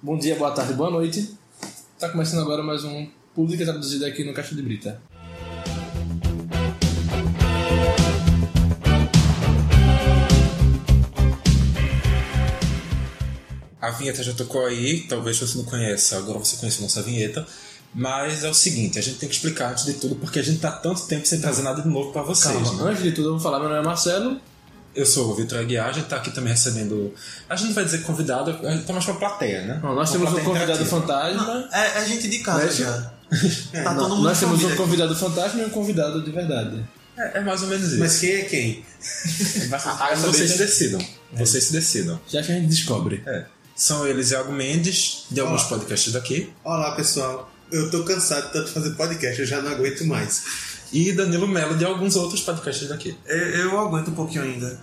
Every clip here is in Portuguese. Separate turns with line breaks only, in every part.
Bom dia, boa tarde, boa noite. Tá começando agora mais um Pública Traduzida aqui no Caixa de Brita.
A vinheta já tocou aí, talvez você não conheça, agora você conhece a nossa vinheta. Mas é o seguinte, a gente tem que explicar antes de tudo, porque a gente tá há tanto tempo sem trazer nada de novo pra vocês.
Calma,
né?
antes de tudo eu vou falar, meu nome é Marcelo.
Eu sou o Vitor Aguiar, a gente tá aqui também recebendo. A gente não vai dizer convidado, a gente tá mais pra plateia, né?
Bom, nós
Uma
temos um
plateia
convidado
interativa.
fantasma.
É, é gente de casa
Né,
já. Tá todo mundo
Nós
em
temos um
família.
convidado fantasma e um convidado de verdade.
É, é mais ou menos isso.
Mas quem é quem?
Vai-
Ah,
vocês
vocês-
se decidam. Vocês se decidam.
Já que a gente descobre.
É. São eles Iago Mendes, de alguns
Olá.
podcasts daqui,
Olá, pessoal. Eu tô cansado de tanto fazer podcast, eu já não aguento mais.
e Danilo Melo, de alguns outros podcasts daqui.
Eu, aguento um pouquinho ainda.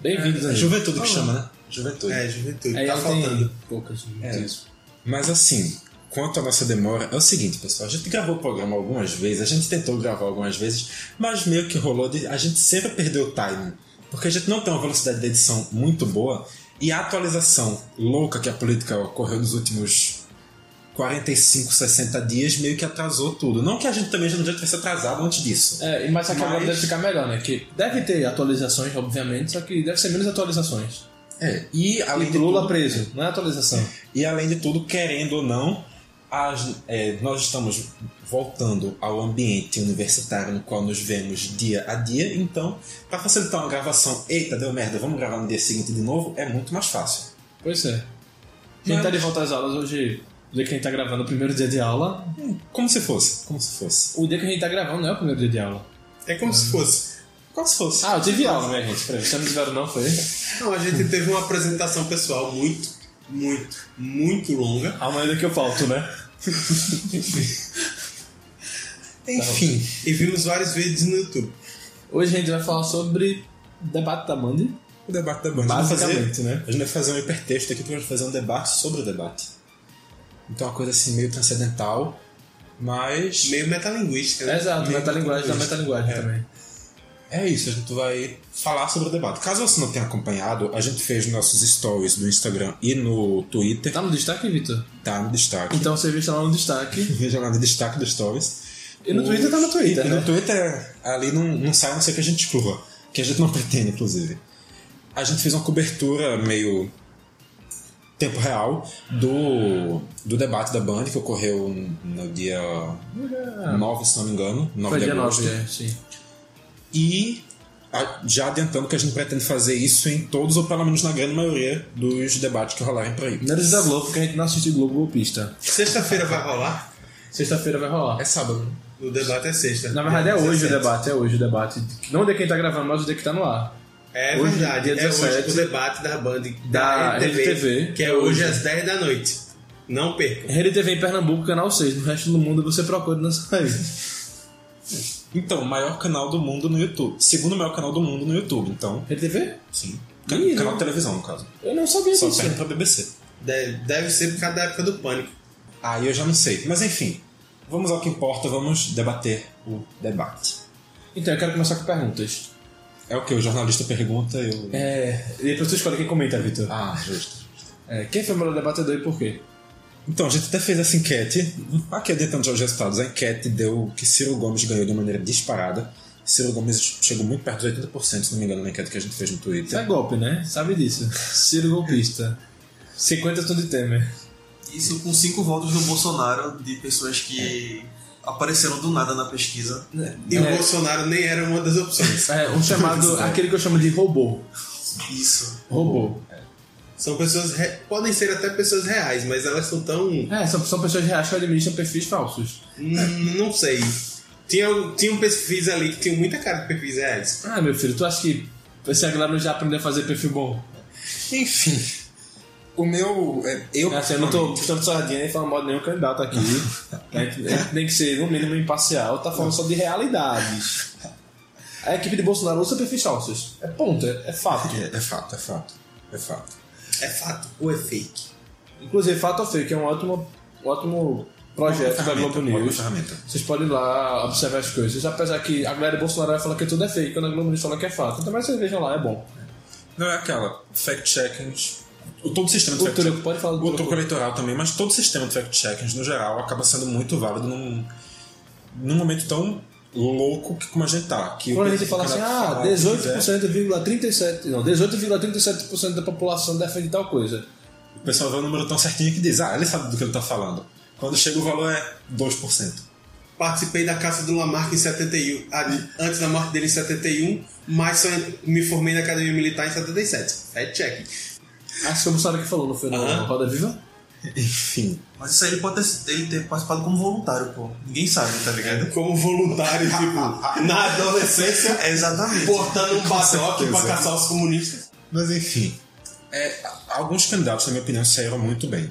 Bem-vindos,
É
aí.
Juventude que
Olá.
chama, né? Juventude.
É, juventude,
Aí
tá
eu
faltando.
tenho poucas
É.
isso.
Mas assim, quanto à nossa demora, é o seguinte, pessoal, a gente gravou o programa algumas vezes, a gente tentou gravar algumas vezes, mas meio que rolou de. A gente sempre perdeu o timing. Porque a gente não tem uma velocidade de edição muito boa, e a atualização louca que a política ocorreu nos últimos 45, 60 dias meio que atrasou tudo. Não que a gente também já não já tivesse atrasado antes disso.
É, e mas só que agora
Mas-
deve ficar melhor, né? Que deve ter atualizações, obviamente, só que deve ser menos atualizações.
É, E além
E
de
Lula
tudo-
preso, não é atualização.
E além de tudo, querendo ou não, as- é, nós estamos voltando ao ambiente universitário no qual nos vemos dia a dia, então, para facilitar uma gravação, eita, deu merda, vamos gravar no dia seguinte de novo, é muito mais fácil.
Pois é. Quem tá de volta às aulas hoje, o dia que a gente tá gravando o primeiro dia de aula,
Como se fosse, como se fosse.
o dia que a gente tá gravando não é o primeiro dia de aula.
É como se fosse.
Como se fosse.
Ah, eu tive aula, minha gente. Peraí, vocês não tiveram não, foi?
Não, a gente teve uma apresentação pessoal muito, muito, muito longa.
Amanhã do que eu falto, né?
Enfim,
E vimos vários vídeos no YouTube.
Hoje a gente vai falar sobre debate da Mandy.
o debate da banda. A gente vai fazer-
Basicamente, né?
A gente vai fazer um hipertexto aqui para fazer um debate sobre o debate. Então, uma coisa assim meio transcendental, mas.
Meio metalinguística, né?
Exato,
Meio
metalinguagem da
metalinguagem.
metalinguagem
É.
também.
É isso, a gente vai falar sobre o debate. Caso você não tenha acompanhado, a gente fez nossos stories do Instagram e no Twitter,
Tá no destaque, Vitor?
tá no destaque.
Então você vista lá no destaque.
Veja lá no destaque dos stories.
E no
Os-
Twitter tá no Twitter,
E
né?
no Twitter, ali não, não sai a não ser que a gente exclua, que a gente não pretende, inclusive. A gente fez uma cobertura meio tempo real do, do debate da Band, que ocorreu no dia 9, se não me engano, 9
Ah. Foi
de
dia
agosto.
9, é, sim.
E a- já adiantando que a gente pretende fazer isso em todos, ou pelo menos na grande maioria dos debates que rolarem por aí.
Menos da Globo, porque a gente não assiste Globo golpista.
Sexta-feira vai rolar.
Sexta-feira vai rolar.
É sábado.
O debate é sexta.
Na verdade é
Dia
hoje o
17.
debate, é hoje o debate. Não o dia que a gente tá gravando, mas o dia que tá no ar.
É
Hoje,
verdade,
dia
é hoje
17.
o debate da Band
Da
da,
RTV,
RTV, que é hoje às 10 da noite. Não percam.
Rede TV em Pernambuco, canal 6. No resto do mundo você procura nessa aí.
Então, o maior canal do mundo no YouTube. Segundo maior canal do mundo no YouTube, então.
Rede TV?
Sim.
Ih,
canal
não.
de televisão, no caso.
Eu não sabia
Só
disso.
perde pra BBC.
Deve, deve ser por causa da época do pânico.
Aí Ah, eu já não sei. Mas enfim, vamos ao que importa, vamos debater o debate.
Então, eu quero começar com perguntas.
É o que? O jornalista pergunta, eu.
É. E depois tu escolhe quem comenta, Vitor.
Ah, justo.
É, quem foi o melhor debatedor e por quê?
Então, a gente até fez essa enquete. Aqui adiantando já os resultados. A enquete deu que Ciro Gomes ganhou de uma maneira disparada. Ciro Gomes chegou muito perto dos 80%, se não me engano, na enquete que a gente fez no
Isso é
Twitter.
golpe, né? Sabe disso. Ciro golpista. 50 tons de Temer.
Isso com cinco votos do Bolsonaro de pessoas que apareceram do nada na pesquisa.
E o
É.
Bolsonaro nem era uma das opções.
É, um chamado. aquele que eu chamo de robô.
Isso.
Robô.
São pessoas. re- Podem ser até pessoas reais, mas elas são tão.
É, são, são pessoas reais que administram perfis falsos.
hum, não sei. Tinha, tinha um perfis ali que tinha muita cara de perfis reais.
Ah, meu filho, tu acha que esse agrado já aprendeu a fazer perfil bom?
Enfim, o meu. é, Eu,
É assim, eu não tô puxando sardinha nem falando mal de nenhum candidato aqui. A gente- a gente Tem que ser, no mínimo, imparcial. Tá falando só de realidades. A equipe de Bolsonaro usa perfis falsos. É ponto, é, é fato.
É, é fato, é fato. É fato.
É fato ou é fake?
Inclusive, Fato ou Fake é um ótimo, ótimo projeto da Globo
Ferramenta, ótima
News.
ferramenta.
Vocês podem ir lá observar as coisas. Apesar que a galera de Bolsonaro vai falar que tudo é fake, quando a Globo News fala que é fato. Então, mas vocês vejam lá, é bom.
Não é aquela. Fact-checkings o- todo o sistema de
O
fact-checking-
Turco, pode falar do
O
Turco.
Turco eleitoral também, mas todo o sistema de fact-checkings, no geral, acaba sendo muito válido num, num momento tão louco que como a gente tá. Que o
Quando a
que
gente
o
fala assim,
cara
ah,
fala, quiser,
18,37%, não, 18,37% da população defende tal coisa.
O pessoal vê o número tão certinho que diz, ah, ele sabe do que ele tá falando. Quando chega o valor é 2%.
Participei da caça do Lamarck em 71, ah, antes da morte dele em 71, mas só me formei na academia militar em 77. Fact check.
Acho que o Mussara que falou, Ah, não foi na
Aham.
Roda Viva?
Enfim.
Mas isso aí ele pode ter, ele ter participado como voluntário, pô. Ninguém sabe, tá ligado?
Como voluntário, tipo, na adolescência,
É exatamente.
portando um padoque
certeza.
pra caçar os comunistas.
Mas enfim, é, a- alguns candidatos, na minha opinião, saíram muito bem.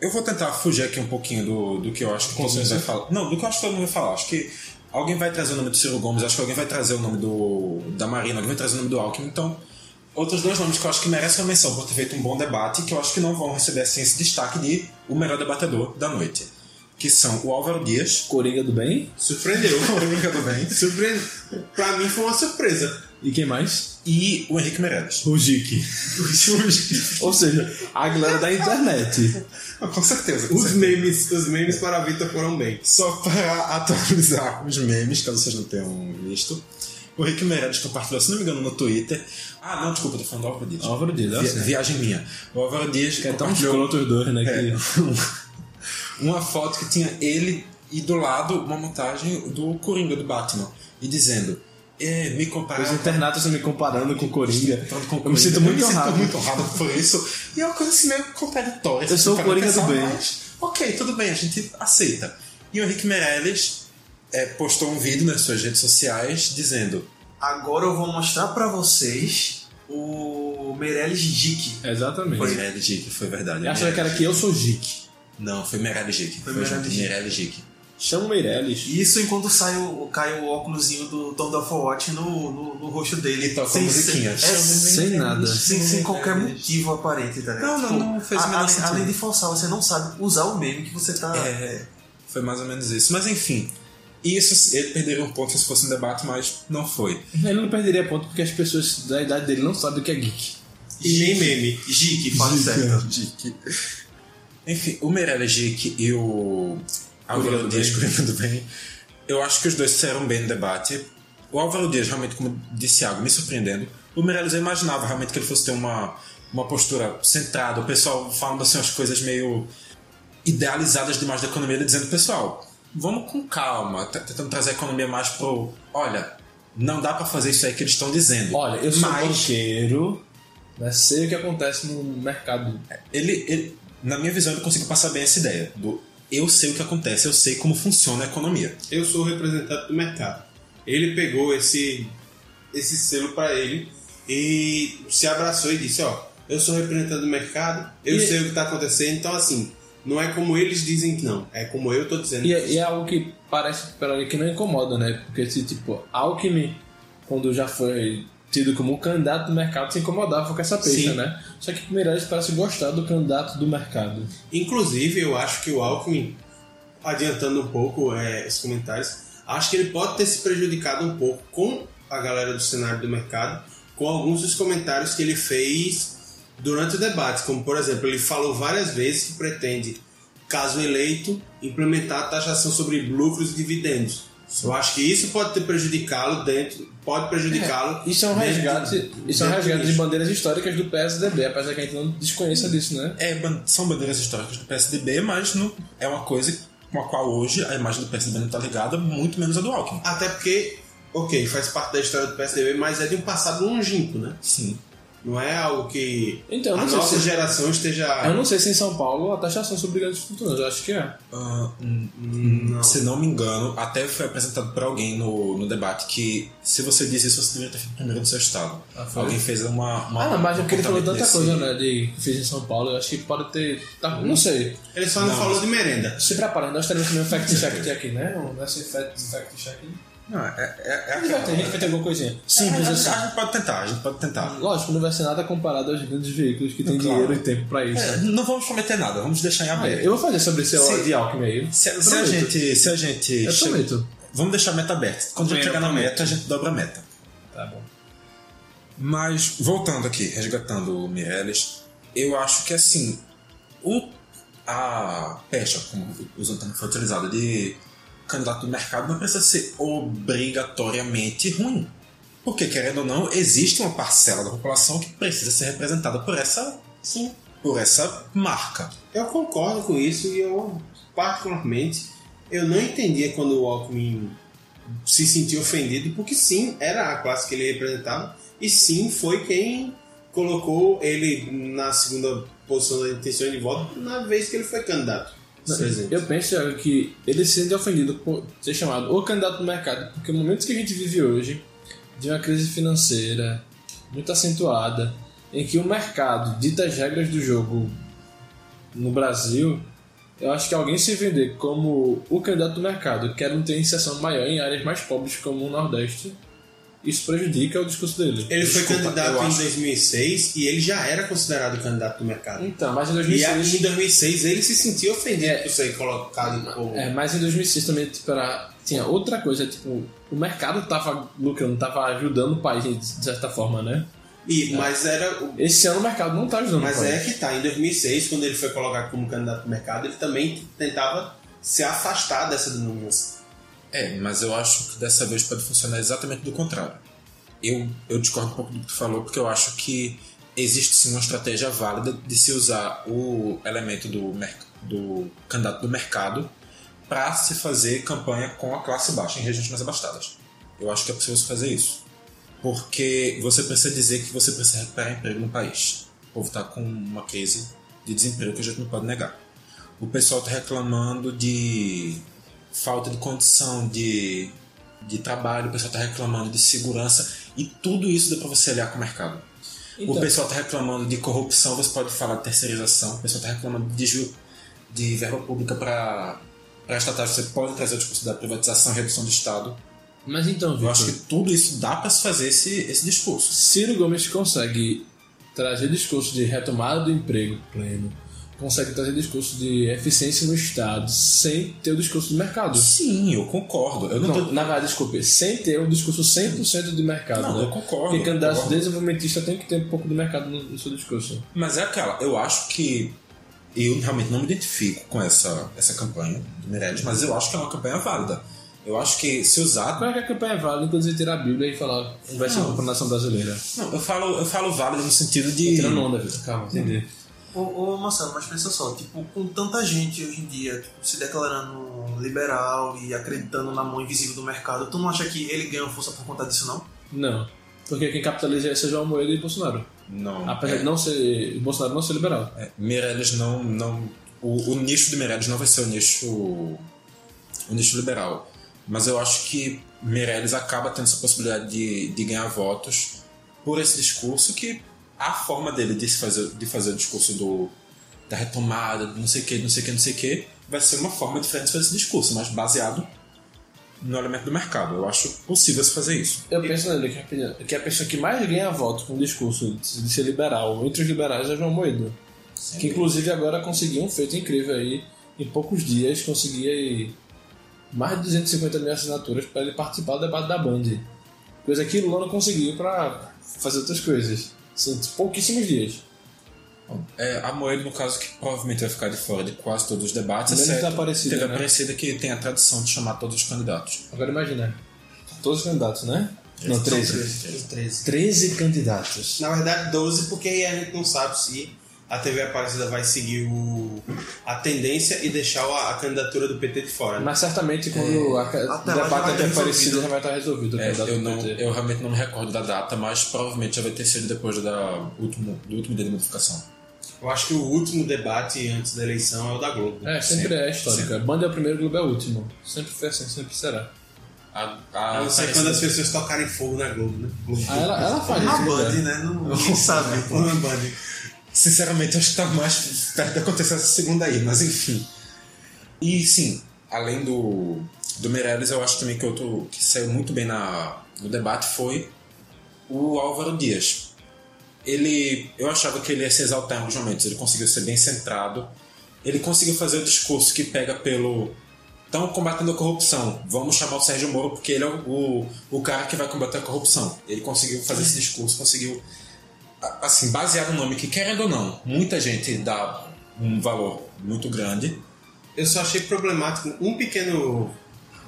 Eu vou tentar fugir aqui um pouquinho do, do que eu acho que todo mundo vai falar. Não, do que eu acho que todo mundo vai falar. Acho que alguém vai trazer o nome do Ciro Gomes, acho que alguém vai trazer o nome do da Marina, alguém vai trazer o nome do Alckmin. Então, outros dois nomes que eu acho que merecem uma menção por ter feito um bom debate, que eu acho que não vão receber assim, esse destaque de o melhor debatedor da noite. Que são o Álvaro Dias,
Coringa do Bem.
Surpreendeu.
Coringa do Bem,
Surpre... Pra mim foi uma surpresa.
E quem mais?
e o Henrique Meirelles.
O Jique. Ou seja, a galera da internet.
com certeza. Com
Os
certeza.
memes, os memes para a Vitor foram bem.
Só para atualizar os memes, caso vocês não tenham visto. O Rick Meirelles compartilhou, se não me engano, no Twitter. Ah, não, desculpa, eu tô falando do Álvaro Dias.
Álvaro Dias,
Vi-
assim.
Viagem minha. O Álvaro Dias
Que é tão
compartilhou
escroto os dois, né?
é,
que-
uma foto que tinha ele e do lado uma montagem do Coringa do Batman. E dizendo, é, me comparar...
Os internautas me comparando com o Coringa.
tanto com o
Eu me sinto
Coringa.
muito honrado.
muito honrado por isso. E é uma coisa assim meio contraditória.
Eu sou o
Para
Coringa do
pensar,
bem.
mas, ok, tudo bem, a gente aceita. E o Henrique Meirelles é, postou um vídeo nas suas redes sociais dizendo
Agora eu vou mostrar pra vocês o Meirelles Dick.
Exatamente.
foi Meirelles Jique, foi verdade.
Eu achava que é? era que eu sou Jique.
Não, foi Meirelles Jique.
Foi
Foi,
Meirelles
junto,
Jique.
Meirelles Jique.
Chama o Meirelles.
E Isso enquanto sai o, cai o óculosinho do Tom of Watch no, no, no rosto dele.
E toca a musiquinha.
é,
Chama
Sem nada.
Sem, sem qualquer motivo aparente, tá ligado?
Não, não, não fez o
a,
menor
além,
sentido.
além de forçar, você não sabe usar o meme que você tá.
É, foi mais ou menos isso. Mas enfim, isso ele perderia um ponto se fosse um debate, mas não foi.
Ele não perderia ponto porque as pessoas da idade dele não sabem o que é geek.
E nem meme.
Dick, fala certo.
é.
Jique. Enfim, o Meirelles Jique e o Álvaro
do
Dias
Bem.
Coringa do Bem, eu acho que os dois saíram bem no debate. O Álvaro Dias, realmente, como disse algo, me surpreendendo. O Meirelles, eu imaginava realmente que ele fosse ter uma, uma postura centrada, o pessoal falando assim umas coisas meio idealizadas demais da economia, ele dizendo, pessoal, vamos com calma, t- tentando trazer a economia mais pro... Olha, não dá pra fazer isso aí que eles estão dizendo.
Olha, eu sou um
Mas-
banqueiro, mas sei o que acontece no mercado.
ele, ele- na minha visão, ele conseguiu passar bem essa ideia do eu sei o que acontece, eu sei como funciona a economia.
Eu sou o representante do mercado. Ele pegou esse, esse selo pra ele e se abraçou e disse, ó, eu sou o representante do mercado, eu
E-
sei o que tá acontecendo, então assim, não é como eles dizem que não, é como eu tô dizendo.
E, é- e é algo que parece pra ele que não incomoda, né? Porque se, tipo, Alckmin, quando já foi tido como candidato do mercado, se incomodava com essa peixa,
Sim.
né? Só que Meirelles parece gostar do candidato do mercado.
Inclusive, eu acho que o Alckmin, adiantando um pouco é, os comentários, acho que ele pode ter se prejudicado um pouco com a galera do cenário do mercado, com alguns dos comentários que ele fez durante o debate. Como, por exemplo, ele falou várias vezes que pretende, caso eleito, implementar a taxação sobre lucros e dividendos. Eu acho que isso pode ter prejudicá-lo dentro, pode prejudicá-lo.
Isso é um
dentro-
resgate, isso é um
dentro
resgate de
disso.
bandeiras históricas do PSDB, apesar que a gente não desconheça disso, né?
É, ban- são bandeiras históricas do PSDB, mas não é uma coisa com a qual hoje a imagem do PSDB não está ligada, muito menos a do Alckmin.
Até porque, ok, faz parte da história do PSDB, mas é de um passado longínquo, né?
Sim.
Não é algo que
Então, eu
a
não sei
nossa
se-
geração esteja.
Eu não sei se em São Paulo a taxação sobre grandes fortunas, eu acho que é.
Ah, hum,
Não.
Se não me engano, até foi apresentado para alguém no, no debate que se você disse isso, você deveria ter feito primeiro do seu estado.
Ah, foi?
alguém fez uma. uma
Ah, não, mas é
um
porque ele falou tanta
comportamento
coisa,
assim.
nesse-
né, de que fez em São Paulo, eu acho que pode ter... tá-
Uhum.
não sei.
Ele só não,
Não.
falou de merenda.
Se prepara, nós teremos também um fact-check aqui, né? Um nesse fact- fact-check.
Não, é, é, é
A gente
aquela-
vai ter, a gente vai ter alguma coisinha.
Simples
Simples
assim. A
assim.
gente pode tentar, a gente pode tentar.
Lógico, não vai ser nada comparado aos grandes veículos que têm
Claro.
dinheiro e tempo pra isso.
É, não vamos prometer nada, vamos deixar em
Ah,
aberto.
eu vou fazer sobre esse
Se-
de Alckmin aí.
Se, se a
Prometo.
gente. Se a gente
Eu
che-
prometo.
Vamos deixar a meta aberta. Quando a
Também,
gente chegar
eu
na
prometo.
meta, a gente dobra a meta.
Tá bom.
Mas, voltando aqui, resgatando o Mireles, eu acho que assim, o, a pecha, como usando o termo que foi utilizado, de candidato do mercado não precisa ser obrigatoriamente ruim. Porque, querendo ou não, existe uma parcela da população que precisa ser representada por essa,
Sim.
por essa marca.
Eu concordo com isso e eu, particularmente, eu não entendia quando o Alckmin se sentiu ofendido, porque sim, era a classe que ele representava e sim, foi quem colocou ele na segunda posição da intenção de voto na vez que ele foi candidato. Por exemplo.
Eu penso Thiago, que ele se sente ofendido por ser chamado o candidato do mercado, porque o momento que a gente vive hoje, de uma crise financeira muito acentuada, em que o mercado dita as regras do jogo no Brasil, eu acho que alguém se vender como o candidato do mercado, quer não ter inserção maior em áreas mais pobres como o Nordeste, isso prejudica o discurso dele.
Ele foi
Desculpa,
candidato
eu
em
acho-
2006 e ele já era considerado candidato do mercado.
Então, mas em
E
2006
aqui em 2006 ele se sentiu ofendido
É.
por ser colocado como.
É, mas em 2006 também tipo, era- tinha outra coisa, tipo, o mercado tava lucrando, tava ajudando o país de certa forma, né?
E, mas era. o-
Esse ano o mercado não tá ajudando o
Mas
país.
é que tá, em 2006, quando ele foi colocado como candidato do mercado, ele também tentava se afastar dessa denominação.
É, mas eu acho que dessa vez pode funcionar exatamente do contrário. Eu, eu discordo um pouco do que tu falou, porque eu acho que existe sim uma estratégia válida de se usar o elemento do, mer- do candidato do mercado para se fazer campanha com a classe baixa em regiões mais abastadas. Eu acho que é possível se fazer isso. Porque você precisa dizer que você precisa recuperar emprego no país. O povo está com uma crise de desemprego que a gente não pode negar. O pessoal está reclamando de falta de condição de, de trabalho, o pessoal está reclamando de segurança, e tudo isso dá para você olhar com o mercado.
Então,
O pessoal está reclamando de corrupção, você pode falar de terceirização, o pessoal está reclamando de desvio de verba pública para estatais, você pode trazer o discurso da privatização e redução do Estado.
mas então,
Eu acho
Vitor,
que tudo isso dá para se fazer esse, esse discurso.
Ciro Gomes consegue trazer discurso de retomada do emprego pleno, consegue trazer discurso de eficiência no Estado, sem ter o discurso do mercado.
Sim, eu concordo. Eu não,
Não,
tô-
na verdade, desculpe, sem ter um discurso 100% de mercado.
Não,
né?
eu concordo,
Porque candidato
concordo.
desenvolvimentista tem que ter um pouco do mercado no, no seu discurso.
Mas é aquela, eu acho que. Eu realmente não me identifico com essa, essa campanha do Meirelles, mas eu acho que é uma campanha válida. Eu acho que se usado.
Como é que a campanha é válida, inclusive tirar a Bíblia e falar conversa
Não.
com a nação brasileira?
Não, eu falo, eu falo válido no sentido de.
Tirando onda, Vitor, calma. Entendi.
Ô, ô Marcelo, mas pensa só, tipo, com tanta gente hoje em dia tipo, se declarando liberal e acreditando na mão invisível do mercado, tu não acha que ele ganha força por conta disso, não?
Não. Porque quem capitaliza é João Moedo e Bolsonaro.
Não.
Apesar de
é,
não ser. Bolsonaro não ser liberal.
é, Meirelles não. não o, o nicho do Meirelles não vai ser o nicho. o nicho liberal. Mas eu acho que Meirelles acaba tendo essa possibilidade de, de ganhar votos por esse discurso que a forma dele de, se fazer, de fazer o discurso do, da retomada, do não sei o que, não sei o que, não sei o que, vai ser uma forma diferente de fazer esse discurso, mas baseado no elemento do mercado. Eu acho possível se fazer isso.
Eu penso nele, que a opinião- que a pessoa que mais ganha voto com o discurso de ser liberal entre os liberais é João Moedo. Que inclusive agora conseguiu um feito incrível aí. Em poucos dias conseguia aí mais de 250 mil assinaturas para ele participar do debate da Band. Coisa que Lula não conseguiu para fazer outras coisas. Assim, pouquíssimos dias.
É, a Moedo, no caso, que provavelmente vai ficar de fora de quase todos os debates,
Menos
exceto
da Aparecida,
teve a
né?
Aparecida que tem a tradição de chamar todos os candidatos.
Agora imagina. 14 candidatos, né? Não, 13.
13.
13 candidatos.
Na verdade, 12, porque aí a gente não sabe se a TV Aparecida vai seguir o, a tendência e deixar a, a candidatura do PT de fora. né?
Mas certamente quando a ca-
É, Até
o
lá já
debate
vai
até
ter
parecido
resolvido.
já vai estar resolvido. o
É,
candidato
eu,
do
não,
PT.
eu realmente não me recordo da data, mas provavelmente já vai ter sido depois da último, do último dia de modificação.
Eu acho que o último debate antes da eleição é o da Globo.
É, sempre,
Sempre,
é histórico. A Banda é o primeiro, o Globo é o último. Sempre foi assim, sempre será.
A,
A não ser
Aparecida-
quando as pessoas tocarem fogo na Globo, né? Globo.
Ah, ela, ela
É
faz
A
isso.
Band,
né?
né? Não, ninguém sabe.
Ou na Band.
Sinceramente, acho que tá mais perto de acontecer essa segunda aí, mas enfim. E sim, além do, do Meirelles, eu acho também que outro que saiu muito bem na, no debate foi o Álvaro Dias. Ele, eu achava que ele ia se exaltar em alguns momentos, ele conseguiu ser bem centrado, ele conseguiu fazer o discurso que pega pelo. Estão combatendo a corrupção, vamos chamar o Sérgio Moro porque ele é o, o, o cara que vai combater a corrupção. Ele conseguiu fazer esse discurso, conseguiu a- assim, baseado no nome que, querendo ou não, muita gente dá um valor muito grande.
Eu só achei problemático um pequeno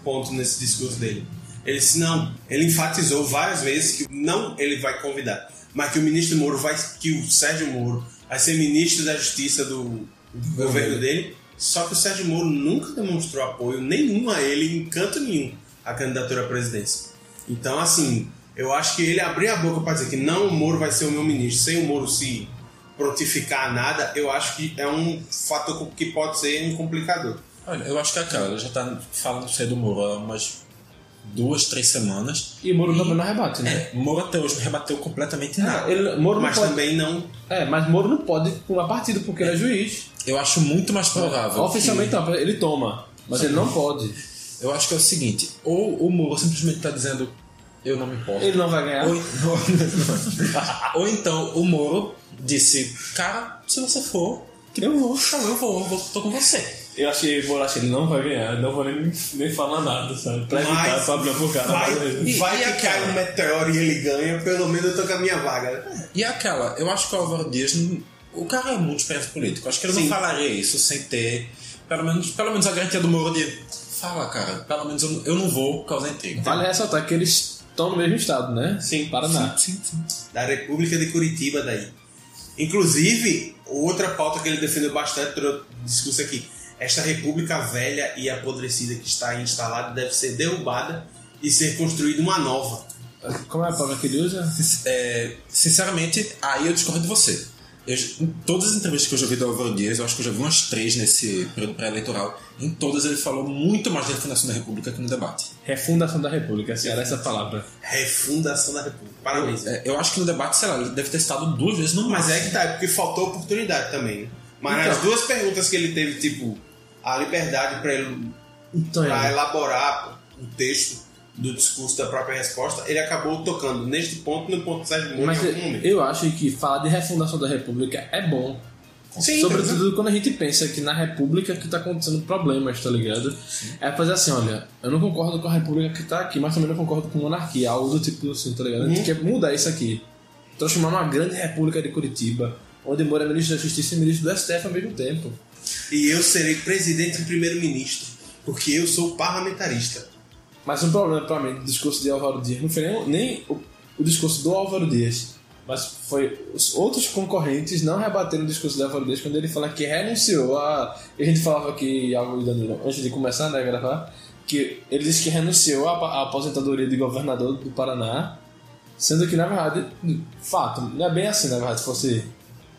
ponto nesse discurso dele. Ele disse, não, ele enfatizou várias vezes que não ele vai convidar, mas que o ministro Moro vai, que o Sérgio Moro vai ser ministro da Justiça do governo dele. Só que o Sérgio Moro nunca demonstrou apoio nenhum a ele, em canto nenhum, à candidatura à presidência. Então, assim, eu acho que ele abrir a boca para dizer que não, o Moro vai ser o meu ministro, sem o Moro se prontificar a nada, eu acho que é um fator que pode ser um complicador.
Olha, eu acho que é aquela, ela já tá falando cedo do Moro há umas duas, três semanas.
E Moro também não rebate, né?
É, Moro até hoje não rebateu completamente
Ah,
nada.
ele, Moro não
Mas
pode,
também não.
É, mas Moro não pode tomar partido porque ele é juiz.
Eu acho muito mais provável.
Oficialmente não, ele toma. Mas ele não pode.
que- eu acho que é o seguinte: ou o Moro simplesmente tá dizendo, eu não me importo.
Ele não vai ganhar.
Ou, ou então o Moro disse, cara, se você for,
Eu vou.
puxa, eu vou, eu vou, tô com você.
Eu achei, Moro acho que ele não vai ganhar. Não vou nem, nem falar nada, sabe? Pra
Mas-
evitar, pra abrir pro cara.
Vai,
mas-
vai
e
que
aquela?
cai um meteoro e ele ganha, pelo menos eu tô com a minha vaga. né?
E aquela, eu acho que o Álvaro Dias, não- o cara é muito experiente político. Acho que ele
Sim.
não falaria isso sem ter, pelo menos, pelo menos a garantia do Moro de fala, cara, pelo menos eu, não- eu não vou causar intriga.
Vale ressaltar que eles estão no mesmo estado, né?
Sim.
Paraná.
Sim, sim, sim.
Da República de Curitiba daí. Inclusive, outra pauta que ele defendeu bastante durante o discurso aqui. Esta república velha e apodrecida que está aí instalada deve ser derrubada e ser construída uma nova.
Como é a palavra que ele usa?
Sin- é, sinceramente, aí eu discordo de você. Eu, em todas as entrevistas que eu já vi do Álvaro Dias, eu acho que eu já vi umas três nesse período pré-eleitoral, em todas ele falou muito mais da fundação da República que no debate.
Refundação da República, assim, era essa palavra.
Refundação da República. Parabéns.
É, eu acho que no debate, sei lá, ele deve ter estado duas vezes no
Mas é
máximo.
que tá, é porque faltou oportunidade também. né? Mas
Então.
as duas perguntas que ele teve, tipo, a liberdade para ele
Então,
para
é.
elaborar o texto do discurso da própria resposta, ele acabou tocando neste ponto e no ponto Sérgio Moro
Mas é-
em algum momento.
eu acho que falar de refundação da República é bom.
Sim,
Sobretudo quando a gente pensa que na República que tá acontecendo problemas, tá ligado? É fazer assim, olha, eu não concordo com a República que tá aqui, mas também não concordo com a monarquia, algo do tipo assim, tá ligado? A gente quer mudar isso aqui. Transformar numa grande República de Curitiba, onde mora ministro da Justiça e ministro do STF ao mesmo tempo.
E eu serei presidente e primeiro-ministro, porque eu sou parlamentarista.
Mas um problema pra mim do discurso de Álvaro Dias não foi nem, nem o, o discurso do Álvaro Dias, mas foi os outros concorrentes não rebateram o discurso do Álvaro Dias quando ele fala que renunciou a. e A gente falava que algo de Danilo, antes de começar né, a gravar, que ele disse que renunciou à, pa- à aposentadoria de governador do Paraná, sendo que na verdade, fato, não é bem assim na verdade, se fosse.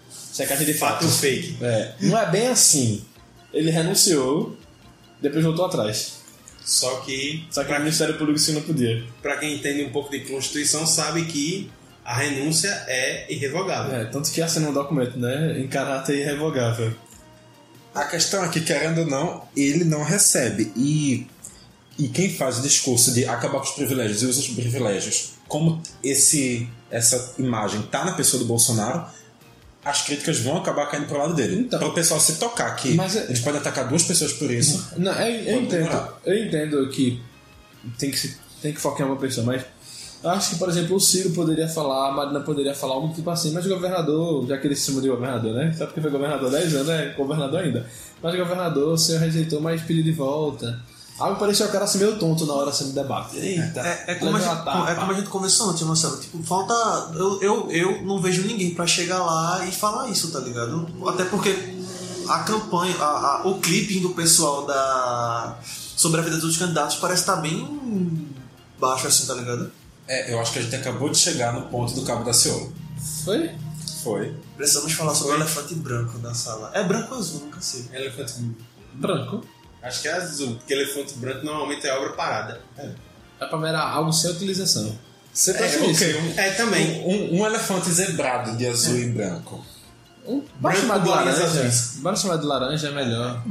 Se a caixa de
Fato
fato.
ou fake?
É, não é bem assim. Ele renunciou, depois voltou atrás.
Só que,
Só que o Ministério Público sim não podia.
para quem entende um pouco de Constituição, sabe que a renúncia é irrevogável.
É, tanto que assina um documento, né? Em caráter irrevogável.
A questão é que, querendo ou não, ele não recebe. E, e quem faz o discurso de acabar com os privilégios e usa os privilégios, como esse, essa imagem tá na pessoa do Bolsonaro, as críticas vão acabar caindo pro lado dele.
Então.
Para o pessoal se tocar que
Mas é-
eles podem atacar duas pessoas por isso.
Não, eu, eu
Pode
entendo.
demorar.
Eu entendo que tem que, se, tem que focar em uma pessoa, mas eu acho que, por exemplo, o Ciro poderia falar, a Marina poderia falar algo tipo assim, mas o governador, já que ele se chama de governador, né? Só porque foi governador há 10 anos, é governador ainda. Mas o governador, o senhor rejeitou, mas pediu de volta. Algo parecia o cara assim meio tonto na hora assim do debate. Eita,
É, é como a
levei
gente,
uma tapa.
é como a gente conversou antes, Marcelo. Tipo, falta. Eu, eu, eu não vejo ninguém pra chegar lá e falar isso, tá ligado? Até porque a campanha, a- a- o clipping do pessoal da sobre a vida dos candidatos parece estar bem baixo, assim, tá ligado?
É, eu acho que a gente acabou de chegar no ponto do cabo da Ciolo.
Foi?
Foi.
Precisamos falar sobre o elefante branco da sala. É branco ou azul, nunca sei.
Elefante
assim.
Branco.
Acho que é azul, porque elefante branco normalmente é obra parada.
É pra ver algo sem utilização. Você tá
É,
achando isso?
ok. É. um-
É também.
Um, um elefante zebrado de azul e branco.
Um bora
Branco
chamar de
com bolinhas
laranja.
azuis.
Bora chamar de laranja é melhor.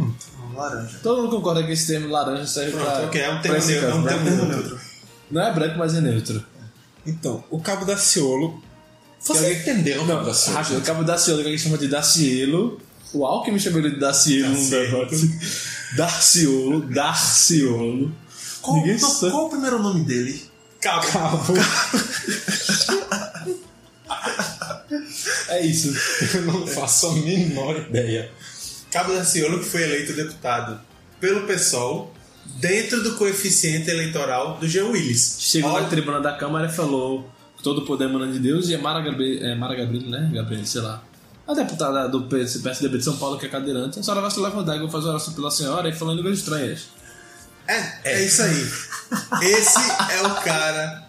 Laranja.
Todo mundo concorda que esse termo laranja serve pra.
Pronto, ok, é um
pra
termo
esse
neutro, é
caso,
um
né?
termo neutro.
Não é branco, mas é neutro.
Então, o cabo da Ciolo. Vocês
alguém-
entenderam o cabo da Ciolo?
Rápido, o cabo Daciolo, que alguém chama de Dacielo. O Alckmin chamou ele de Dacielo um no debate. Darciolo, Darciolo.
Qual,
Ninguém
então,
sabe.
qual o primeiro nome dele?
Cabo.
Cabo.
É isso.
Eu não faço a menor ideia.
Cabo Daciolo que foi eleito deputado pelo PSOL dentro do coeficiente eleitoral do Jean Willis.
Chegou
Olha,
na tribuna da Câmara e falou todo o poder emana de Deus e é Mara Gabriel, é Mara Gabriel, né? Gabriel, sei lá. A deputada do PS PSDB de São Paulo, que é cadeirante, a senhora vai se levantar e eu vou fazer oração pela senhora e falando coisas estranhas.
É, é isso aí. Esse é o cara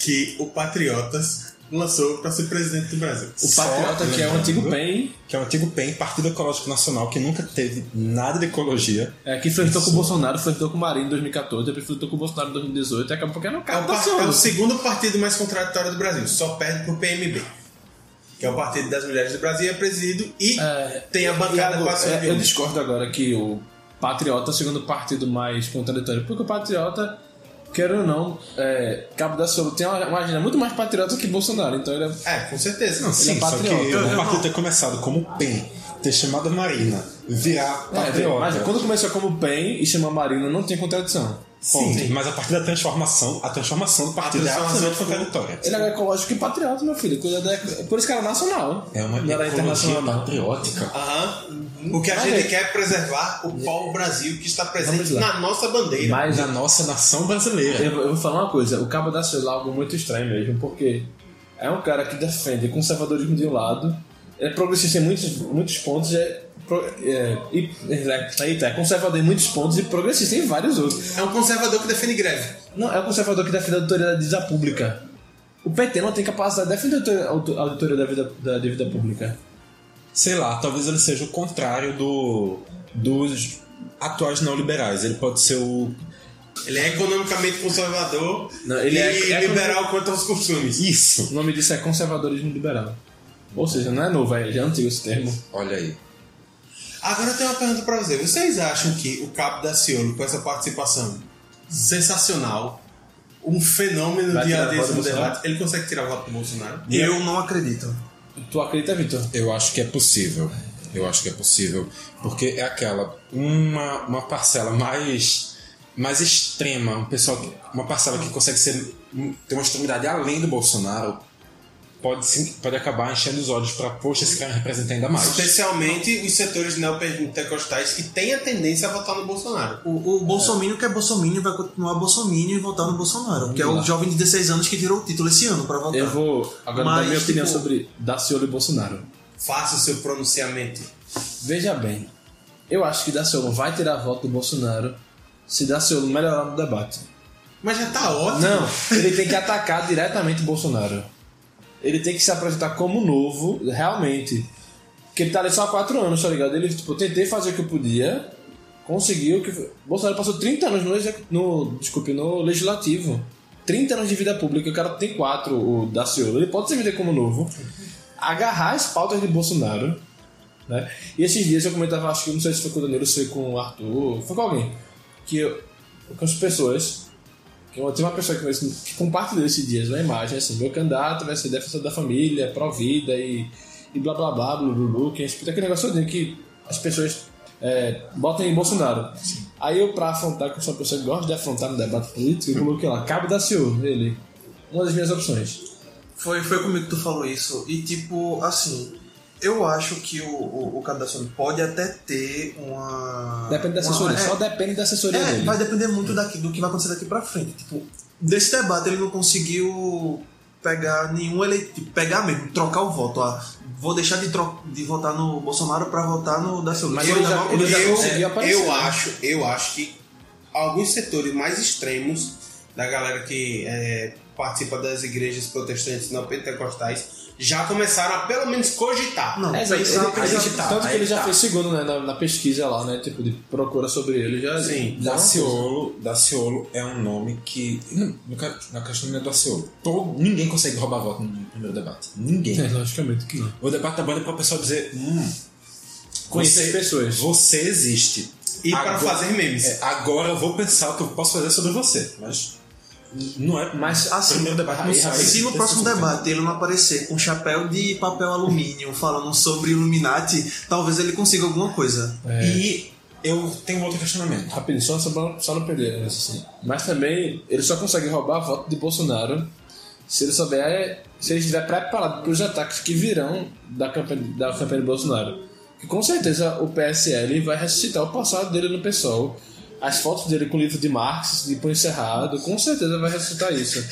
que o Patriotas lançou para ser presidente do Brasil.
O
Só
patriota que é o
lembrando.
antigo PEN,
Que é o antigo PEN, Partido Ecológico Nacional, que nunca teve nada de ecologia.
é, que flertou com o Bolsonaro, flertou com o Marinho em 2014, depois flertou com o Bolsonaro em 2018 e acabou que era um
É
cara
o,
da
par- é o
senhora.
segundo partido mais contraditório do Brasil, só perde pro PMB, que é o Partido das Mulheres do Brasil, é presidido e
É,
tem a bancada
Iago,
com a sua
é, eu discordo agora que o Patriota é o segundo partido mais contraditório, porque o Patriota, quero ou não, é, Cabo da Solo tem uma, uma agenda muito mais patriota que Bolsonaro, então ele é
É, com certeza. é
Não, sim, só que
patriota. Eu-
o partido ter começado como PEN, ter chamado Marina, virar
É, vê,
patriota.
mas quando começou como PEN e chamou Marina, não tinha contradição.
Sim, mas a partir da transformação, a transformação do partido é
transformação
absolutamente contraditória.
Ele é ecológico e patriota, meu filho. Coisa da, por isso que era nacional.
É uma
não era
ecologia
internacional. não.
patriótica.
Aham. O que a
Mas
gente
é-
quer é preservar o pau-brasil que está
Vamos
presente
lá.
na nossa bandeira.
Mas
Da nossa nação brasileira.
eu, eu vou falar uma coisa: o Cabo da Silva é algo muito estranho mesmo, porque é um cara que defende conservadorismo de um lado, é progressista em muitos, muitos pontos, é. pro- É, e, é, eita, é conservador em muitos pontos e progressista em vários outros.
É um conservador que defende greve.
Não, é o conservador que defende a auditoria da dívida pública. O PT não tem capacidade de defender a auto- a auditoria da, vida, da dívida pública.
Sei lá, talvez ele seja o contrário do dos atuais neoliberais. Ele pode ser o.
Ele é economicamente conservador
Não, ele
e
é- é
liberal quanto aos costumes.
Isso!
O nome disso é conservadorismo liberal. Ou seja, não é novo, é, já é antigo esse termo.
Olha aí.
Agora eu tenho uma pergunta pra vocês. Vocês acham que o Cabo da Ciolo, com essa participação sensacional, um fenômeno
Vai
de
tirar a voz
adesão
do
do debate, ele consegue tirar o voto do Bolsonaro?
Eu não acredito.
Tu acredita, Vitor?
Eu acho que é possível. Eu acho que é possível. Porque é aquela. Uma, uma parcela mais. mais extrema. Um pessoal que- uma parcela que consegue ser, ter uma extremidade além do Bolsonaro. Pode, sim, pode acabar enchendo os olhos para, poxa, esse cara representa ainda mais.
Especialmente os setores neopentecostais que têm a tendência a votar no Bolsonaro.
O, o bolsominion que é bolsominion vai continuar bolsominion e votar no Bolsonaro, que é o
lá.
jovem de 16 anos que tirou o título esse ano pra votar.
Eu vou agora dar
Mas,
minha opinião
tipo-
sobre Daciolo e Bolsonaro.
Faça o seu pronunciamento.
Veja bem, eu acho que Daciolo vai tirar voto do Bolsonaro se Daciolo melhorar no debate.
Mas já tá ótimo.
Não, ele tem que atacar diretamente o Bolsonaro. Ele tem que se apresentar como novo, realmente. Porque ele tá ali só há quatro anos, tá ligado? Ele, tipo, tentei fazer o que eu podia, conseguiu. que Bolsonaro passou 30 anos no, exec- no, desculpe, no legislativo. 30 anos de vida pública, o cara tem quatro, o Daciolo. Ele pode se vender como novo. Agarrar as pautas de Bolsonaro. Né? E esses dias eu comentava, acho que não sei se foi com o Danilo, se foi com o Arthur, foi com alguém. Que eu, com as pessoas que eu tinha uma pessoa que, conheço que compartilhou esses dias uma imagem assim: meu candidato vai ser defensor da família, pró-vida e, e blá blá blá, blá, blá, blá, que respeita aquele negócio todinho que as pessoas é, botam em Bolsonaro. Aí eu, pra afrontar, que eu sou uma pessoa que gosta de afrontar no debate político, eu coloquei lá: Cabo da Ciúme, ele. Uma das minhas opções.
Foi, foi comigo que tu falou isso. E tipo, assim, eu acho que o, o, o cadastro pode até ter uma.
Depende da
uma-
assessoria,
é,
só depende da assessoria
é,
dele.
vai depender muito daqui, do que vai acontecer daqui pra frente. Tipo, desse debate ele não conseguiu pegar nenhum eleito. tipo, Pegar mesmo, trocar o voto. Ah, vou deixar de, tro- de votar no Bolsonaro pra votar no da Silva.
Mas
eu,
ele já- ele já
eu-
conseguiu.
eu, é,
aparecer,
eu
né?
acho, eu acho que alguns setores mais extremos da galera que é, participa das igrejas protestantes não pentecostais já começaram a pelo menos cogitar.
Não,
É,
pensar,
ele- ele-
pensar-
ele-
tá,
tanto que
aí
ele já
tá.
fez segundo né, na, na pesquisa lá, né? Tipo, de procura sobre ele. Já,
Sim,
já
Daciolo, Daciolo é um nome que. não, No, ca- na questão não é Daciolo. Todo, ninguém consegue roubar voto no primeiro debate.
É,
Ninguém.
logicamente que não.
o debate da banda é pra pessoa dizer: hum,
Conhecer
você-
pessoas.
Você existe.
E para
Agora-
fazer memes.
É, agora eu vou pensar o que eu posso fazer sobre você. Mas. Não é.
Mas,
assim,
primeiro debate não
aí,
sai.
aí,
Se no próximo debate ele não aparecer com chapéu de papel alumínio falando sobre Illuminati, talvez ele consiga alguma coisa.
E eu tenho outro questionamento.
Rapidinho, só, só, pra- só não perder, né, assim. Mas também, ele só consegue roubar voto de Bolsonaro se ele souber, se ele estiver preparado para os ataques que virão da campanha, da campanha do Bolsonaro. Que com certeza o PSL vai ressuscitar o passado dele no PSOL. As fotos dele com o livro de Marx, de punho cerrado, com certeza vai ressuscitar isso.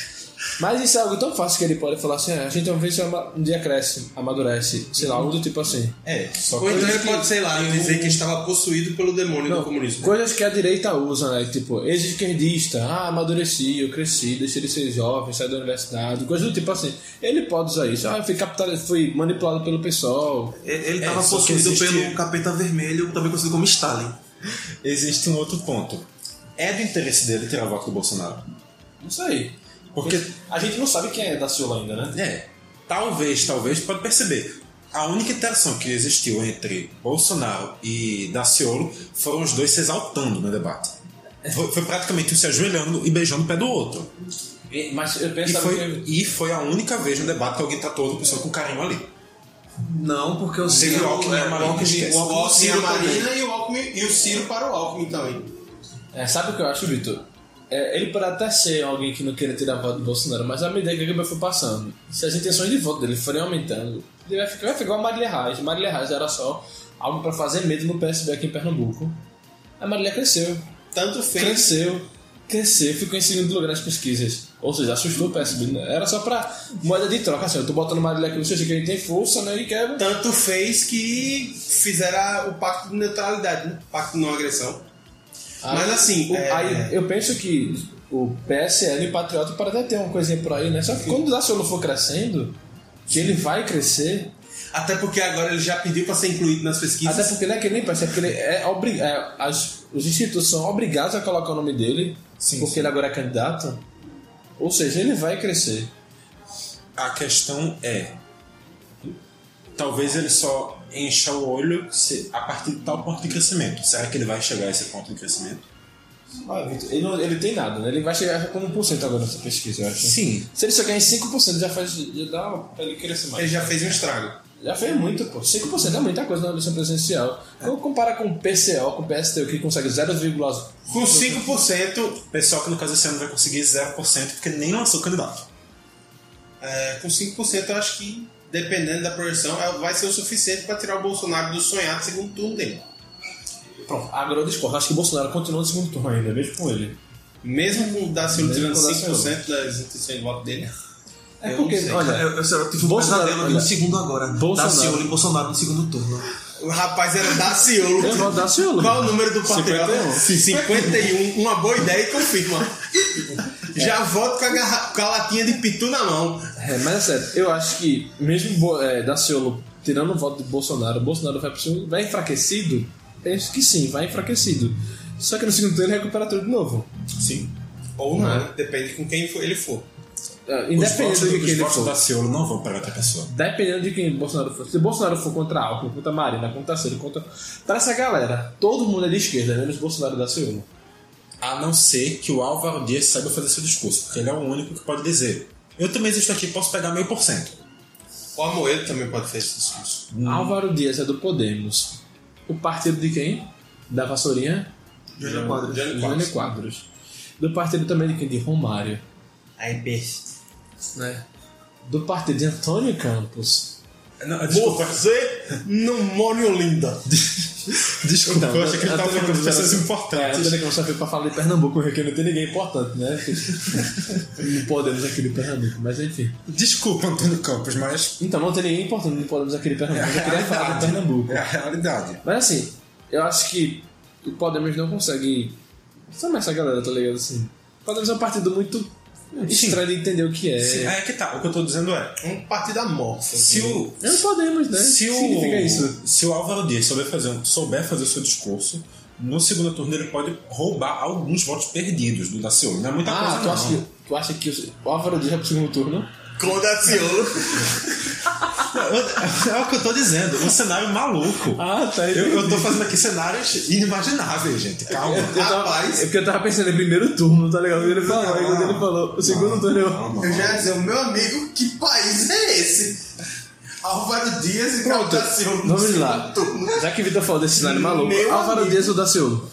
Mas isso é algo tão fácil que ele pode falar assim: ah, a gente vai ver se ama- um dia cresce, amadurece, sei lá, algo do tipo assim.
É,
só
Ou então
coisas
ele
que
pode, sei lá,
eu-
dizer que estava possuído pelo demônio do
Não,
comunismo.
Coisas que a direita usa, né? Tipo, ex-esquerdista, ah, amadureci, eu cresci, deixei de ser jovem, saí da universidade, coisas do tipo assim. Ele pode usar isso, ah, eu fui, capitalizado, fui manipulado pelo pessoal.
Ele estava
É, só que
possuído
existe-
pelo Capeta Vermelho, também conhecido como Stalin.
Existe um outro ponto. É do interesse dele tirar o voto do Bolsonaro.
Não sei.
Porque,
A gente não sabe quem é da Ciula ainda, né?
é, talvez, talvez, pode perceber. A única interação que existiu entre Bolsonaro e Daciolo foram os dois se exaltando no debate. Foi, foi praticamente um se ajoelhando e beijando o pé do outro.
E- Mas eu
E
penso
foi, e foi a única vez no debate que alguém tratou outra pessoa com carinho ali.
Não, porque o
Teve
Ciro.
o Alckmin
é,
amarelo,
o Alckmin-
esquece.
o
O Alckmin e
Alckmin
a
Ciro também.
Marina e o, Alckmin, e o Ciro para o Alckmin também.
É, sabe o que eu acho, Vitor? É, ele pode até ser alguém que não queira tirar voto do Bolsonaro, mas à medida que a campanha foi passando, se as intenções de voto dele forem aumentando, ele vai ficar, vai ficar igual a Marília Reis. Marília Reis era só algo pra fazer medo no PSB aqui em Pernambuco. A Marília cresceu,
Tanto fez.
cresceu, cresceu, ficou em segundo lugar nas pesquisas. Ou seja, assustou o PSB. né? Era só pra moeda de troca, assim, eu tô botando Marília aqui, você que ele tem força, né, e quer...
Tanto fez que fizeram o pacto de neutralidade, né? Pacto de não agressão.
Ah,
Mas assim,
O-
é-
aí eu penso que o PSL e o Patriota podem até ter uma coisinha por aí, né? Só que quando o Daciolo for crescendo, que ele vai crescer,
Até porque agora ele já pediu para ser incluído nas
até
pesquisas.
porque não é que ele nem parece, é porque ele é obri- é, as- os institutos são obrigados a colocar o nome dele,
Sim,
porque
sim.
ele agora é candidato. Ou seja, ele vai crescer.
A questão é. Talvez ele só encha o olho se- a partir de tal ponto de crescimento. Será que ele vai chegar a esse ponto de crescimento?
Ah, Vitor, ele, não, ele tem nada, né? Ele vai chegar com 1% agora nessa pesquisa, eu acho.
Sim.
Se ele só ganhar em 5%, já faz. Já dá pra ele crescer mais.
Ele já fez um estrago.
Já fez muito, pô. 5% é muita coisa na eleição presidencial.
É.
Quando compara com o PCO, com o PSTU, que consegue 0,1%.
Com 5%,
Pessoal que no caso esse ano vai conseguir 0% porque nem lançou candidato.
é, com 5% eu acho que, dependendo da projeção, é- vai ser o suficiente para tirar o Bolsonaro do sonhado segundo turno dele.
Pronto, agora eu discordo. Acho que o Bolsonaro continua no segundo turno ainda, mesmo com ele.
Mesmo com o Daciolo
Mesmo
tirando
com o
5% das intenções de voto dele.
É
Eu
porque,
não sei.
olha,
Olha, eu, eu, eu tive um
Bolsonaro,
pesadelo
olha.
de um segundo agora.
Bolsonaro.
Daciolo e Bolsonaro no segundo turno.
O rapaz era Daciolo. um.
eu vou dar ciúme.
Qual o número do patriota?
51.
Sim, 51. Uma boa ideia e confirma. Já volto com a, garra- com a latinha de pitu na mão.
É, mas é sério, eu acho que, mesmo Bo- é, Daciolo tirando o voto de Bolsonaro, o Bolsonaro vai, pro segundo- vai enfraquecido? Penso que sim, vai enfraquecido. Só que no segundo turno ele recupera tudo de novo.
Sim.
Ou não, né? depende com quem for- ele for.
É,
Os votos,
Independente de
os
quem ele
votos
for.
da Ciolo não vão para outra pessoa.
Dependendo de quem Bolsonaro for. Se Bolsonaro for contra Alckmin, contra Marina, contra Ciro, contra. Para essa galera, todo mundo é de esquerda, menos Bolsonaro da Silva.
A não ser que o Álvaro Dias saiba fazer seu discurso, porque ele é o único que pode dizer. Eu também existo aqui, posso pegar meio por cento.
O Amoedo também pode fazer esse discurso.
Hum.
Álvaro Dias é do Podemos. O partido de quem? Da Vassourinha?
Júnior Quadros.
Jânio
Jânio
Quadros.
Quadros. Do partido também de quem? De Romário.
Aí, peixe.
Né? Do partido de Antônio Campos.
Não, desculpa,
Você não mora em Olinda.
desculpa, eu achei que
Então,
ele estava
Antônio
falando de
Campos
pessoas
era- É,
importantes.
Antônio Campos só veio pra falar de Pernambuco, porque não tem ninguém importante, né? no Podemos aqui de Pernambuco, mas enfim.
Desculpa, Antônio Campos, mas
Então, não tem ninguém importante no Podemos aqui de Pernambuco. Eu queria falar É de Pernambuco.
É a realidade.
Mas assim, eu acho que o Podemos não consegue. Sabe essa galera, tá ligado? Assim, o Podemos é um partido muito estranho de entender o que é.
Sim, aí é que tá. O que eu tô dizendo é.
Um partido amorfo.
Se o.
É o Podemos, né?
Se
o que significa isso?
o, se o Álvaro Dias souber fazer, um- souber fazer o seu discurso, no segundo turno ele pode roubar alguns votos perdidos do Daciolo. Não é muita
Ah,
coisa,
tu
não.
acha, que, tu acha que o- o Álvaro Dias vai pro segundo turno?
Com o Daciolo.
É o que eu tô dizendo. Um cenário maluco.
Ah, tá.
Eu, eu tô fazendo aqui cenários inimagináveis, gente. Calma.
Rapaz.
É porque eu tava pensando em primeiro turno, tá ligado? Quando ele falou, aí quando ele falou, o segundo turno eu.
Calma.
Eu já ia dizer, meu amigo, que país é esse? Álvaro Dias e Pronto.
Pronto,
Daciolo. no
vamos lá.
segundo turno.
Já que o Vitor falou desse cenário maluco,
Meu
Álvaro
amigo.
Dias ou Daciolo?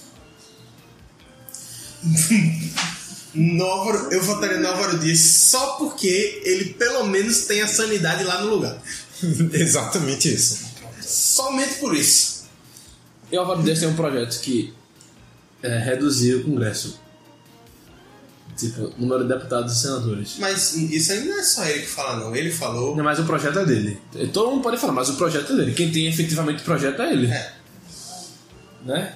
Nóvaro, eu votaria no Álvaro Dias só porque ele pelo menos tem a sanidade lá no lugar.
Exatamente isso.
Somente por isso.
E o Álvaro Dias tem um projeto que é reduzir o Congresso. Tipo, número de deputados e senadores.
Mas isso aí não é só ele que fala, não. Ele falou.
Não, mas o projeto é dele. Todo mundo pode falar, mas o projeto é dele. Quem tem efetivamente o projeto é ele.
É.
Né?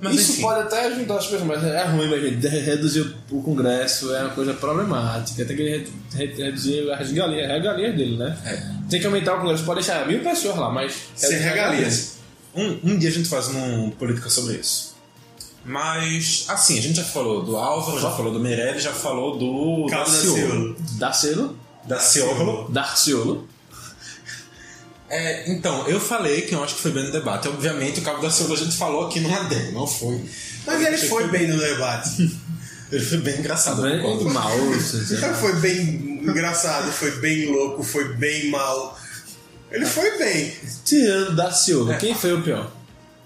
Mas
Isso
enfim.
pode até ajudar as pessoas, mas é ruim, mas gente, reduzir o Congresso é uma coisa problemática. Tem que re- re- reduzir as regalias, regalias dele, né? Tem que aumentar o Congresso, pode deixar mil pessoas lá, mas.
Sem
reduzir
regalias.
Um, um dia a gente faz um política sobre isso. Mas, assim, a gente já falou do Álvaro, já falou do Meirelles, já falou do
Cabo da Ciolo.
Darciolo?
Daciolo.
Darciolo?
É, então, eu falei que eu acho que foi bem no debate. Obviamente, o Cabo da Ciolo a gente falou aqui numa demo, não foi.
Mas ele foi bem no debate.
Ele foi bem engraçado, eu
Tá Bem
concordo.
mal,
Ele
sincero.
foi bem engraçado, foi bem louco, foi bem mal. Ele foi bem.
Tirando Darciolo, quem foi o pior?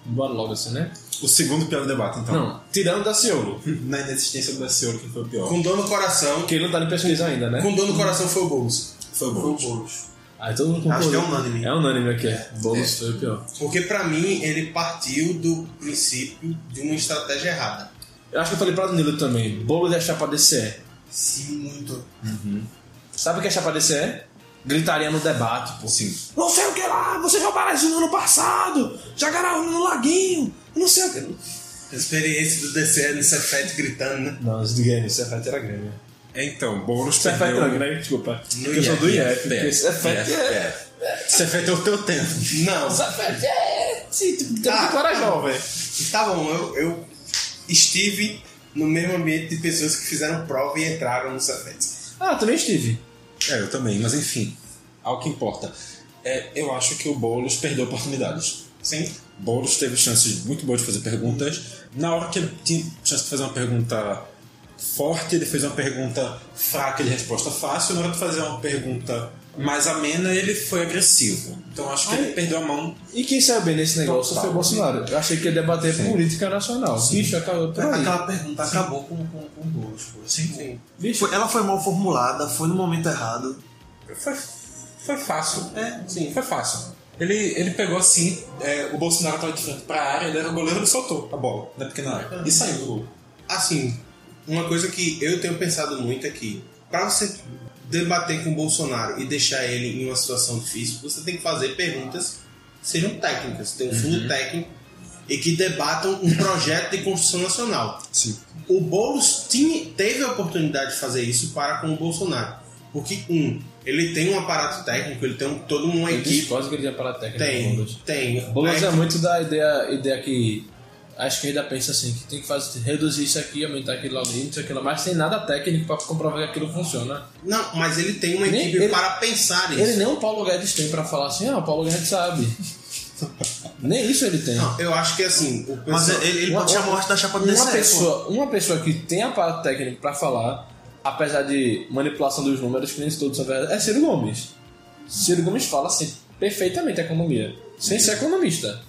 Bora logo assim, né?
O segundo pior debate, então.
Não, tirando Darciolo,
Na inexistência do Daciolo, que foi o pior.
Com dor no coração.
que ele não tá em pesquisa ainda, né?
Com dor no coração foi o Boulos.
Foi
Foi o
bom.
Boulos.
Aí todo mundo
Acho que é
concordou.
unânime.
É unânime aqui. Boulos foi o pior.
Porque pra mim ele partiu do princípio de uma estratégia errada.
Eu acho que eu falei pra Danilo também. Boulos é a chapa DCE.
Sim, muito.
Sabe o que é chapa DCE? Gritaria no debate, pô.
Sim.
Não sei o que lá, vocês roubaram as urnas no passado, jogaram a urna no laguinho, não sei o que.
A experiência do DCE no Cefete gritando, né?
Não, os de Grêmio, Cefete era Grêmio.
Então, Boulos
Cefete
perdeu...
era Grêmio, desculpa.
No
né? Eu sou do IF, porque Cefete é...
IF. Cefete é o teu tempo.
Não.
Cefete é... Sim, tipo, tem
Ah,
que clara jovem.
Tá bom, eu, eu estive no mesmo ambiente de pessoas que fizeram prova e entraram no Cefete.
Ah, também estive.
É, eu também, mas enfim, ao que importa. É, eu acho que o Boulos perdeu oportunidades.
Sim.
Boulos teve chances muito boas de fazer perguntas. Na hora que ele tinha chance de fazer uma pergunta forte, ele fez uma pergunta fraca de resposta fácil. Na hora de fazer uma pergunta mais amena, ele foi agressivo. Então acho que
Ai.
ele perdeu a mão.
E quem saiu bem nesse negócio
Total.
foi o Bolsonaro. Eu achei que ia debater
Sim.
política nacional. Bicho, acabou por aí.
Aquela pergunta acabou com, com, com o Boulos, pô.
Sim.
Bicho,
Foi- ela foi mal formulada, foi no momento errado.
Foi, foi fácil.
É,
Sim, foi fácil. Ele, ele pegou assim, é, o Bolsonaro estava de frente para a área, ele era o goleiro, ele soltou a bola na pequena área. E saiu do gol.
Assim, uma coisa que eu tenho pensado muito é que pra você debater com o Bolsonaro e deixar ele em uma situação difícil, você tem que fazer perguntas que sejam técnicas, tem um
Uhum.
fundo técnico e que debatam um projeto de construção nacional.
Sim.
O Boulos tinha, teve a oportunidade de fazer isso para com o Bolsonaro. Porque, um, ele tem um aparato técnico, ele tem um- toda uma
eu
equipe.
discordo que ele ia para a técnica. do
Tem,
Boulos.
tem.
Boulos é
Aí,
muito da ideia, ideia que a esquerda pensa assim, que tem que fazer, reduzir isso aqui, aumentar aquilo ali, não sei aquilo, mas sem nada técnico pra comprovar que aquilo funciona.
não, mas ele tem uma
Nem-
equipe
ele-
para pensar isso.
Ele nem o Paulo Guedes tem pra falar assim, ah, o Paulo Guedes sabe. nem isso ele tem.
Não, eu acho que assim, o pessoal...
Mas ele, ele
Uma-
pode chamar o resto da chapa do
Uma
DCE, pô.
pessoa, uma pessoa que tem aparato técnico pra falar, apesar de manipulação dos números, que nem todos são verdade, é Ciro Gomes. Ciro Gomes fala assim, perfeitamente a economia, sem ser economista.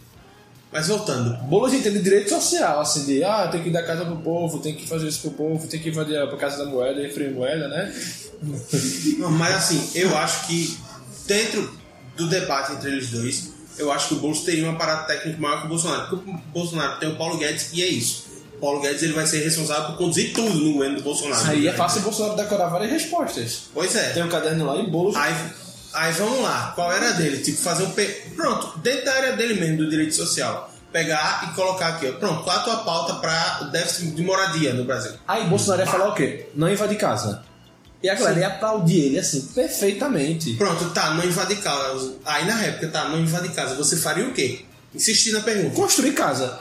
Mas voltando,
Boulos entende direito social, assim, de ah, tem que dar casa pro povo, tem que fazer isso pro povo, tem que invadir a casa da moeda, imprimir moeda, né?
Não, mas assim, eu acho que dentro do debate entre eles dois, eu acho que o Bolsonaro teria um aparato técnico maior que o Bolsonaro. Porque o Bolsonaro tem o Paulo Guedes e é isso. O Paulo Guedes ele vai ser responsável por conduzir tudo no governo do Bolsonaro.
Aí é fácil o Bolsonaro decorar várias respostas.
Pois
Tem
é.
um caderno lá e Boulos.
Aí, aí vamos lá. Qual era a dele? Tipo, fazer um. Pe... Pronto, dentro da área dele mesmo, do direito social. Pegar e colocar aqui, ó. Pronto, qual a tua pauta para o déficit de moradia no Brasil?
Aí Bolsonaro ia falar o quê? Não invadir casa. E a galera ia aplaudir ele, assim, perfeitamente.
Pronto, tá, não invadir casa. Aí na réplica, tá, não invadir casa. Você faria o quê? Insistir na pergunta.
Construir casa.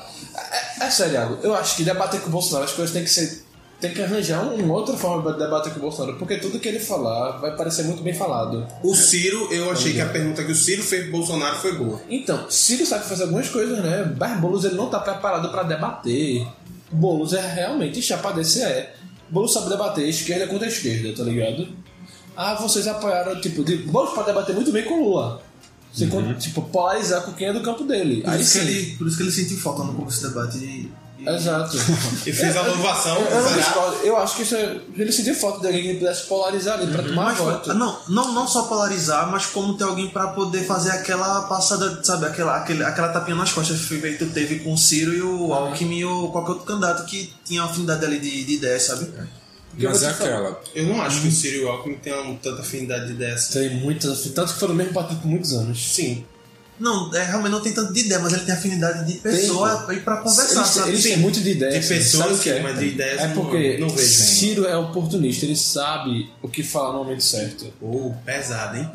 É, é sério, Iago, eu acho que debater com o Bolsonaro as coisas tem que ser. Tem que arranjar um- uma outra forma de debater com o Bolsonaro, porque tudo que ele falar vai parecer muito bem falado.
O Ciro, eu achei que a pergunta que o Ciro fez pro Bolsonaro foi boa.
Então, Ciro sabe fazer algumas coisas, né? Mas Boulos ele não tá preparado pra debater. Boulos é realmente chapa desse é. Boulos sabe debater esquerda contra esquerda, tá ligado? Ah, vocês apoiaram, tipo, de... Boulos pode debater muito bem com o Lula. Você con- Tipo, polarizar com quem é do campo dele.
Por
Aí
isso, que
sim. É
ele, por isso que ele sentiu falta no começo do debate. E, e
Exato.
E fez a louvação.
Eu não
será?
discordo. Eu acho que isso é, ele sentiu falta de alguém que pudesse polarizar ali pra tomar
Mas,
voto.
não, não, não só polarizar, mas como ter alguém pra poder fazer aquela passada, sabe, aquela, aquele, aquela tapinha nas costas que feito teve com o Ciro e o Alckmin ou qualquer outro candidato que tinha afinidade ali de, de ideia, sabe?
eu vou
Mas
te
é
falar.
aquela.
Eu não acho que o Ciro e o Alckmin tenham tanta afinidade assim. dessa.
Tem muitas, assim, tanto que foram no mesmo partido por muitos anos.
Sim.
Não, é, realmente não tem tanto de ideia, mas ele tem afinidade de pessoa e pra conversar,
Eles,
sabe?
eles têm
Sim.
muito de ideias.
Tem pessoas
sabe o
que,
que é?
mas de ideias
É
não-
porque
não vejo.
Ciro é oportunista, ele sabe o que falar no momento certo.
Ou pesado, hein?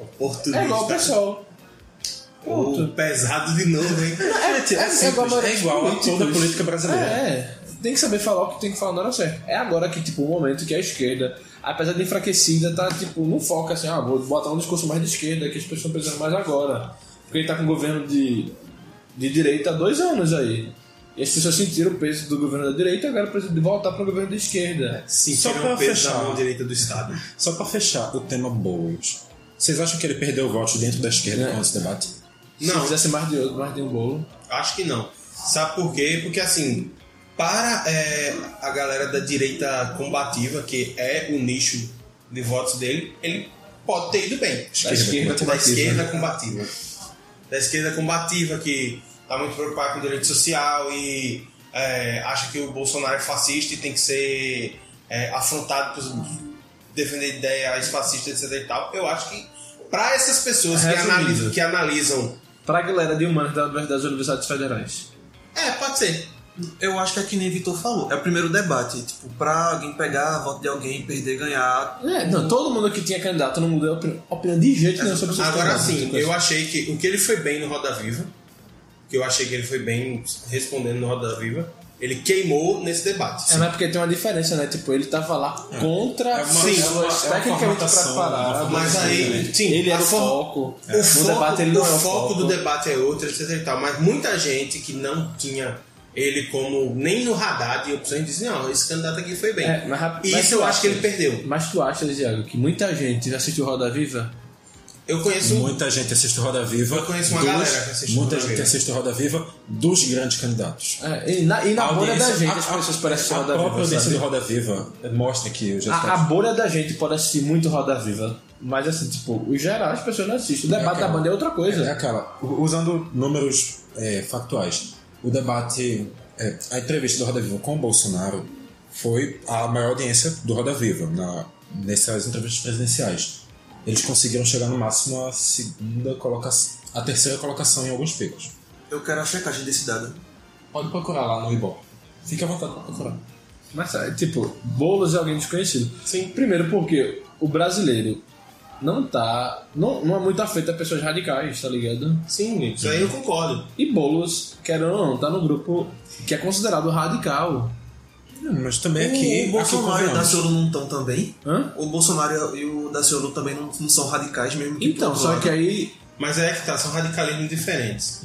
Oportunista.
É igual o pessoal.
Ou pesado de novo, hein?
É, é simples,
igual a maioria
é
dos
igual a
políticos.
toda a política brasileira.
É, tem que saber falar o que tem que falar na hora certa. É agora que, tipo, o momento que a esquerda, apesar de enfraquecida, tá, tipo, não foca assim, ah, vou botar um discurso mais de esquerda, que as pessoas estão precisando mais agora. Porque ele tá com um governo de, de direita há dois anos aí. E as pessoas sentiram o peso do governo da direita agora precisam de voltar para o governo da esquerda.
Sim,
Só
tira
pra
um peso
fechar.
da mão direita do Estado.
Só pra fechar o tema Boulos. Vocês acham que ele perdeu o voto dentro da esquerda
É.
com esse debate?
Se
Não,
fizesse mais de, outro, mais de um bolo.
Acho que não. Sabe por quê? Porque assim, para é, a galera da direita combativa, que é o nicho de votos dele, ele pode ter ido bem.
Da esquerda
da
combativa. né?
esquerda combativa. Da esquerda combativa, que tá muito preocupada com direito social e é, acha que o Bolsonaro é fascista e tem que ser é, afrontado por defender ideias fascistas, etc e tal. Eu acho que para essas pessoas que
Resumindo.
analisam, que analisam...
Pra galera de humanos da- das universidades federais.
É, pode ser.
Eu acho que é que nem Vitor falou. É o primeiro debate, tipo, pra alguém pegar a voto de alguém, perder, ganhar.
É, não, todo mundo que tinha candidato não mudou a opinião, a opinião de jeito nenhum sobre seus
Agora
candidatos,
sim,
tipo,
eu achei que o que ele foi bem no Roda Viva, que eu achei que ele foi bem respondendo no Roda Viva, ele queimou nesse debate.
É, mas porque tem uma diferença, né? Tipo, ele tava lá contra
É uma-
sim,
é uma-
pessoas
é uma
tecnicamente
formatação, né? É.
preparadas.
uma
Mas aí, sim,
ele era
a
o
for-
foco.
O
No
foco,
debate ele não
o
é o
foco
foco.
do debate é outro, etc e tal. Mas muita gente que não tinha ele como nem no radar de opções dizia, não, esse candidato aqui foi bem.
É, mas rap-
e
mas
isso
tu
eu
acha-
acho que ele perdeu.
Mas tu acha, Thiago, que muita gente assistiu Roda Viva?
Eu conheço um.
Muita gente assiste o Roda Viva.
Eu conheço uma
dos-
galera que assiste o
Muita
Roda
gente
Viva.
assiste o Roda Viva dos grandes candidatos.
É, e na, e na
A
bolha da
audiência-
gente,
a-
as
a-
pessoas parecem
A
Roda
própria
Viva.
audiência
sabe?
do Roda Viva mostra que os
A, a
resultados.
bolha da gente pode assistir muito Roda Viva. Mas assim, tipo, o geral as pessoas não assistem. O debate
É,
da
cara.
banda é outra coisa.
É aquela. u- Usando números é, factuais, o debate, é, a entrevista do Roda Viva com o Bolsonaro foi a maior audiência do Roda Viva na, nessas entrevistas presidenciais. Eles conseguiram chegar no máximo a segunda colocação, a terceira colocação em alguns picos.
Eu quero a checagem desse dado.
Pode procurar lá no Ibol. Fique à vontade para procurar.
Mas, sabe, tipo, Boulos é alguém desconhecido.
Sim.
Primeiro porque o brasileiro não tá. Não, não é muito afeito a pessoas radicais, tá ligado?
Sim, isso aí eu concordo.
E Boulos, querendo ou não, tá no grupo que é considerado radical.
Hum, Mas também
o,
aqui.
o Bolsonaro e o
tá
aqui convenhamos.
Daciolo não estão também.
Hã?
O Bolsonaro e o Daciolo também não, não são radicais mesmo. tipo, Que
Então,
por
só
lado.
que aí.
Mas é que tá, são radicalismos diferentes.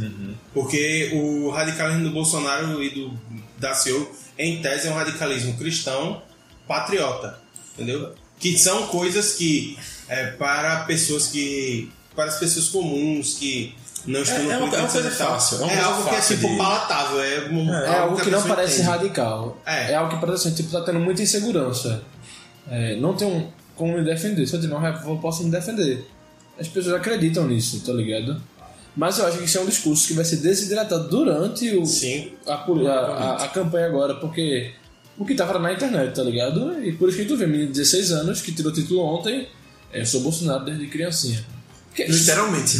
Porque o radicalismo do Bolsonaro e do Daciolo, em tese, é um radicalismo cristão patriota. Entendeu? Que são coisas que, é, para pessoas que. para as pessoas comuns que não estão
É-
no
é uma-
político,
é uma coisa
etc e tal,
fácil, é uma
É
coisa
algo que é
fácil
tipo
de-
palatável. É, um-
É algo
a
que não
pessoa
parece
entende.
radical.
É.
algo que parece assim, tipo, tá tendo muita insegurança. É, não tem um, como me defender. Se eu tiver um revólver, eu posso me defender. As pessoas acreditam nisso, tá ligado? Mas eu acho que isso é um discurso que vai ser desidratado durante o,
Sim.
a, poli- a, a- a campanha agora, porque o que tava na internet, tá ligado? E por isso que tu vê, menino de 16 anos, que tirou o título ontem, é, eu sou Bolsonaro desde criancinha. Que- isso,
Literalmente.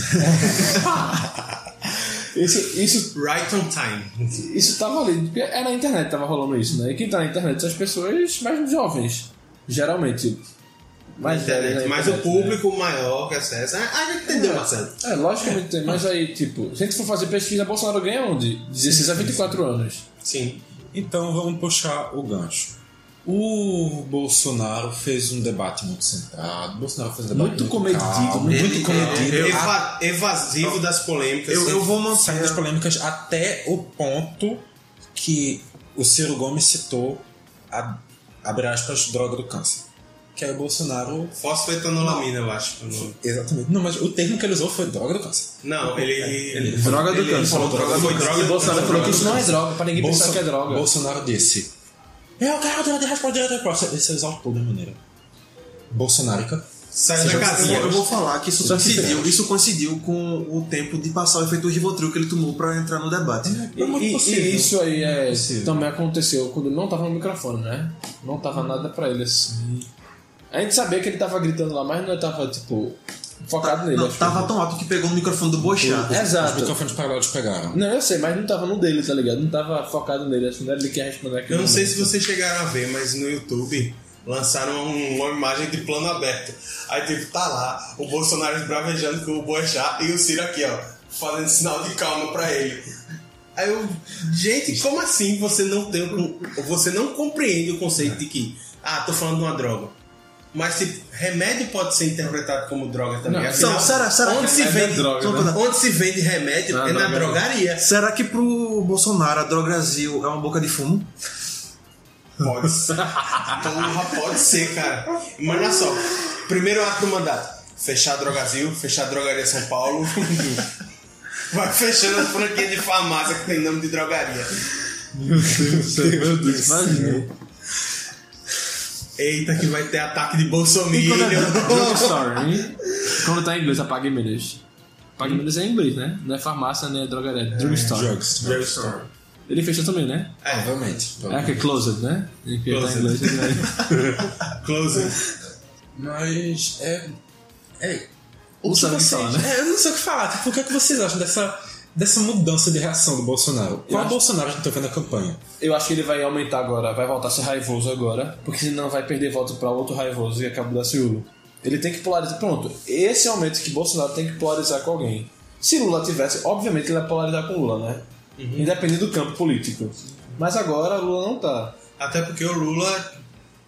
isso, isso,
Right on time.
isso tava ali, porque é na internet que tava rolando isso, né? E quem tá na internet são as pessoas mais jovens, geralmente. Mais
é,
velhas
Internet,
na
mas o
internet, né?
público maior que acessa. A gente entendeu, Marcelo.
É, logicamente tem, mas aí, tipo, se a gente for fazer pesquisa, Bolsonaro ganha onde? 16 a 24 anos.
Sim.
Então vamos puxar o gancho. O Bolsonaro fez um debate muito centrado. O Bolsonaro fez um debate
Muito
muito
comedido, né?
calmo,
muito
muito comedido.
Eu-
Eva- evasivo das polêmicas.
Eu, eu vou manter.
saindo das polêmicas até o ponto que o Ciro Gomes citou a, abre aspas, droga do câncer. que aí o Bolsonaro.
Fosfetanolamina, eu acho. que é o nome.
Exatamente. Não, mas o termo que ele usou foi droga do câncer.
Não, ele. É, ele
Droga do
ele
câncer.
falou droga do
Foi
câncer.
droga do Bolsonaro falou que isso não é droga, pra ninguém pensar
Bolso-
que é droga.
Bolsonaro disse. Eu quero direito de responder outra coisa. Ele se exaltou da maneira. Bolsonarica.
Saiu
Seja
da
Eu,
casinha.
vou- eu vou falar que isso
Só que
coincidiu,
fizeram.
isso coincidiu com o tempo de passar o efeito Rivotril que ele tomou pra entrar no debate.
E, e- e isso aí é, também aconteceu quando não tava no microfone, né? Não tava nada pra ele assim. A gente sabia que ele tava gritando lá, mas não tava, tipo, focado nele.
Tá, Não,
acho que-
tava tão alto que pegou no microfone do Boixá.
Os
Exato.
microfones paralelos pegaram.
Não, eu sei, mas não tava no dele, tá ligado? Não tava focado nele, acho que não era ele que ia responder aquilo.
Eu não sei se vocês chegaram a ver, mas no YouTube lançaram um- uma imagem de plano aberto. Aí tipo, tá lá, o Bolsonaro esbravejando com o Boechat e o Ciro aqui, ó, fazendo sinal de calma pra ele. Aí eu, gente, como assim você não tem o- você não compreende o conceito de que, ah, tô falando de uma droga. Mas se remédio pode ser interpretado como droga também.
Não,
Afinal,
Não, É, será, será
onde
que
se
é
vende,
droga,
Só uma
né?
coisa.
onde se vende remédio
Na
é na
droga. né?
drogaria.
Será que pro Bolsonaro a Drograzil é uma boca de fumo?
Pode ser. Porra, pode ser, cara. Mas olha só. Primeiro ato do mandato. Fechar a Drogazil, fechar a Drogaria São Paulo. Vai fechando as franquias de farmácia que tem nome de drogaria.
Meu Deus, imagina.
Eita, que vai ter ataque de Bolsonaro.
E quando é drug store, hein? Quando tá em inglês, apaga em inglês. Apaga em inglês é em inglês, né? Não é farmácia, nem é drogaria, é drugstore.
Drugs.
Drugstore.
Ele fechou também, né?
É,
Provavelmente.
É que é closed, né? Em que tá em
Closed.
inglês. né?
close.
Mas é. É.
Não
que
sabe o que
vocês-
falar, né?
É, eu não sei o que falar. Tipo, o que, é que vocês acham dessa, dessa mudança de reação do Bolsonaro? Qual
acho-
Bolsonaro a gente tá vendo a campanha?
Eu acho que ele vai aumentar agora, vai voltar a ser raivoso agora, porque senão vai perder voto pra outro raivoso e acaba da Ciúlo. Ele tem que polarizar. Pronto, esse é o momento que Bolsonaro tem que polarizar com alguém. Se Lula tivesse, obviamente ele ia polarizar com Lula, né? Independente do campo político. Mas agora Lula não tá.
Até porque o Lula.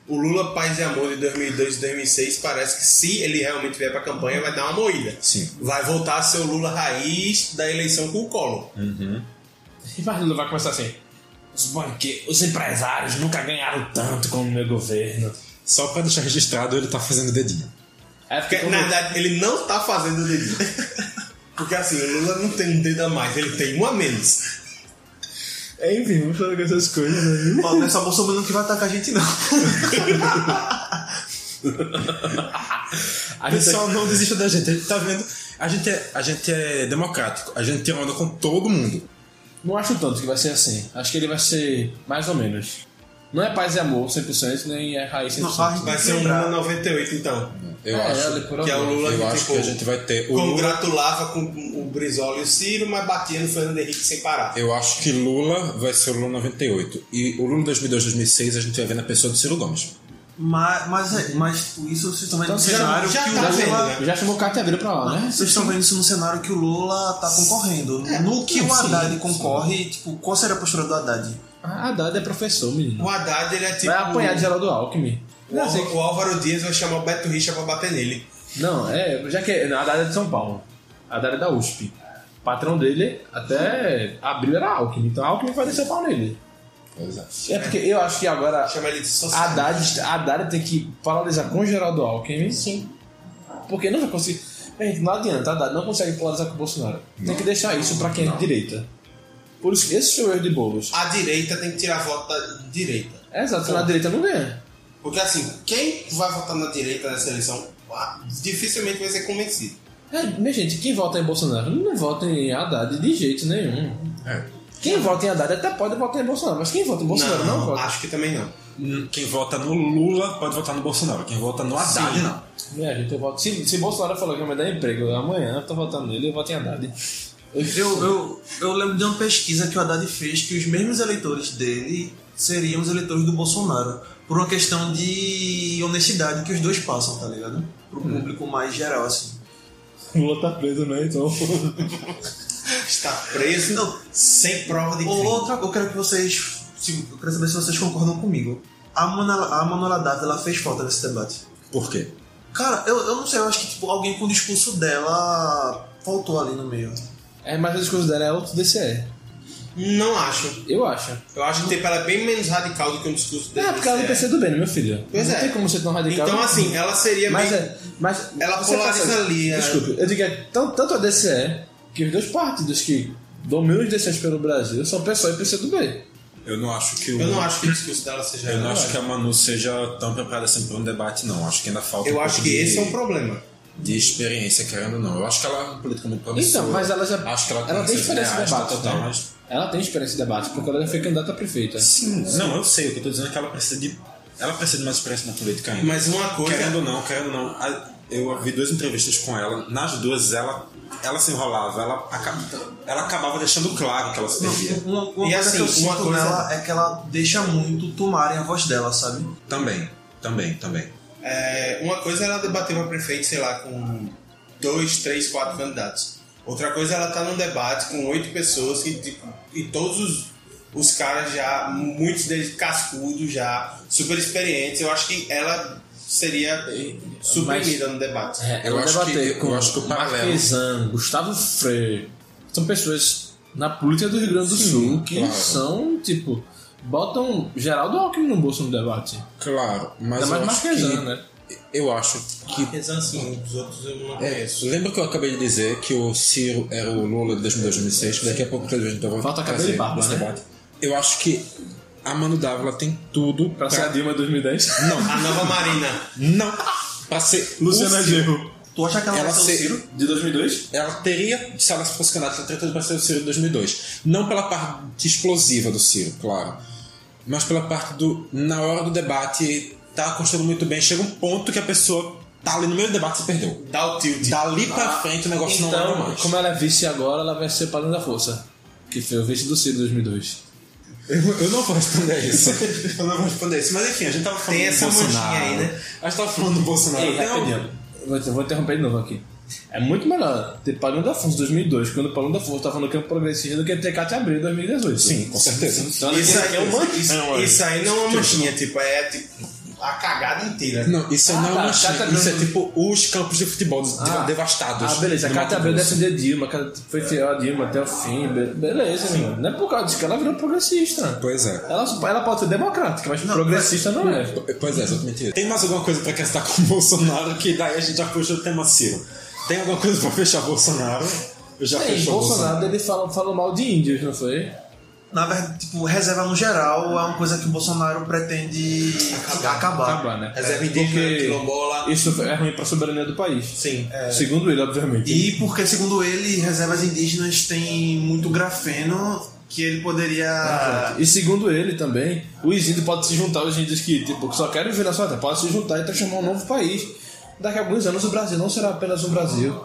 O Lula Paz e Amor de 2002 e 2006 parece que se ele realmente vier pra campanha vai dar uma moída.
Sim.
Vai voltar a ser o Lula raiz da eleição com o Collor.
Mas Lula vai começar assim. Os banqueiros, os empresários nunca ganharam tanto como o meu governo.
Só pra deixar registrado, ele tá fazendo dedinho.
É
Porque, na verdade, ele não tá fazendo o dedinho. Porque assim, o Lula não tem um dedo a mais, ele tem um a menos.
É, Enfim, vamos falar com essas coisas aí.
Ó, não é só Bolsonaro que vai atacar a gente, não.
A gente
Pessoal, não desista da gente. A gente tá vendo. A gente é, a gente é democrático. A gente tira onda com todo mundo.
Não acho tanto que vai ser assim. Acho que ele vai ser mais ou menos. Não é paz e amor 100%, nem é raiz 100%.
Não, a gente
Vai
tem que
ser um
lembrar.
Lula 98, então.
Eu
É,
acho.
ali por
que é o
algum.
Lula
Eu
que,
acho
tipo,
que a gente vai ter. O Lula,
congratulava com o Brizola e o Ciro, mas batia no Fernando Henrique sem parar.
eu acho que Lula vai ser o Lula 98. E o Lula 2002, 2006, a gente vai ver na pessoa do Ciro Gomes.
Mas, mas, é- mas tipo, isso vocês estão vendo no
Então, já-
cenário
já
que
tá
o
vendo,
Lula.
né?
Já chamou o Cateveiro pra lá, né?
Vocês estão vendo isso no cenário que o Lula tá concorrendo.
É,
No que o Haddad concorre, tipo, qual seria a postura do Haddad?
Ah, Haddad é professor, menino.
O Haddad, ele é tipo.
Vai apanhar de Geraldo Alckmin.
o,
Não, sei
Al- o Álvaro Dias vai chamar o Beto Richa pra bater nele.
que- não, é, já que não, Haddad é de São Paulo. Haddad é da USP. O patrão dele até abril era Alckmin, então Alckmin vai descer o pau nele.
Exato.
É porque eu acho que agora
Chama ele de social.
Haddad, Haddad tem que polarizar com Geraldo Alckmin. Sim. Porque não vai conseguir. Gente, não adianta, Haddad não consegue polarizar com o Bolsonaro. Tem que deixar isso pra quem é de direita. Por isso, esse foi o erro de bolos.
A direita tem que tirar voto da direita.
Exato, na direita não ganha.
Porque assim, quem vai votar na direita nessa eleição ah, dificilmente vai ser convencido.
É, minha gente, quem vota em Bolsonaro não vota em Haddad de jeito nenhum.
É.
Quem vota em Haddad até pode votar em Bolsonaro, mas quem vota em Bolsonaro não, vota.
acho que também não.
Quem vota no Lula pode votar no Bolsonaro. Quem vota no Haddad,
Sim.
não.
Minha gente, eu voto. Se, se Bolsonaro falou que vai me dar emprego amanhã, eu tô votando nele, eu voto em Haddad.
Eu, eu, eu lembro de uma pesquisa que o Haddad fez que os mesmos eleitores dele seriam os eleitores do Bolsonaro. Por uma questão de honestidade que os dois passam, tá ligado? Pro público mais geral, assim.
Lula tá preso, né? Então.
Está preso
Não.
sem prova de
Ou
crime.
outra, eu quero que vocês. se- eu quero saber se vocês concordam comigo. A Manuela, a Manuela Dávila ela fez falta nesse debate.
Por quê?
Cara, eu, eu não sei, eu acho que tipo, alguém com o discurso dela faltou ali no meio.
É, mas o discurso dela é outro DCE.
Não acho.
Eu acho.
Eu acho que tipo, ela é bem menos radical do que um discurso dele.
É, porque ela é do PC do bem, meu filho.
Pois
não
é.
tem como ser tão radical.
Então, assim, ela seria
mas,
bem...
é, mas
Ela
você
polariza
passa-
ali, é.
Desculpe, eu digo, é, tanto, tanto a DCE que os dois partidos que dominam os DCs pelo Brasil são PSOL e PCdoB.
Eu não acho que o.
Eu não acho que é o discurso dela seja...
eu não acho que a Manu seja tão preparada assim para um debate, não. Acho que ainda falta.
Eu
um
acho
pouco
que
de,
esse é um problema.
de experiência, querendo ou não. Eu acho que ela é uma política muito promissora.
Então, mas ela já.
Acho que ela,
ela tem
seus
experiência em
ideais,
debate.
tal, tal,
né?
mas-
Ela tem experiência em debate, porque ela já foi candidata a prefeita.
Sim, não, eu sei. O que eu tô dizendo é que ela precisa de. Ela precisa de mais experiência na política ainda.
Mas uma coisa...
Querendo ou não, querendo ou não, a- eu vi duas entrevistas com ela. Nas duas, ela, ela se enrolava. Ela, aca- ela acabava deixando claro que ela se devia.
Uma, uma
E
coisa
assim,
que eu
uma
sinto
coisa-
nela é que ela deixa muito tomarem a voz dela, sabe?
Também, também, também.
É, uma coisa é ela debater para prefeito, sei lá, com dois, três, quatro candidatos. Outra coisa é ela tá num debate com oito pessoas que, tipo, e todos os, os caras já, muitos deles cascudos já, super experientes. Eu acho que ela seria suprimida no debate.
É,
Eu
ela
acho
debateu
que-
com
eu acho que o paralelo-
Marquesan, Gustavo Freire. São pessoas na política do Rio Grande do
Sim,
Sul que
claro.
são, tipo, botam Geraldo Alckmin no bolso no debate.
Claro, mas.
Ainda mais
eu acho
Marquesan,
que-
né?
Eu acho que.
Apesar assim, os outros eu não
É isso. Lembra que eu acabei de dizer que o Ciro era o Lula de 2002, 2006? Daqui a pouco, talvez, então, eu vou
Falta cabelo
trazer
e barba,
esse
né?
debate. Eu acho que a Manu Dávila tem tudo
Pra
pra,
ser a Dilma 2010.
Não,
A nova Marina.
não. Pra ser. o Ciro.
Gerro.
Tu acha que ela,
Ela
vai ser o
ser-
Ciro?
De 2002?
Ela teria, se ela fosse candidata, ela teria para ser o Ciro de 2002. Não pela parte explosiva do Ciro, claro. Mas pela parte do. Na hora do debate, tá construindo muito bem. Chega um ponto que a pessoa tá ali no meio do debate e se perdeu.
Dá o tilt.
Dali pra frente o negócio não anda
Ah, Então,
mais.
como ela é vice agora, ela vai ser Padrão da Força. Que foi o vice do Ciro em 2002.
Eu, eu não vou responder a isso. eu não vou responder a isso. Mas enfim, a gente tava falando
Tem essa
do Bolsonaro.
manchinha aí, né?
A gente tava falando do Bolsonaro.
Ei,
Não,
rapidinho. Vou, vou interromper de novo aqui. É muito melhor ter Padrão da Força em 2002, quando o Padrão da Força estava no campo progressista, do que ter Cátia Abreu em 2018.
Sim, com certeza.
Então,
Isso aí,
é uma...
isso,
Não,
isso aí não é uma manchinha, tipo, é tipo, a cagada inteira.
Não, isso
Ah,
não é
tá,
uma
tá, tá,
manchinha. Isso é
não.
tipo os campos de futebol de-
Ah.
devastados.
Ah, beleza. A
do Mato
Cátia Abreu
Grosso.
defendeu Dilma, cara foi fiel a Dilma até o fim. be- Beleza, mano. Não é por causa disso que ela virou progressista.
Pois é.
Ela, ela pode ser democrática, mas progressista não é.
Pois é, exatamente isso. Tem mais alguma coisa pra castar com o Bolsonaro que daí a gente já puxa o tema Ciro. Tem alguma coisa pra fechar Bolsonaro? Eu já
Tem,
fechou o
Bolsonaro, ele falou, falou mal de índios, não foi?
Na verdade, tipo, reserva no geral é uma coisa que o Bolsonaro pretende acabar.
Acabar, né?
Reserva
É,
indígena,
porque
quilombola.
Isso é ruim pra soberania do país.
Sim.
Segundo ele, obviamente.
E porque, segundo ele, reservas indígenas têm muito grafeno que ele poderia. Ah,
E segundo ele também, os índios podem se juntar, os índios que, tipo, que só querem vir na sua terra, podem se juntar e transformar um novo país. Daqui a alguns anos o Brasil não será apenas um Brasil.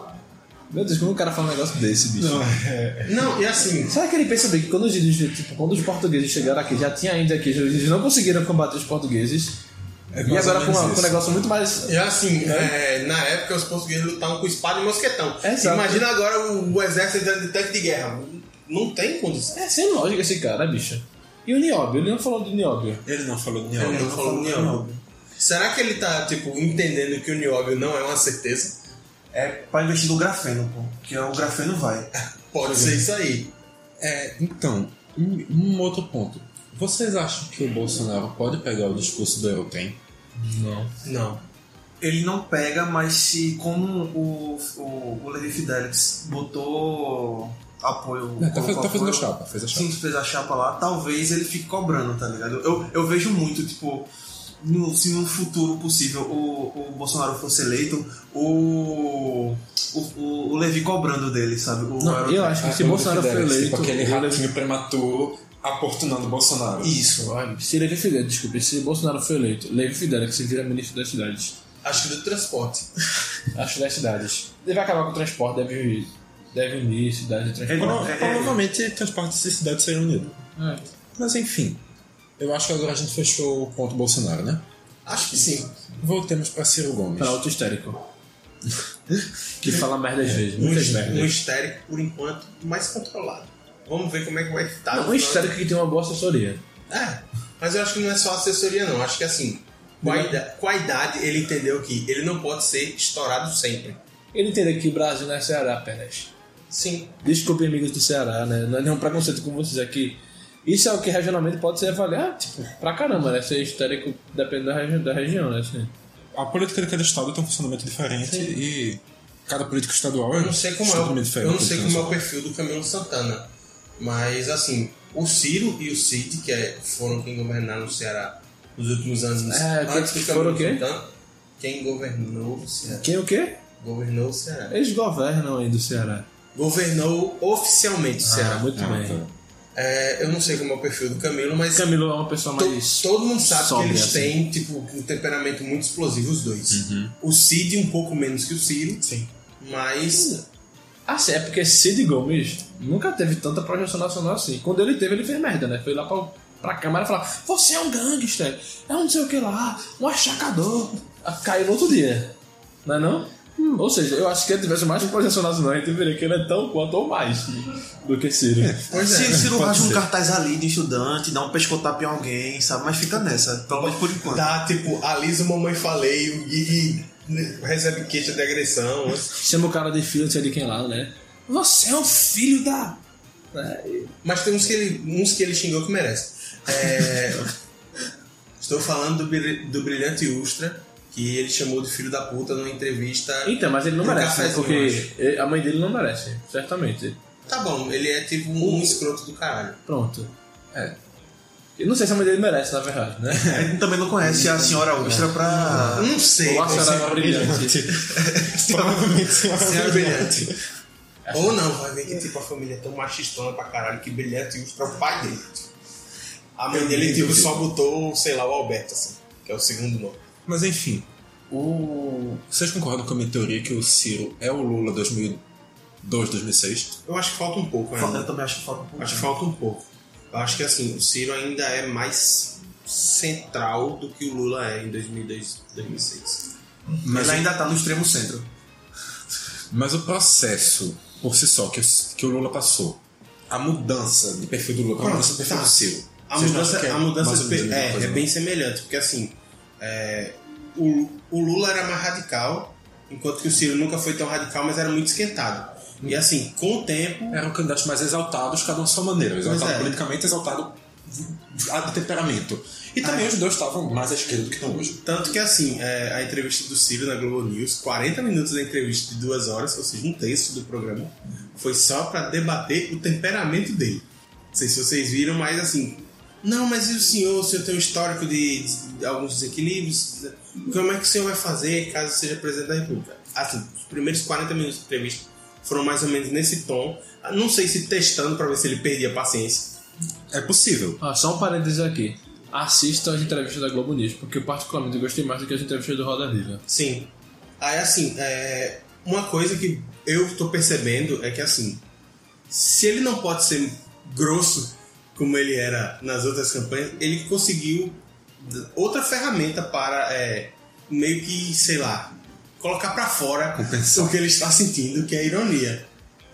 Meu Deus, como o cara fala um negócio desse, bicho?
é.
Não, e assim,
Será que ele pensa bem que quando os índios, tipo, quando os portugueses chegaram aqui, já tinha índio aqui, os índios não conseguiram combater os portugueses? e
É mais ou
agora com,
menos
uma- com
isso.
um negócio muito mais...
E assim, é, na época os portugueses lutavam com espada e mosquetão.
É, Exato.
Imagina agora o, o exército dando de tanque de guerra. Não tem condição.
É sem lógica esse cara, bicho. E o Nióbio, ele não falou do Nióbio.
Ele não falou de
Ele
nenhum.
não falou
falou
Nióbio. Será que ele tá, tipo, entendendo que o Nióbio não é uma certeza?
É pra investir no grafeno, pô. Que é o grafeno vai.
Pode ser isso aí.
É, então, um, um outro ponto. Vocês acham que o Bolsonaro pode pegar o discurso do Eurotrem?
Não.
Não.
Ele não pega, mas se como o, o, o Levi Fidelix botou apoio.
Não, tá, faz-
colocou
tá fazendo a
apoio,
chapa, fez a chapa.
Sim, fez a chapa lá, talvez ele fique cobrando, tá ligado? Eu, eu vejo muito, tipo, no- se no futuro possível o, o Bolsonaro fosse eleito, o, o, o, o Levi cobrando dele, sabe? O
Não,
Aerotec.
eu acho que se
Ah,
Bolsonaro
quando
foi
ele fizer,
eleito...
Tipo aquele
ele-
ratinho prematuro aportunando o Bolsonaro.
Isso, olha, se Levi Fidelix, desculpe, se Bolsonaro foi eleito, Levi Fidelix se vira ministro das cidades.
Acho que do transporte.
Acho das cidades. Ele vai acabar com o transporte, deve, deve unir cidade e transporte.
Ele não-
Prova-
é- é-
Provavelmente transportes e cidades seriam unidos.
É.
Mas enfim, eu acho que agora a gente fechou o ponto Bolsonaro, né?
Acho que sim.
Voltemos pra Ciro Gomes.
Para auto histérico. que fala merda às vezes, muitas
Um
merdas.
histérico, por enquanto, mais controlado. Vamos ver como é que vai estar.
Não, um histérico que tem uma boa assessoria.
É, mas eu acho que não é só assessoria, não. Acho que assim, com a ida- com a idade ele entendeu que ele não pode ser estourado sempre.
Ele entendeu que o Brasil não é Ceará apenas.
Sim.
Desculpe, amigos do Ceará, né? Não é nenhum preconceito com vocês aqui. Isso é o que regionalmente pode ser avaliado, tipo, pra caramba, né? Ser histérico depende da, regi da região, né? Assim.
A política de cada estado tem um funcionamento diferente e cada político estadual é
Eu não sei como é o,
totalmente diferente.
eu não sei como é
Então,
o perfil do Camilo Santana, mas assim, o Ciro e o Cid, que é- foram quem governaram o Ceará nos últimos anos,
É,
antes
que
do
foram
Camilo
o quê?
Santana, quem governou o Ceará?
Quem é o quê?
Governou o Ceará.
Eles governam aí do Ceará.
Governou oficialmente o
Ah,
Ceará.
muito
Ah,
bem.
tá.
É, eu não sei como é o perfil do Camilo, mas
Camilo é uma pessoa
to-
mais.
todo mundo sabe
sobe,
que eles
assim.
têm tipo, um temperamento muito explosivo, os dois. O Cid um pouco menos que o Ciro,
Sim.
mas
Assim, é porque Cid Gomes nunca teve tanta projeção nacional assim. Quando ele teve, ele fez merda, né? Foi lá pra, pra Câmara falar: Você é um gangster, é um não sei o que lá, um achacador. Ah, Caiu no outro dia. Não é não? Ou seja, eu acho que ele tivesse mais projeção nacional, a gente veria que ele é tão quanto ou mais do que Ciro.
pois é.
Se Ciro
pode
rasga um
ser.
cartaz ali de estudante, dá um pescotap em alguém, sabe? Mas fica nessa, pelo menos por enquanto.
É.
Dá, tipo, alisa o mamãe falei, o Gui recebe queixa de agressão.
Chama o cara de filho, não sei de quem lá, né? Você é um filho da.
Mas tem uns que ele, uns que ele xingou que merece. É, estou falando do, Bri- do Brilhante Ustra, que ele chamou de filho da puta numa entrevista.
Então, mas ele não
Um
merece, né?
cafezinho,
Porque ele- a mãe dele não merece, certamente.
Tá bom, ele é tipo um escroto do caralho.
Pronto. É. Eu não sei se a mãe dele merece, na verdade, né?
A gente também não conhece
É.
a senhora Ustra
Ah,
pra.
Não sei.
Ou a
ou se-
senhora brilhante.
Provavelmente
Senhora
senhora
Brilhante. Ou não, vai ver que tipo a família é tão machistona pra caralho que Brilhante Ustra é o pai dele. A mãe
Eu
dele
nem
tipo,
duvido.
só botou, sei lá, o Alberto, assim, que é o segundo nome.
Mas enfim, o... vocês concordam com a minha teoria que o Ciro é o Lula 2002, 2006?
Eu acho que falta um pouco ainda.
Eu também acho que falta um pouco.
Acho que falta um pouco. Eu acho que assim, o Ciro ainda é mais central do que o Lula é em 2002, 2006.
Mas,
Ele ainda tá no extremo centro.
mas o processo por si só que, o- que o Lula passou, a mudança de perfil do Lula para a
Pronto,
mudança de perfil
tá.
do Ciro.
A
vocês não
mudança,
acham que é
a
mais
mudança
ou
de
menos
pe-
a mesma
é,
coisa,
é
não?
bem semelhante, porque assim, é, o, o Lula era mais radical, enquanto que o Ciro nunca foi tão radical, mas era muito esquentado.
Uhum.
E assim, com o tempo,
Eram candidatos mais exaltados, cada um à sua maneira. Exaltado
é.
politicamente, exaltado a de temperamento. E também os dois estavam mais à esquerda do que estão hoje.
Tanto que assim, é, a entrevista do Ciro na Globo News, 40 minutos da entrevista de duas horas, ou seja, um terço do programa, foi só pra debater o temperamento dele. Não sei se vocês viram, mas assim. Não, mas e o senhor? O senhor tem um histórico de, de alguns desequilíbrios? Como é que o senhor vai fazer caso seja presidente da República? Assim, os primeiros 40 minutos da entrevista foram mais ou menos nesse tom. Não sei se testando pra ver se ele perdia a paciência.
É possível.
Ah, só um parênteses aqui. Assistam as entrevistas da Globo News, porque eu particularmente gostei mais do que as entrevistas do Roda Viva.
Sim. Aí, assim, é, uma coisa que eu tô percebendo é que, assim, se ele não pode ser grosso como ele era nas outras campanhas, ele conseguiu d- outra ferramenta para é, meio que, sei lá, colocar pra fora
Compensar.
o que ele está sentindo, que é a ironia.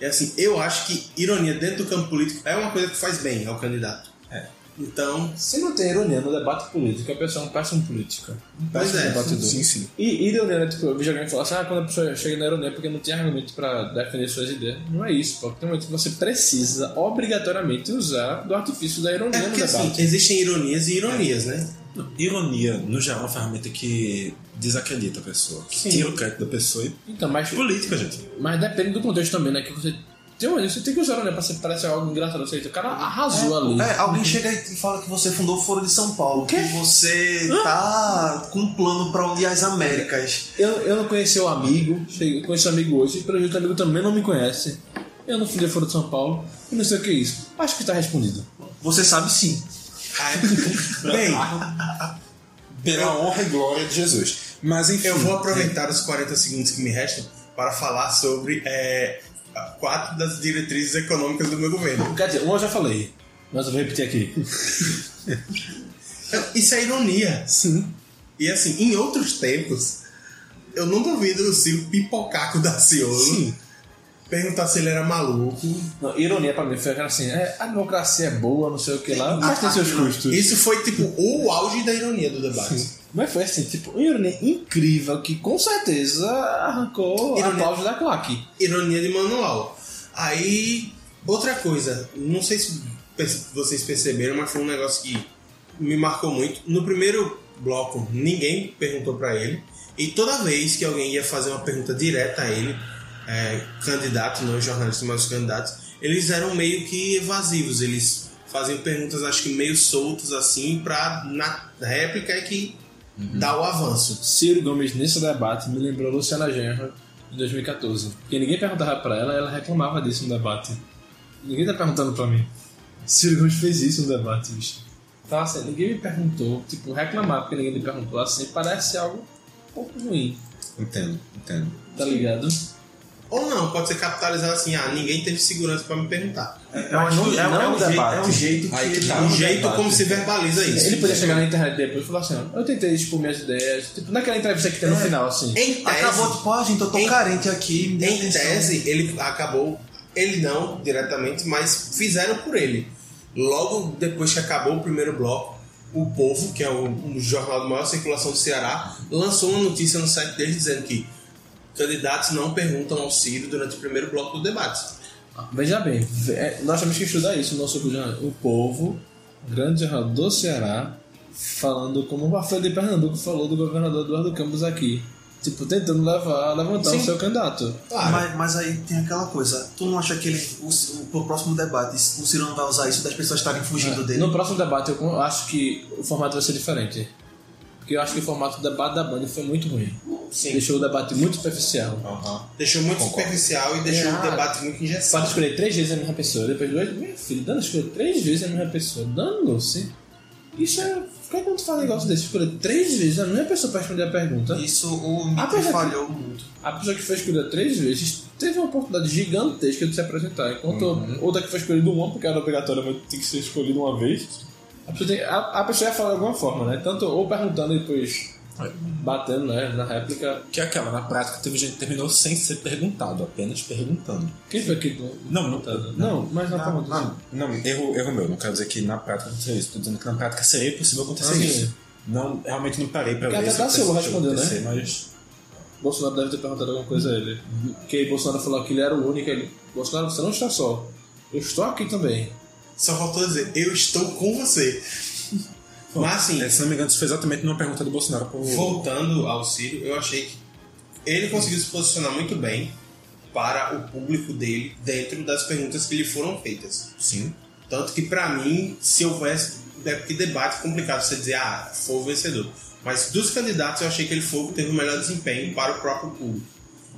É assim, eu acho que ironia dentro do campo político é uma coisa que faz bem ao candidato.
É.
Então,
Se não tem ironia no debate político, a pessoa é um péssimo político.
pois é.
Sim, sim.
E ironia, né? Tipo, eu vi alguém falar assim, ah, quando a pessoa chega na ironia é porque não tem argumento pra defender suas ideias. Não é isso, pô. Tem um momento que você precisa, obrigatoriamente, usar do artifício da ironia
É
no
porque,
um debate.
assim, existem ironias e ironias, né?
Ironia, no geral, é uma ferramenta que desacredita a pessoa, que
Sim.
tira o crédito da pessoa e
Então, mas,
política, gente.
mas depende do contexto também, né? Que você tem, um- você tem que usar a ironia pra ser, parecer algo engraçado. Ou seja, o cara arrasou ali.
É, alguém chega e fala que você fundou o Foro de São Paulo,
quê?
que você tá com um plano pra unir as Américas.
Eu, eu não conheci o amigo, cheguei, conheci o amigo hoje, pelo jeito o amigo também não me conhece. Eu não fui de fora de São Paulo e não sei o que é isso. Acho que está respondido.
Você sabe sim.
Bem,
Pela honra e glória de Jesus. Mas enfim.
eu vou
É.
aproveitar os 40 segundos que me restam para falar sobre é, quatro das diretrizes econômicas do meu governo.
Quer dizer, uma eu já falei, mas eu vou repetir aqui.
Eu- Isso é ironia.
Sim.
E assim, em outros tempos, eu não duvido do Ciro pipocar com o Daciolo,
Sim.
perguntar se ele era maluco.
Não, ironia pra mim foi aquela assim: é, a democracia é boa, não sei o que lá, mas tem seus custos.
Isso foi tipo o auge da ironia do debate.
Mas foi assim, tipo, uma ironia incrível que com certeza arrancou
Ironia.
a pausa da claque.
Ironia de manual. Aí, outra coisa, não sei se perce- vocês perceberam, mas foi um negócio que me marcou muito. No primeiro bloco, ninguém perguntou pra ele. E toda vez que alguém ia fazer uma pergunta direta a ele, é, candidato, não os jornalistas, mas os candidatos, eles eram meio que evasivos. Eles faziam perguntas, acho que meio soltas assim, pra na réplica é que dá o avanço.
Ciro Gomes, nesse debate, me lembrou Luciana Genra de 2014. Porque ninguém perguntava pra ela, ela reclamava disso no debate. Ninguém tá perguntando pra mim. Ciro Gomes fez isso no debate, bicho. Então, assim, ninguém me perguntou, tipo, reclamar porque ninguém me perguntou, assim, parece algo um pouco ruim,
Entendo, entendo.
tá ligado?
Ou não, pode ser capitalizado assim, ah, ninguém teve segurança pra me perguntar.
É, um- é um- é um jeito- é um jeito
Aí
que
que tá.
Um
um
jeito
debate.
como se verbaliza isso.
Ele podia chegar na internet depois e falar assim, ó, eu tentei expor minhas ideias, tipo, naquela entrevista que tem no final, assim.
Em tese,
Acabou, tipo, ah, gente, eu tô
Em-
carente aqui. me dê
em
atenção.
tese, ele acabou, ele não diretamente, mas fizeram por ele. Logo depois que acabou o primeiro bloco, o Povo, que é o, um jornal de maior circulação do Ceará, lançou uma notícia no site deles dizendo que candidatos não perguntam ao Ciro durante o primeiro bloco do debate.
Ah, Veja bem, ve- é, nós temos que estudar isso, o nosso jornal- o povo, grande jornal do Ceará, falando como a Folha de Pernambuco falou do governador Eduardo Campos aqui. Tipo, tentando levar, levantar o seu candidato.
Claro.
Mas, mas aí tem aquela coisa, tu não acha que ele, o, o, pro próximo debate o Ciro não vai usar isso das pessoas estarem fugindo
É,
Tipo dele?
No próximo debate, eu con- acho que o formato vai ser diferente. Porque eu acho que o formato do debate da Band foi muito ruim.
Sim.
Deixou o debate muito superficial.
Deixou muito superficial e
É,
deixou
Ah.
o debate muito
Para
engessado.
escolher três vezes a mesma pessoa, depois duas. Minha filha, dando escolher três vezes a mesma pessoa, dando-se. Isso é. Por que quando tu faz um negócio desse? Escolher três vezes a mesma pessoa pra responder a pergunta.
Isso o
Ah,
Nick
pois é.
falhou muito.
A pessoa que foi escolhida três vezes teve uma oportunidade gigantesca de se apresentar. Enquanto
Uhum.
outra que foi escolhida uma, porque era obrigatória, mas tem que ser escolhida uma vez. A pessoa, tem, a, a pessoa ia falar de alguma forma, né? Tanto ou perguntando e depois batendo né, na réplica.
Que é aquela, na prática teve gente que terminou sem ser perguntado, apenas perguntando.
Quem foi que.
Não, não-
Não, mas na
Não,
pergunta.
não.
Não, erro, erro meu, não quero dizer que na prática aconteceu isso, tô dizendo que na prática seria possível acontecer
Ah, sim.
isso. Não, realmente não parei pra
Que
ver
até
se
Tarsila
aconteceu,
respondeu, né?
acontecer, Mas
Bolsonaro deve ter perguntado alguma coisa a ele. Porque Bolsonaro falou que ele era o único. Ele, Bolsonaro, você não está só. Eu estou aqui também.
Só faltou dizer, eu estou com você. Mas assim,
É, se não me engano, isso foi exatamente numa pergunta do Bolsonaro pro...
Voltando ao Ciro, eu achei que ele conseguiu se posicionar muito bem para o público dele dentro das perguntas que lhe foram feitas.
Sim.
Tanto que, para mim, se houvesse. É porque debate é complicado você dizer, ah, foi o vencedor. Mas dos candidatos, eu achei que ele foi o que teve o melhor desempenho para o próprio público.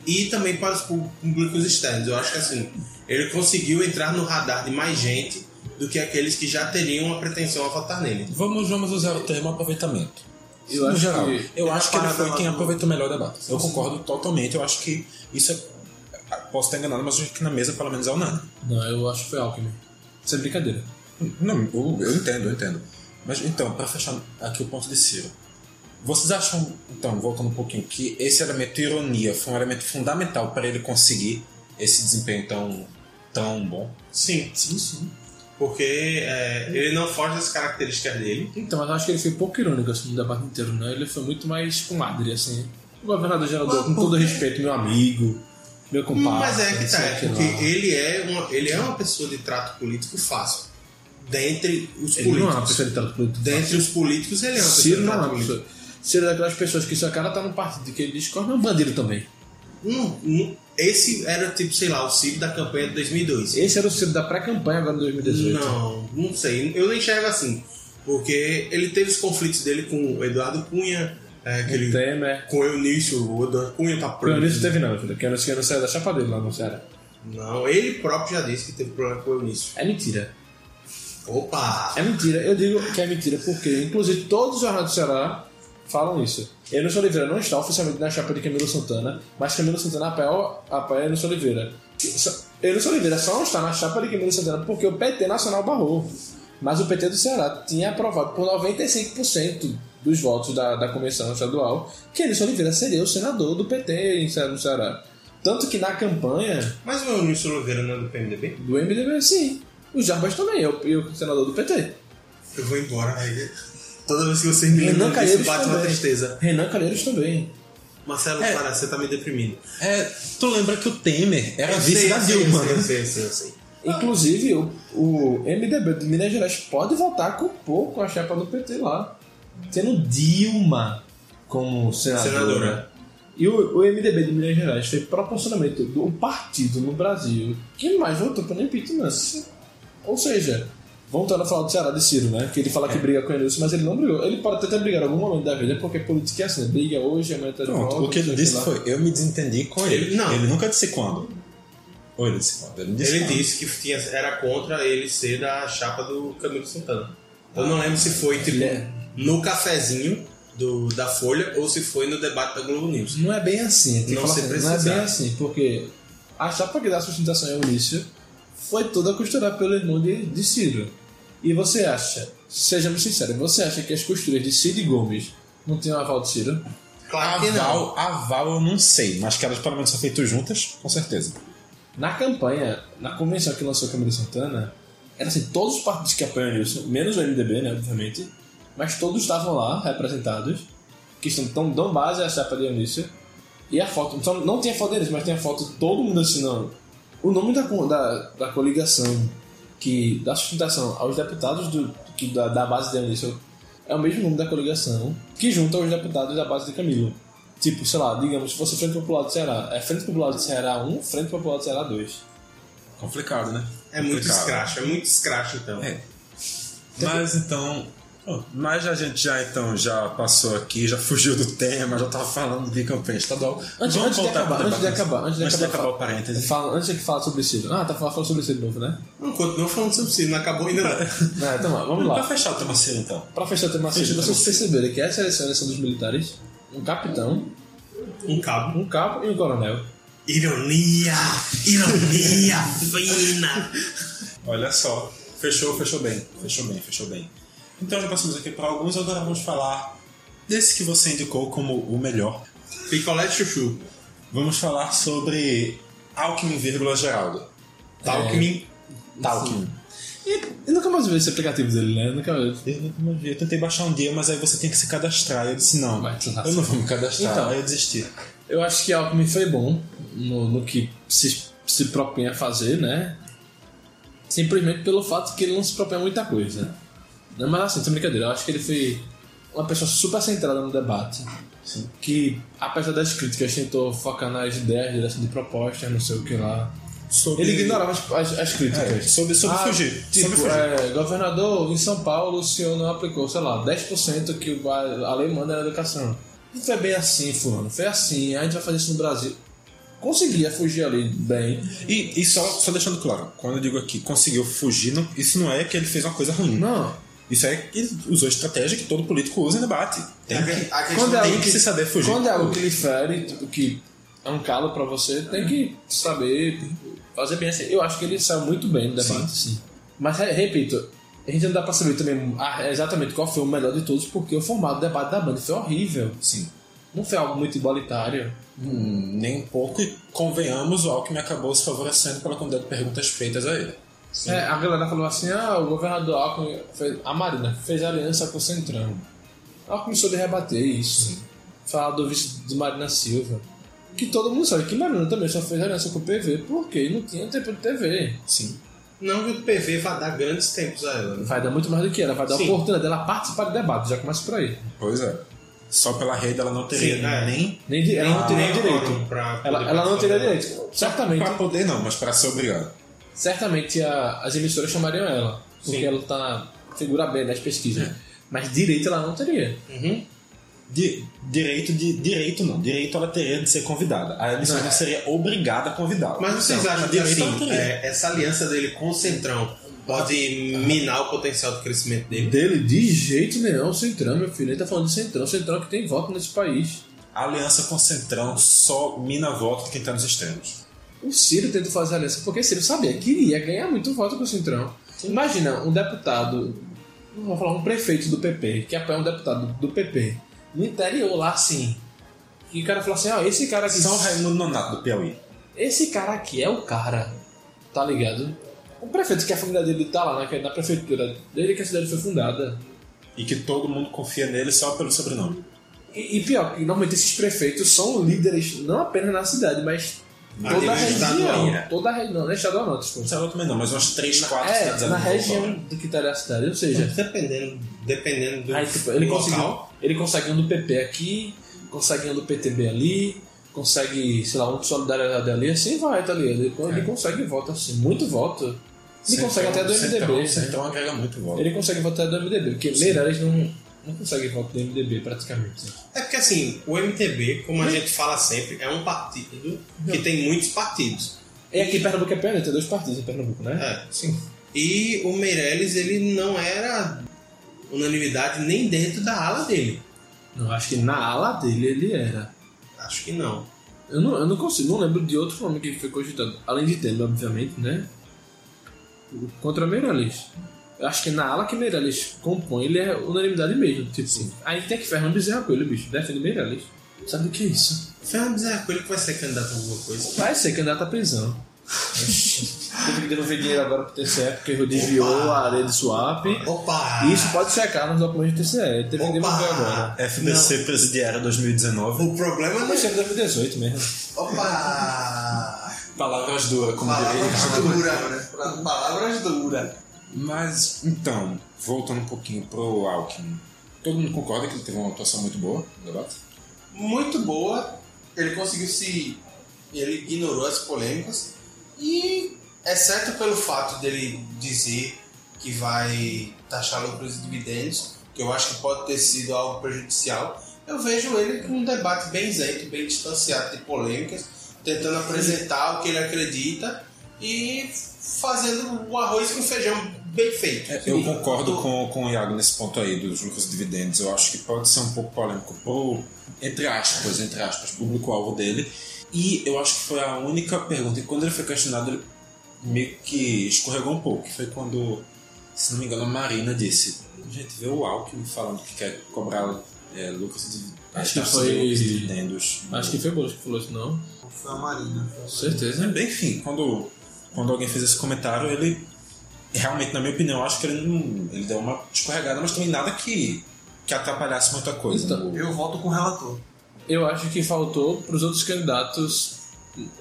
E também para os pú- públicos externos. Eu acho que assim, ele conseguiu entrar no radar de mais gente do que aqueles que já teriam a pretensão a votar nele.
Vamos, vamos usar o termo aproveitamento.
Eu
no
acho
geral,
que-
eu acho que ele
Parada
foi
lá
quem
do-
aproveitou melhor o debate. Eu concordo totalmente, eu acho que isso é... Posso estar enganado, mas eu acho que na mesa pelo menos é unânime.
Não, eu acho que foi Alckmin. Isso é brincadeira.
Não, eu, eu entendo, eu entendo. Mas então, para fechar aqui o ponto de Ciro. Vocês acham, então, voltando um pouquinho, que esse elemento ironia foi um elemento fundamental para ele conseguir esse desempenho tão, tão bom?
Sim,
Sim, sim.
Porque é, ele não foge das características dele.
Então, mas eu acho que ele foi pouco irônico assim, no debate inteiro, né? Ele foi muito mais comadre, assim. O governador gerador,
Mas
com
por
todo
quê?
respeito, meu amigo, meu compadre.
Mas é que
não
tá,
sei
é
o que
porque
lá.
ele é, uma, ele é uma pessoa de trato político fácil. Dentre os
Ele não é uma
políticos.
pessoa de trato político.
Dentre os políticos, ele é uma pessoa
Ciro
de
não é
trato
uma
político.
pessoa. Ciro é daquelas pessoas que seu cara tá no partido que ele discorre, é um bandido também.
Hum, hum, esse era tipo, sei lá, o Ciro da campanha de 2002.
Esse era o Ciro da pré-campanha agora de 2018.
Não, não sei. Eu não enxergo assim. Porque ele teve os conflitos dele com o Eduardo Cunha, é, aquele,
O Temer.
com o Eunício, o Eduardo Cunha tá
Por
preso.
isso teve não, filho. Que eu não sei, eu não saiu da chapa dele lá no Ceará.
Não, ele próprio já disse que teve problema com o Eunício.
É mentira.
Opa!
É mentira. Eu digo que é mentira porque, inclusive, todos os jornais do Ceará falam isso. Enes Oliveira não está oficialmente na chapa de Camilo Santana, mas Camilo Santana apoia, apoia Enes Oliveira. Só- Enes Oliveira só não está na chapa de Camilo Santana porque o PT Nacional barrou. Mas o PT do Ceará tinha aprovado por 95% dos votos da, da convenção estadual que Enes Oliveira seria o senador do PT em Ce- no Ceará. Tanto que na campanha
Mas o Eunício Oliveira não é do PMDB?
do MDB, sim, o Jarbas também é o, e o senador do PT.
Eu vou embora, velho. Toda vez que vocês me
Renan
lembram disso,
Calheiros
bate uma
também.
tristeza.
Renan Calheiros também.
Marcelo,
É.
para, você tá me deprimindo.
É, tu lembra que o Temer era
Eu
vice
sei,
da
eu sei,
Dilma,
Eu sei, eu
né?
sei, eu sei, eu
assim.
sei.
Inclusive, o, o MDB de Minas Gerais pode votar com um pouco a chapa do PT lá. Tendo Dilma como senadora.
Senadora.
E o, o MDB de Minas Gerais foi proporcionalmente o partido no Brasil que mais votou pelo impeachment. Ou seja, voltando a falar do Ceará de Ciro, né? Que ele fala
É.
que briga com o Enilson, mas ele não brigou. Ele pode até brigar em algum momento da vida, porque política é assim, né? briga hoje, amanhã tá de volta.
Pronto, o que
não
ele
sei
disse
lá.
foi, eu me desentendi com ele.
Ele- não.
Ele nunca disse quando. Ou ele disse quando? Ele não disse
Ele
quando.
disse que tinha, era contra ele ser da chapa do Camilo Santana. Eu não lembro se foi tipo,
É.
no cafezinho do, da Folha ou se foi no debate da Globo News.
Não é bem assim, tem que
Não
falar
se
assim, não é
precisar.
bem assim, porque a chapa que dá sustentação ao início foi toda costurada pelo irmão de, de Ciro. E você acha, sejamos sinceros, você acha que as costuras de Cid Gomes não tem o aval de Ciro?
Claro que não.
Aval, aval eu não sei, mas que elas pelo menos são feitas juntas, com certeza.
Na campanha, na convenção que lançou Camilo Santana, era assim, todos os partidos que apoiam Nilson, menos o MDB, né, obviamente, mas todos estavam lá representados, que estão tão, dão base à chapa de Eunício. E a foto, só não tem a foto deles, mas tem a foto de todo mundo assinando o nome da, co- da, da coligação que dá sustentação aos deputados do, que, da, da base de Eunício é o mesmo nome da coligação que junta os deputados da base de Camilo. Tipo, sei lá, digamos, se fosse Frente Popular do Ceará, é Frente Popular do Ceará 1, Frente Popular do Ceará 2.
Complicado, né?
É muito
Complicado.
escracho, é muito escracho então.
É. Mas então. pô, Mas a gente já então já passou aqui, já fugiu do tema, já tava falando de campanha estadual.
Antes,
Vamos
antes de
voltar pro
acabar, antes de
debate.
acabar, antes de
Antes de
acabar,
acabar o parênteses.
fala, antes de falar sobre Ciro. Ah, tá falando falando sobre Ciro de novo, né?
Não continua falando sobre isso, não acabou ainda não.
É, então, vamos
Pra
lá.
fechar o tema cedo então.
Pra fechar o tema assim,
Fecha o tema
vocês perceberam que essa eleição é a eleição dos militares, um capitão,
Um cabo.
um capo e um coronel.
Ironia! Ironia fina!
Olha só. Fechou, fechou bem. Fechou bem, fechou bem. Então já passamos aqui para alguns, agora vamos falar desse que você indicou como o melhor.
Picolé de chuchu.
Vamos falar sobre Alckmin, vírgula Geraldo.
É.
Talkmin.
Talkmin.
E eu nunca mais vi esse aplicativo dele, né? Eu nunca vi.
Eu nunca mais vi. Eu tentei baixar um dia, mas aí você tem que se cadastrar. Eu disse, não,
Vai, tu tá
eu não vou me cadastrar.
Então.
aí eu desisti.
Eu acho que Alckmin foi bom no, no que se, se propõe a fazer, né? Simplesmente pelo fato que ele não se propõe a muita coisa. Não, mas assim, sem brincadeira, eu acho que ele foi uma pessoa super centrada no debate. Que, apesar das críticas, tentou focar nas ideias, direção de propostas, não sei o que lá.
Sobre-
Ele ignorava as, as- as
É,
críticas.
sobre, sobre
Ah,
fugir.
Tipo,
sobre fugir.
é, governador, em São Paulo o senhor não aplicou, sei lá, 10% que o- a a lei manda na educação. Não foi bem assim, fulano. Foi assim, a gente vai fazer isso no Brasil. Conseguia fugir ali bem.
E, e só, só deixando claro, quando eu digo aqui conseguiu fugir, não- isso não é que ele fez uma coisa ruim.
Não,
Isso é que ele usou a estratégia que todo político usa em debate. Tem
A
que,
que- a questão
quando é
tem
algo
que
que,
se saber fugir.
quando é algo que lhe fere, tipo, que é um calo pra você, tem que saber fazer bem assim. Eu acho que ele saiu muito bem no debate, sim. Mas, re- repito, a gente não dá pra saber também ah, exatamente qual foi o melhor de todos, porque o formato do debate da banda foi horrível.
Sim.
Não foi algo muito igualitário.
Hum, nem um pouco. E convenhamos, o Alckmin acabou se favorecendo pela quantidade de perguntas feitas a ele.
É, a galera falou assim: ah, o governador Alckmin, fez, a Marina, fez aliança com o Centrão. Alckmin soube rebater isso. Falar do vice de Marina Silva. Que todo mundo sabe que Marina também só fez aliança com o PV porque não tinha tempo de TV.
Sim.
Não que o PV vai dar grandes tempos a ela. né?
Vai dar muito mais do que ela, vai dar a
Sim.
oportunidade dela participar do debate, já começa por aí.
Pois é. Só pela rede ela não teria
Sim, é.
nem.
Nem, di- ela não teria
Nem
direito.
quórum pra poder
Ela, ela não
participar
teria
dela.
direito. Certamente,
Pra poder não, mas pra ser obrigado.
certamente a- as emissoras chamariam ela. Porque
Sim. É.
ela tá figura bem das pesquisas. Mas direito ela não teria.
Uhum.
Di- direito de. Direito não. Direito ela teria de ser convidada. A emissora não seria obrigada a convidá-la.
Mas vocês
Então,
acham que
direito ela
assim,
teria.
é, essa aliança dele com o Centrão pode minar o potencial de crescimento dele?
Dele de jeito nenhum, Centrão, meu filho. Ele tá falando de Centrão, Centrão que tem voto nesse país.
A aliança com o Centrão só mina voto de quem tá nos extremos.
O Ciro tentou fazer aliança porque Ciro sabia que iria ganhar muito voto com o Centrão. Imagina um deputado, não vou falar um prefeito do PP, que apoia um deputado do PP, no interior lá assim. E o cara fala assim: ó, esse cara aqui.
São Raimundo Nonato do Piauí.
Esse cara aqui é o cara, tá ligado? O prefeito que a família dele tá lá na, na prefeitura, desde que a cidade foi fundada.
E que todo mundo confia nele só pelo sobrenome.
E, e pior, que normalmente esses prefeitos são líderes não apenas na cidade, mas é
A
toda a
nível estadual,
região.
né?
Toda a região, não é estadual não, desculpa.
Não também não, mas umas 3, 4 cidades
É, na
ali no
região
local.
do que estaria a cidade, ou seja,
Dependendo, dependendo do
aí, tipo, ele,
do
conseguiu,
local.
ele consegue um do PP aqui, consegue um do PTB ali, consegue, sei lá, um de solidariedade ali, assim vai, tá ligado? Ele,
É.
ele consegue voto assim, muito voto. Ele consegue até do MDB.
Centrão,
né?
Centrão agrega muito voto.
Ele consegue votar do MDB, porque Meirelles não, não consegue votar do MDB praticamente. né?
É porque assim, o MTB, como a gente fala sempre, é um partido que tem muitos partidos.
E aqui em Pernambuco é pena, tem dois partidos em Pernambuco, né?
É.
Sim.
E o Meirelles, ele não era unanimidade nem dentro da ala dele.
Não, acho que na ala dele ele era.
Acho que não.
Eu não, eu não consigo, não lembro de outro nome que foi cogitado. Além de Temer, obviamente, né? Contra Meirelles. Eu acho que é na ala que Meirelles compõe, ele é unanimidade mesmo. Tipo, aí tem que um Fernando Bezerra Coelho, bicho. Defende Meirelles. Sabe o que é isso?
Fernando Zé Coelho que vai ser candidato a alguma coisa.
Vai ser candidato à prisão. Teve que devolver dinheiro agora pro TCE, porque desviou
Opa!
a areia de swap.
Opa!
E Isso pode secar nos documentos do TCE. Teve que devolver
Opa!
agora.
FDC presidiária 2019.
O problema não
Mas
é.
sempre 2018 mesmo.
Opa!
Palavras duras, como diria.
duras, palavras duras.
Mas, então, voltando um pouquinho pro Alckmin. Todo mundo concorda que ele teve uma atuação muito boa no debate?
Muito boa, ele conseguiu se. Ele ignorou as polêmicas, e exceto pelo fato dele dizer que vai taxar lucros e dividendos, que eu acho que pode ter sido algo prejudicial, eu vejo ele com um debate bem isento, bem distanciado de polêmicas, tentando apresentar o que ele acredita e fazendo o arroz com feijão bem feito.
É, Eu concordo com, com o Iago nesse ponto aí dos lucros e dividendos. Eu acho que pode ser um pouco polêmico pro, entre aspas, entre aspas, público-alvo dele. E eu acho que foi a única pergunta. E quando ele foi questionado, ele meio que escorregou um pouco. Foi quando, se não me engano, a Marina disse: Gente, vê o Alckmin falando que quer cobrar é, lucros e dividendos.
Acho que
taxas
foi-
de lucros e dividendos.
Acho que foi Bolos que falou isso, não?
Foi a Marina. foi a Marina.
Certeza.
Bem, né, Enfim, quando, quando alguém fez esse comentário, ele realmente, na minha opinião, eu acho que ele, não, ele deu uma escorregada, mas também nada que, que atrapalhasse muita coisa. né?
Então,
Eu volto com o relator.
Eu acho que faltou para os outros candidatos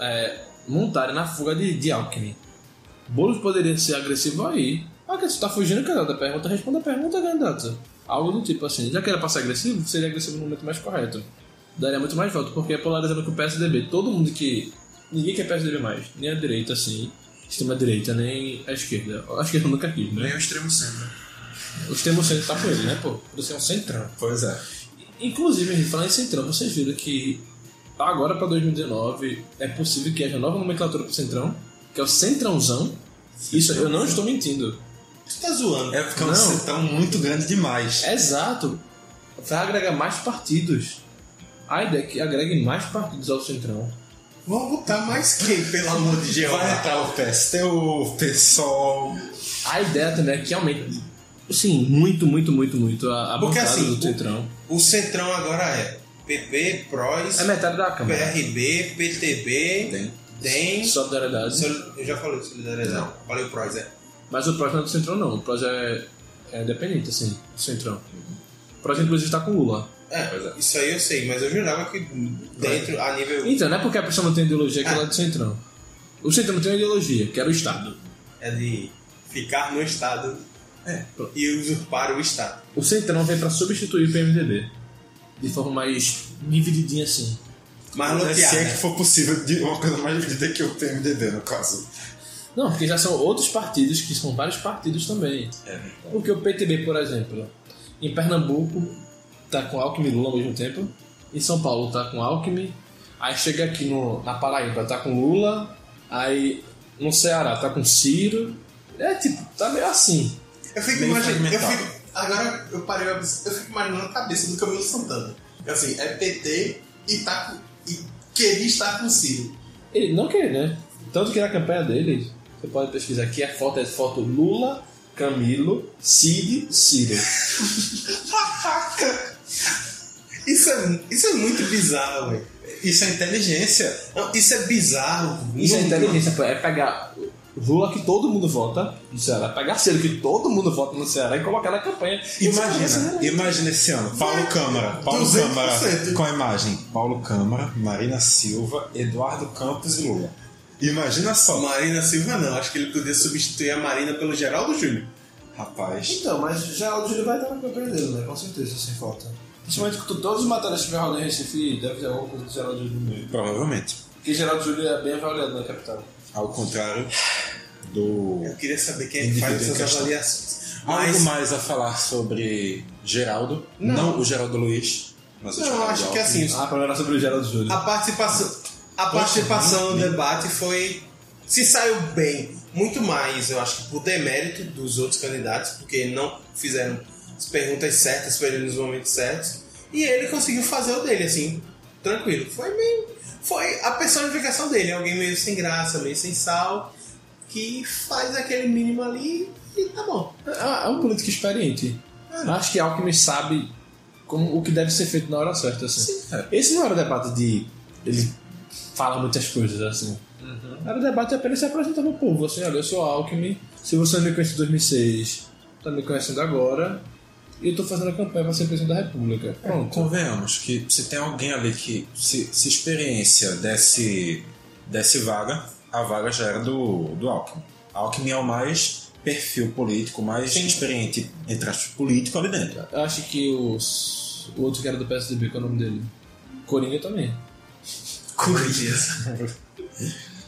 é, montarem na fuga de, de Alckmin. Boulos poderia ser agressivo aí. Ah, que você tá fugindo, candidato. A pergunta responda a pergunta, candidato. Algo do tipo assim. Já que era pra ser agressivo, seria agressivo no momento mais correto. Daria muito mais voto, porque é polarizando com o PSDB. Todo mundo que. Ninguém quer PSDB mais. Nem a direita, assim. Extrema-direita, nem a esquerda. A esquerda nunca quis, né?
Nem o extremo centro.
O extremo centro tá com ele, né, pô? Você é um centrão.
pois é.
Tá
Inclusive, falando em Centrão, vocês viram que agora para 2019 é possível que haja nova nomenclatura pro Centrão, que é o Centrãozão. Isso, eu não estou mentindo.
Tu tá zoando.
É porque é um
Não.
centão muito grande demais.
Exato. Vai agregar mais partidos. A ideia é que agregue mais partidos ao Centrão.
Vamos botar mais quem, pelo amor de
Vai
Jeová?
entrar o PST, o PSOL.
A ideia também é que aumente, sim, muito, muito, muito, muito a, a
Porque
bancada
assim,
do Centrão.
O centrão agora é PP, PROS,
É metade da Câmara.
PRB, PTB,
Tem.
DEM.
Solidariedade.
Soli- Eu já falei solidariedade. Falei o PROS, é.
Mas o Prós não é do Centrão, não. O Prós é, é independente, assim, do Centrão. O Prós, inclusive, está com o Lula.
É, isso aí eu sei, mas eu jurava que dentro, a nível.
Então, não é porque a pessoa não tem ideologia que ela é do centrão. O centrão não tem uma ideologia, que era o Estado.
É de ficar no Estado e usurpar o Estado.
O centrão vem pra substituir o PMDB. De forma mais divididinha assim.
Mas
Se é que
lotear.
for possível, de uma coisa mais dividida que o PMDB, no caso.
Não, porque já são outros partidos, que são vários partidos também. Porque o PTB, por exemplo, em Pernambuco tá com Alckmin e Lula ao mesmo tempo. Em São Paulo tá com Alckmin. Aí chega aqui no, na Paraíba tá com Lula. Aí no Ceará tá com Ciro. É tipo, tá meio assim.
Eu fico
Meio
imaginando. Eu
fragmentado.
fico, agora eu parei pra pensar, eu fico imaginando a cabeça do Camilo Santana. Assim, é PT e tá com- e queria estar com o Ciro.
Ele não quer, né? Tanto que na campanha dele, você pode pesquisar aqui, a foto é foto Lula, Camilo, Cid, Ciro.
Caraca! Isso é, isso é muito bizarro, velho.
Isso é inteligência.
Não, Isso é bizarro.
Isso é
Não-
inteligência, pô. É pegar o Lula que todo mundo vota no Ceará. Pegar cedo que todo mundo vota no Ceará e colocar na campanha. é
Imagina, imagina esse ano.
Né?
Paulo Câmara, Paulo
200%.
Câmara com a imagem. Paulo Câmara, Marina Silva, Eduardo Campos e Lula. Imagina só,
Marina Silva não, acho que ele podia substituir a Marina pelo Geraldo Júnior.
rapaz.
Então, mas já o Júlio vai estar na campanha dele, né? Com certeza, sem falta.
Principalmente com todos os materiais que tiver rodando em Recife, deve ter alguma coisa do Geraldo Júlio mesmo.
Provavelmente.
Porque Geraldo Júlio é bem avaliado na capital.
Ao contrário do
Eu queria saber quem é que faz
Indivíduo em
essas
questão.
avaliações.
Algo
Mas
mais a falar sobre Geraldo. Não,
Ah, Não.
o Geraldo Luiz, mas o
Não,
Geraldo
acho que
Alckmin.
assim,
Ah, pra era sobre o Geraldo Júlio.
a participação, a participação no debate foi. Se saiu bem, muito mais, eu acho que por demérito dos outros candidatos, porque não fizeram as perguntas certas para ele nos momentos certos. E ele conseguiu fazer o dele, assim, tranquilo. Foi meio. Foi a personificação dele, alguém meio sem graça, meio sem sal, que faz aquele mínimo ali e tá bom.
É é um político experiente.
É.
Acho que Alckmin sabe como, o que deve ser feito na hora certa. Assim.
é.
Esse não era o debate de ele fala muitas coisas assim.
Uhum.
Era o debate de apenas se apresentar pro povo. Assim, olha, eu sou Alckmin. Se você não me conhece em 2006, tá me conhecendo agora. E eu tô fazendo a campanha pra ser presidente da
É.
República. Pronto.
Convenhamos que se tem alguém ali que, se, se experiência desse, desse vaga, a vaga já era do, do Alckmin. Alckmin é o mais perfil político, mais experiente, entre aspas, político ali dentro.
Eu acho que os, o outro que era do PSDB, qual é o nome dele? Coringa também.
Coringa Dias.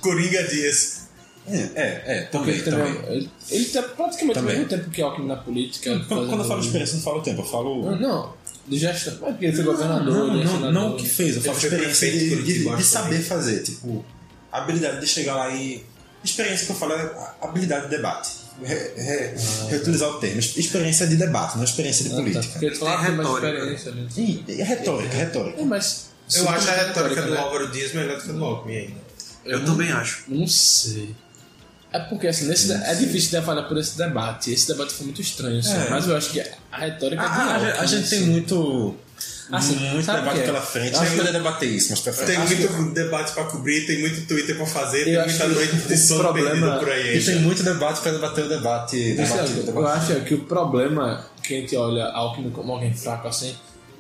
Coringa Dias.
É, é, é
Porque
também,
ele também.
também.
Ele, ele tá praticamente ao
Também.
mesmo tempo que Alckmin na política.
Quando, quando eu falo
fazendo-
experiência, eu não falo tempo, eu falo...
Não, não. De gestão. Mas porque ele foi governador,
Não,
ele é
não,
senador.
não o que fez, eu falo
foi
experiência de,
prefeito de
de-
Curitiba,
de
acho
saber
também.
fazer, tipo, a habilidade de chegar lá e. Experiência que eu falo é a- habilidade de debate. Re- re- Reutilizar o termo. Experiência de debate, não experiência de
Ah, tá.
política.
Porque ele
É
falava
Tem
mais
retórica.
experiência ali.
E, e retórica, retórica.
É, mas.
Eu acho a
super
retórica do
né?
Álvaro Dias melhor do que a do Alckmin ainda.
Eu, também acho.
Não sei. É porque assim, nesse de- é difícil de avaliar por esse debate. Esse debate foi muito estranho, assim,
É.
mas eu acho que a retórica
A,
é de
Ah, a-
Alckmin,
a gente tem
assim.
muito.
Assim,
muito
sabe o
debate
que é?
pela frente.
Acho
Eu
que-
poderia debater isso, mas pra frente.
Tem muito debate pra cobrir, tem muito Twitter pra fazer,
Eu
tem
acho
muita
que
noite
o
de sono
problema-
perdida por aí.
E
ainda.
tem muito debate pra debater o debate.
Mas,
debate,
Thiago,
o
eu
debate.
acho que o problema que a gente olha Alckmin como alguém fraco assim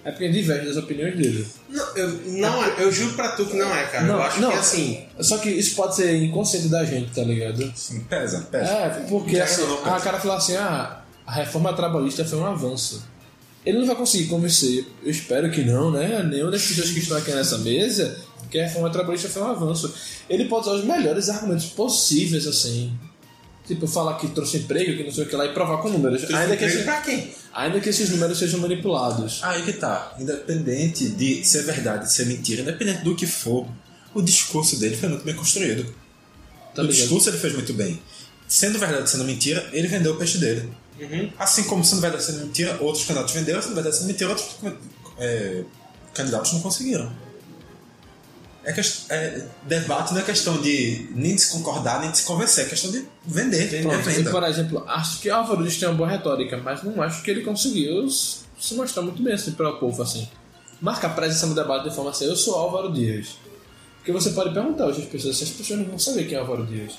é porque diverge das opiniões dele.
Não, eu, não é, eu juro pra tu que não é, cara.
Não,
eu acho
não.
que assim.
Só que isso pode ser inconsciente da gente, tá ligado?
Sim, Pesa, pesa.
É, porque
Cara,
assim,
não,
a cara fala assim, ah, a reforma trabalhista foi um avanço. Ele não vai conseguir convencer, eu espero que não, né? Nenhuma das pessoas que estão aqui nessa mesa que a reforma trabalhista foi um avanço. Ele pode usar os melhores argumentos possíveis, assim. Tipo, falar que trouxe emprego, que não sei o que lá, e provar com números. Ainda que,
emprego
esses,
pra quem?
ainda que esses números sejam manipulados.
Aí que tá. Independente de ser verdade, de ser mentira, independente do que for, o discurso dele foi muito bem construído.
Tá
o
ligado?
discurso ele fez muito bem. Sendo verdade, sendo mentira, ele vendeu o peixe dele.
Uhum.
Assim como sendo verdade, sendo mentira, outros candidatos venderam, sendo verdade, sendo mentira, outros é, candidatos não conseguiram. É quest- é, debate não é questão de nem de se concordar, nem de se convencer, é questão de vender. É
Pronto, eu,
venda.
por exemplo, acho que Álvaro Dias tem uma boa retórica, mas não acho que ele conseguiu se mostrar muito bem assim para o povo, assim. Marca a presença no debate de forma assim, eu sou Álvaro Dias. Porque você pode perguntar hoje às pessoas, se as pessoas não vão saber quem é Álvaro Dias.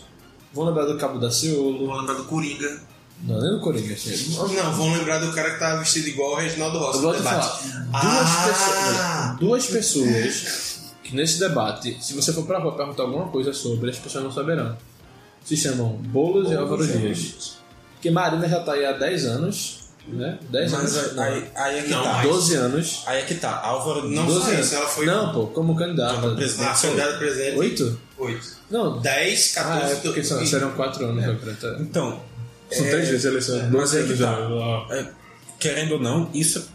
Vão lembrar do Cabo da
Eu
Ciolo,
vou lembrar do Coringa.
não, nem do Coringa, assim.
Não, vão lembrar do cara que tava vestido igual o Reginaldo Rossi
Eu
no
vou te
debate.
falar, duas,
Ah!
pessoas, duas pessoas que nesse debate, se você for pra rua perguntar alguma coisa sobre, as pessoas não saberão. Se chamam Boulos e Álvaro Dias. Que Marina já tá aí há 10 anos, né? 10
Mas
anos. não.
aí, aí é que
Não,
tá.
mas-
12 anos.
Aí é que tá. Álvaro
Não
Dias-
só isso, ela foi
Não, pô, como
Como
candidata.
presidente.
a candidata presidente.
8?
8.
Não.
10,
Ah,
14,
é porque são, serão 4 anos. né, pra- tá.
Então,
São
é,
3 vezes a eleição.
é,
12
mas é
anos
que
já.
É, querendo ou não, isso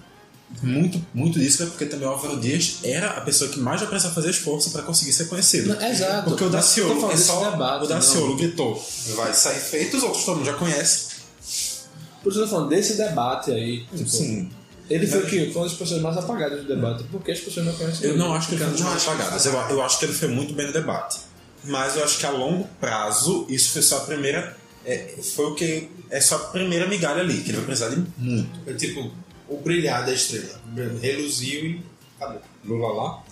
muito, muito disso é porque também o Álvaro Dias era a pessoa que mais já precisava fazer esforço para conseguir ser conhecido.
Não, exato.
Porque o
Mas eu tô
Daciolo
falando
é
desse
só
debate,
o Daciolo gritou, vai sair feito, os outros todo mundo já conhece.
Por isso eu tô falando desse debate aí. Tipo,
Sim.
Ele foi o quê? Foi uma das pessoas mais apagadas do debate. Porque as pessoas não conhecem
Eu
ele.
não acho que ele foi um dos mais pagados. Eu, eu acho que ele foi muito bem no debate. Mas eu acho que a longo prazo, isso foi só a primeira. é, foi o que. É só a primeira migalha ali, que ele vai precisar de muito.
É tipo, o brilhar da estrela. Reluziu e acabou.
Lula lá.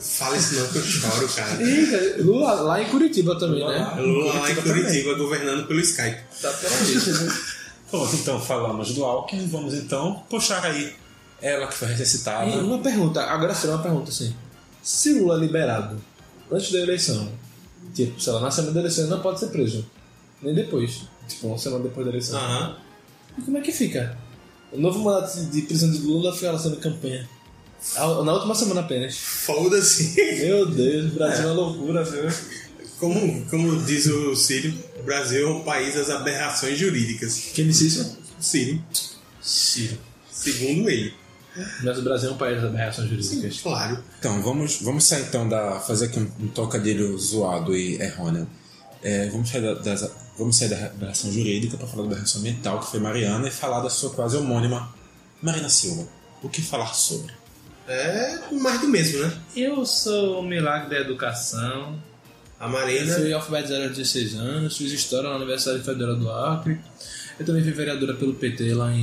Fala isso não que eu choro, cara.
Ih, Lula lá em Curitiba também, né?
Lula lá em Curitiba governando pelo Skype.
Tá pela lista, né?
Pronto, então falamos do Alckmin, vamos então puxar aí ela que foi recitada.
E uma pergunta, agora será uma pergunta assim. Se Lula é liberado antes da eleição, tipo, sei lá, na semana da eleição ele não pode ser preso. Nem depois. Tipo, uma semana depois da eleição.
Aham.
E como é que fica? O novo mandato de prisão de Lula foi lançando campanha. A- Na última semana apenas.
Foda-se.
Meu Deus, o Brasil é uma loucura, viu?
Como, como diz o Círio, o Brasil é um país das aberrações jurídicas.
Quem disse isso?
Círio,
Ciro.
segundo ele.
Mas o Brasil é um país das aberrações jurídicas.
Claro.
Então, vamos, vamos sair então da. fazer aqui um, um trocadilho zoado e errôneo. É, vamos, sair da, das- vamos sair da relação jurídica para falar da relação ambiental, que foi Mariana, e falar da sua quase homônima, Marina Silva. O que falar sobre?
É mais do mesmo, né?
Eu sou o milagre da educação.
A Marina.
Fui alfabetizada aos 16 anos, fiz história na Universidade Federal do Acre. Eu também fui vereadora pelo PT lá em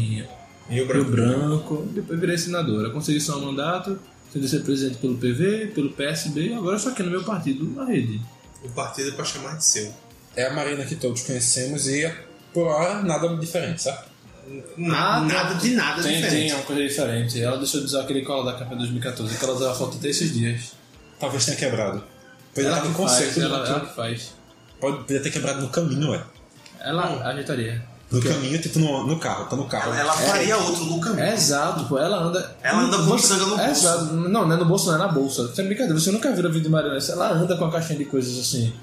Rio
Rio Branco.
Branco. Depois virei senadora. Consegui só um mandato, tentei ser presidente pelo PV, pelo PSB e agora só aqui no meu partido, na rede.
O partido pra chamar de seu.
É a Marina que todos conhecemos e, por hora, nada diferente, sabe?
Na-
Ah, tá.
nada de nada
Tem,
diferente.
tem é uma coisa diferente. Ela deixou de usar aquele colar da campanha 2014, que ela usava foto até esses dias.
Talvez tenha quebrado. Pois
ela
ela tá no
que faz,
conceito,
ela,
né?
ela que faz.
Pode, podia ter quebrado no caminho, ué.
Ela ajeitaria.
No caminho, tipo no, no carro, tá no carro.
Ela faria outro no caminho.
É exato, pô. Ela anda.
Ela anda com sangue no
é
bolso.
Exato. Não, não é no bolso, não é na bolsa. Você é brincadeira, você nunca viu o vídeo de Mariana. Ela anda com a caixinha de coisas assim.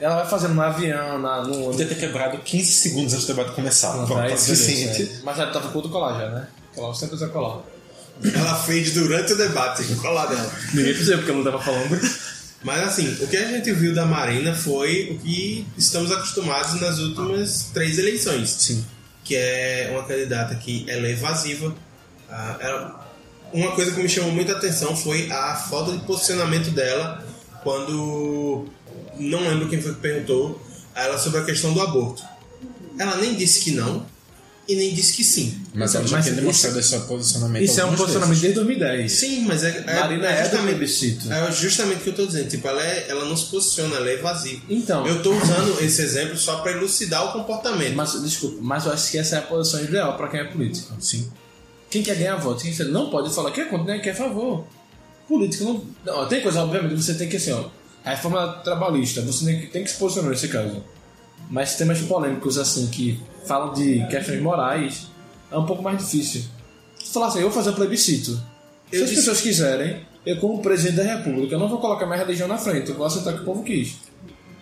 Ela vai fazendo no avião, na, no.
Podia ter quebrado 15 segundos antes do debate começar.
Não,
Pronto,
aí,
tá suficiente.
beleza, é. Mas ela tava com outro colar já, né? Colar, você sempre usa colar.
Ela fez durante o debate, colar dela.
Ninguém percebeu porque eu não tava falando.
Mas assim, o que a gente viu da Marina foi o que estamos acostumados nas últimas três eleições.
Sim.
Que é uma candidata que ela é evasiva. Ah, ela- Uma coisa que me chamou muita atenção foi a falta de posicionamento dela quando. Não lembro quem foi que perguntou a ela sobre a questão do aborto. Ela nem disse que não e nem disse que sim.
Mas ela já
Mas
tinha demonstrado esse seu posicionamento.
Isso é um
algumas
posicionamento desde 2010.
Sim, mas é. é
Marina é, do
justamente-
plebiscito.
é justamente o que eu tô dizendo. Tipo, ela, é- ela não se posiciona, ela é evasiva.
Então,
Eu tô usando esse exemplo só para elucidar o comportamento.
mas desculpa, mas eu acho que essa é a posição ideal pra quem é político.
vezes. Sim.
Quem quer ganhar voto, quem quer- não pode falar que é contra, nem que é a favor. Político não. não, ó, tem coisa, obviamente, você tem que assim, ó. A reforma trabalhista, você tem que, tem que se posicionar nesse caso. Mas temas polêmicos, assim, que falam de questões morais, é um pouco mais difícil. Se falar assim, eu vou fazer um plebiscito. Se
Eu
as
disse-
pessoas quiserem, eu, como presidente da República, eu não vou colocar minha religião na frente, eu vou aceitar o que o povo quis.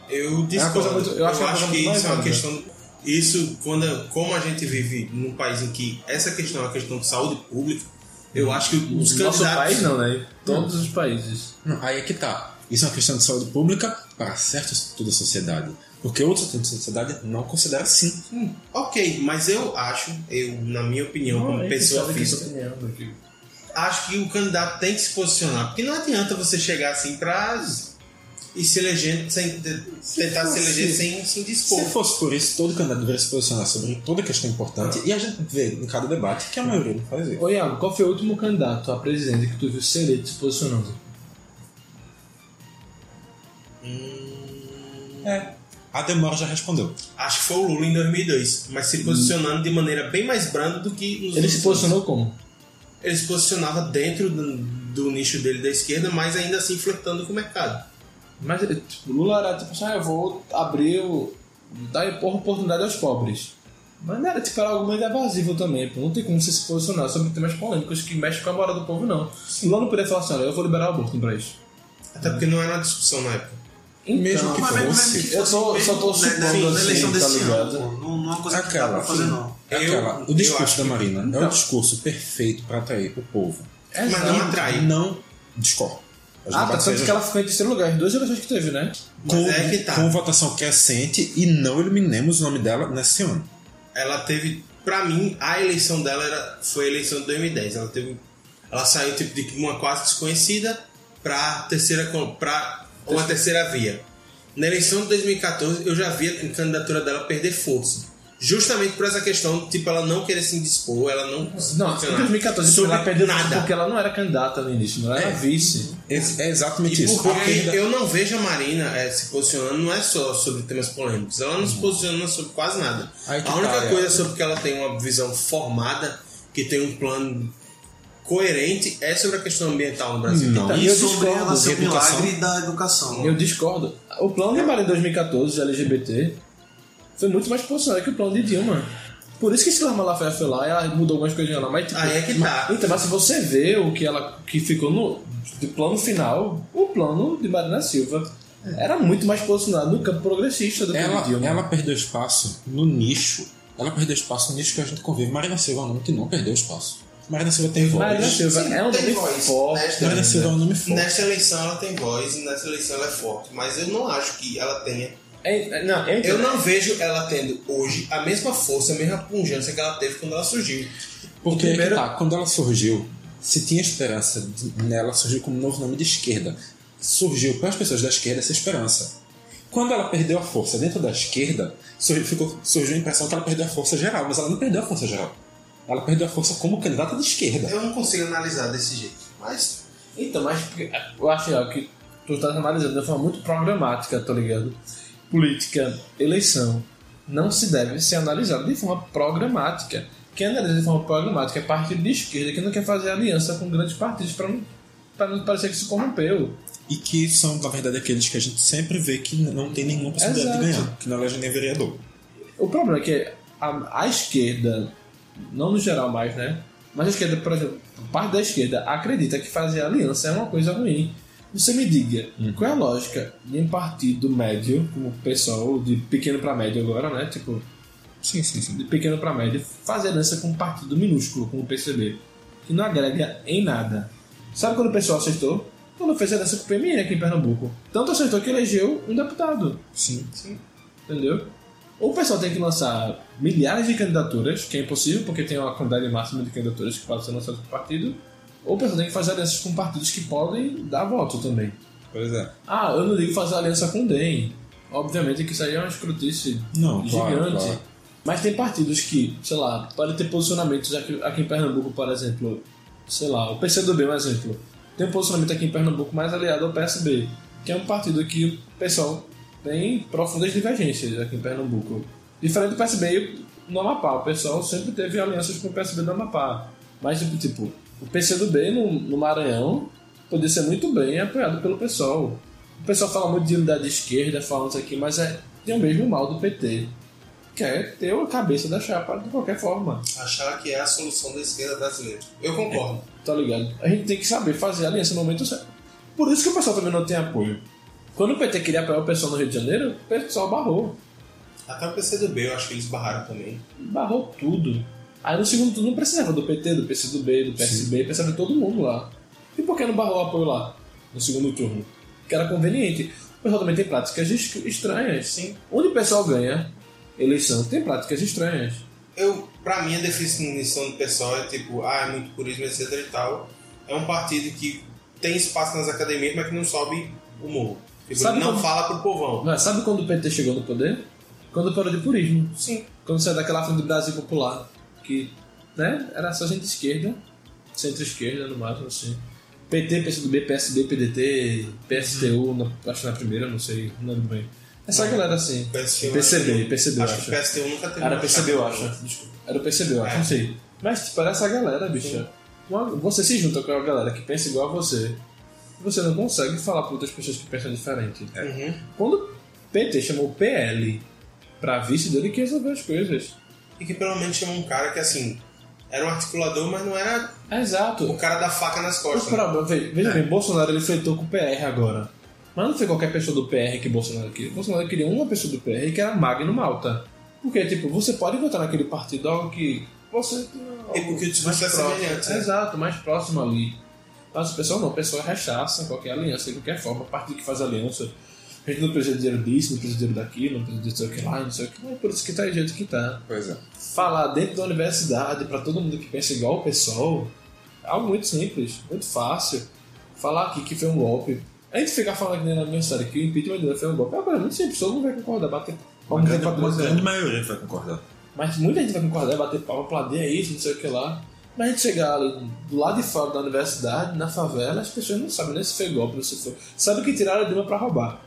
Eu
É uma coisa
discordo.
muito- eu
eu
acho
acho,
uma coisa
que
muito
isso é uma
válida.
questão. Isso, quando, como a gente vive num país em que essa questão é uma questão de saúde pública, eu acho que os
Nosso
candidatos.
país não, né? Todos os países.
Não, aí é que tá. Isso é uma questão de saúde pública para certo toda a sociedade. Porque outros setores da sociedade não considera assim.
Hum, ok, mas eu acho, eu, na minha opinião, como pessoa física, acho que o candidato tem que se posicionar. Porque não adianta você chegar assim pra. e se eleger sem. tentar
fosse-
se eleger sem se indispor.
Se fosse por isso, todo candidato deveria se posicionar sobre toda questão importante. E a gente vê em cada debate que a maioria não faz isso.
Ô Iago, qual foi o último candidato a presidente que tu viu ser eleito se posicionando?
É. A demora já respondeu.
Acho que foi o Lula em 2002, mas se posicionando de maneira bem mais branda do que nos
Hum. Ele
outros
se
anos.
posicionou como?
Ele se posicionava dentro do, do nicho dele da esquerda, mas ainda assim flertando com o mercado.
Mas tipo, o Lula era tipo assim, ah, eu vou abrir o. dar por- oportunidade aos pobres. Mas não era tipo era algo mais evasivo também, pô. Não tem como você se posicionar sobre temas polêmicos que mexem com a moral do povo, não. O Lula não poderia falar assim, olha, eu vou liberar o aborto no Brasil.
Até
Hum.
porque não era uma discussão na época.
Mesmo
Então,
que
Mas mesmo- assim, mesmo
fosse.
que
eu tô-
fosse
só tô
mesmo, né,
supondo
na- na
assim,
eleição
tá
desse
ligado?
ano, pô, não, não é uma coisa que dá
Aquela,
pra fazer,
sim.
não.
é
Eu-
aquela, o
eu
discurso
acho
da
que-
Marina é
Então.
o discurso perfeito para atrair o povo.
É,
Mas não atrai.
Não discorre. Os
Ah, tá
debates
tanto
sejam
que ela ficou em terceiro lugar, as duas eleições que teve, né?
Mas
com,
é que tá.
com votação crescente e não eliminemos o nome dela nesse ano.
Ela teve, pra mim, a eleição dela era, foi a eleição de 2010. Ela teve, ela saiu tipo de uma quase desconhecida pra terceira com- pra uma terceira via. Na eleição de 2014 eu já via a candidatura dela perder força. Justamente por essa questão, tipo, ela não querer se indispor, ela não. se
Não, em
posicionar
2014
sobre
ela perdeu
nada.
porque ela não era candidata no início, não era vice.
É, é exatamente isso.
Porque eu não vejo a Marina eh, se posicionando não é só sobre temas polêmicos, ela não se posiciona sobre quase nada.
Uhum. Aí que
a única
tá, é.
coisa sobre que ela tem uma visão formada, que tem um plano coerente, é sobre a questão ambiental no Brasil. Então,
Não.
Tá, E
E
eu
sobre
discordo,
ela ser um
educação.
milagre da educação.
Eu discordo. O plano de Maria em 2014, LGBT, foi muito mais posicionado que o plano de Dilma. Por isso que Sila Malafaia foi lá e ela mudou algumas coisinhas lá. Mas, tipo,
Aí é que tá.
Então, mas se você vê o que ela que ficou no do plano final, o plano de Marina Silva
É.
era muito mais posicionado no campo progressista do que o de
Ela,
Dilma.
ela perdeu espaço no nicho. Ela perdeu espaço no nicho que a gente convive. Marina Silva é um nome que não perdeu espaço. Marina Silva tem voz.
Marina Silva é um
tem
nome
voz,
forte.
né?
Marina Silva é um nome forte.
Nessa eleição ela tem voz e nessa eleição ela é forte, mas eu não acho que ela tenha.
É- é- não, é-
Eu não vejo ela tendo hoje a mesma força, a mesma pungência que ela teve quando ela surgiu.
Porque
O
é que
primeiro-
tá, quando ela surgiu, se tinha esperança de- nela, surgiu como um novo nome de esquerda. Surgiu para as pessoas da esquerda essa esperança. Quando ela perdeu a força dentro da esquerda, surgiu, ficou, surgiu a impressão que ela perdeu a força geral, mas ela não perdeu a força geral. Ela perdeu a força como candidata de esquerda.
Eu não consigo analisar desse jeito, mas
Então, mas porque- eu acho ó, que tu estás analisando de uma forma muito programática, tá ligado? Política, eleição, não se deve ser analisada de forma programática. Quem analisa de forma programática é partido de esquerda que não quer fazer aliança com grandes partidos para não, pra não parecer que se corrompeu.
E que são, na verdade, aqueles que a gente sempre vê que não tem nenhuma possibilidade de
Exato.
ganhar, que não elege nem é vereador.
O problema é que a, a esquerda, não no geral mais, né? Mas a esquerda, por exemplo, parte da esquerda acredita que fazer aliança é uma coisa ruim. Você me diga,
Hum.
qual é a lógica de um partido médio, como o pessoal de pequeno pra médio agora, né? Tipo,
Sim, sim, sim.
de pequeno pra médio, fazer aliança com um partido minúsculo, como o PCB, que não agrega em nada. Sabe quando o pessoal acertou? Quando fez aliança com o PMN aqui em Pernambuco. Tanto acertou que elegeu um deputado.
Sim.
Entendeu? Ou o pessoal tem que lançar milhares de candidaturas, que é impossível porque tem uma quantidade máxima de candidaturas que podem ser lançadas por partido, ou o pessoal tem que fazer alianças com partidos que podem dar voto também.
Pois é.
Ah, eu não digo fazer aliança com o DEM. Obviamente que isso aí é uma escrutice
Não, claro,
gigante.
claro.
Mas tem partidos que, sei lá, podem ter posicionamentos aqui, aqui em Pernambuco, por exemplo, sei lá, o PCdoB é um exemplo. Tem um posicionamento aqui em Pernambuco mais aliado ao PSB, que é um partido que o pessoal tem profundas divergências aqui em Pernambuco. Diferente do PSB no Amapá, o pessoal sempre teve alianças com o PSB no Amapá. Mas, tipo, tipo, o PCdoB no, no Maranhão poderia ser muito bem apoiado pelo pessoal. O pessoal fala muito de unidade de esquerda, falando isso aqui, mas é, tem o mesmo mal do PT quer é ter a cabeça da chapa de qualquer forma,
achar que é a solução da esquerda brasileira. Eu concordo.
tá ligado? A gente tem que saber fazer a aliança no momento certo. Por isso que o pessoal também não tem apoio. Quando o PT queria apoiar o pessoal no Rio de Janeiro, o pessoal barrou.
Até o PCdoB, eu acho que eles barraram também.
Barrou tudo. Aí no segundo turno não precisava do PT, do PCdoB, do PSB, precisava de todo mundo lá. E por que não barrou o apoio lá, no segundo turno? Porque era conveniente. O pessoal também tem práticas es- estranhas. Sim. Onde o pessoal ganha eleição, tem práticas estranhas.
Eu, pra mim, é a definição do pessoal é tipo, ah, é muito purismo, etc e tal. É um partido que tem espaço nas academias, mas que não sobe o morro. Tipo,
Sabe
não
como-
fala pro povão.
Mas sabe quando o PT chegou no poder? Quando parou de purismo.
Sim.
Quando saiu daquela frente do Brasil Popular, que né, era só gente esquerda, centro-esquerda no máximo, assim. PT, PCdoB, PSB, PDT, PSTU, na- acho que na primeira, não sei, Uhum. não lembro bem. Essa galera assim. PCB,
PSTU, um acho-
PCB, eu
acho, É.
acho.
que o PSTU um nunca teve
Era
uma
PCB, eu
chapa.
acho. Desculpa. Era PCB, eu acho, não sei. Mas, tipo, era essa galera, bicho. Uma- Você se junta com a galera que pensa igual a você. Você não consegue falar para outras pessoas que pensam diferente.
Uhum.
Quando o PT chamou o PL pra vice dele, que resolveu as coisas.
E que pelo menos chamou um cara que, assim, era um articulador, mas não era o
Exato.
cara da faca nas
O
costas. né?
problema, ve- veja bem, Bolsonaro ele feitou com o PR agora. Mas não foi qualquer pessoa do PR que Bolsonaro queria. Bolsonaro queria uma pessoa do PR que era Magno Malta. Porque, tipo, você pode votar naquele partido algo que você.
E porque o discurso é semelhante, né?
Exato, mais próximo ali. Mas o pessoal não, o pessoal é rechaça qualquer aliança, de qualquer forma, a partir que faz aliança. A gente não precisa de dinheiro disso, não precisa de dinheiro daquilo, não precisa de sei o que lá, não sei o que. É por isso que tá do jeito que tá.
Pois é.
falar dentro da universidade para todo mundo que pensa igual o pessoal é algo muito simples, muito fácil. Falar aqui que foi um golpe. A gente ficar falando aqui na universidade que o impeachment dele foi um golpe é uma coisa muito simples, todo mundo vai concordar, bater.
Uma
Vamos ter
grande,
pra
uma
dois
grande
anos.
maioria vai concordar.
Mas muita gente vai concordar, bater palma, aplaudir é isso, não sei o que lá. Mas a gente chegar ali do lado de fora da universidade, na favela, as pessoas não sabem nem se foi golpe, se foi. Sabe que tiraram a Dilma pra roubar.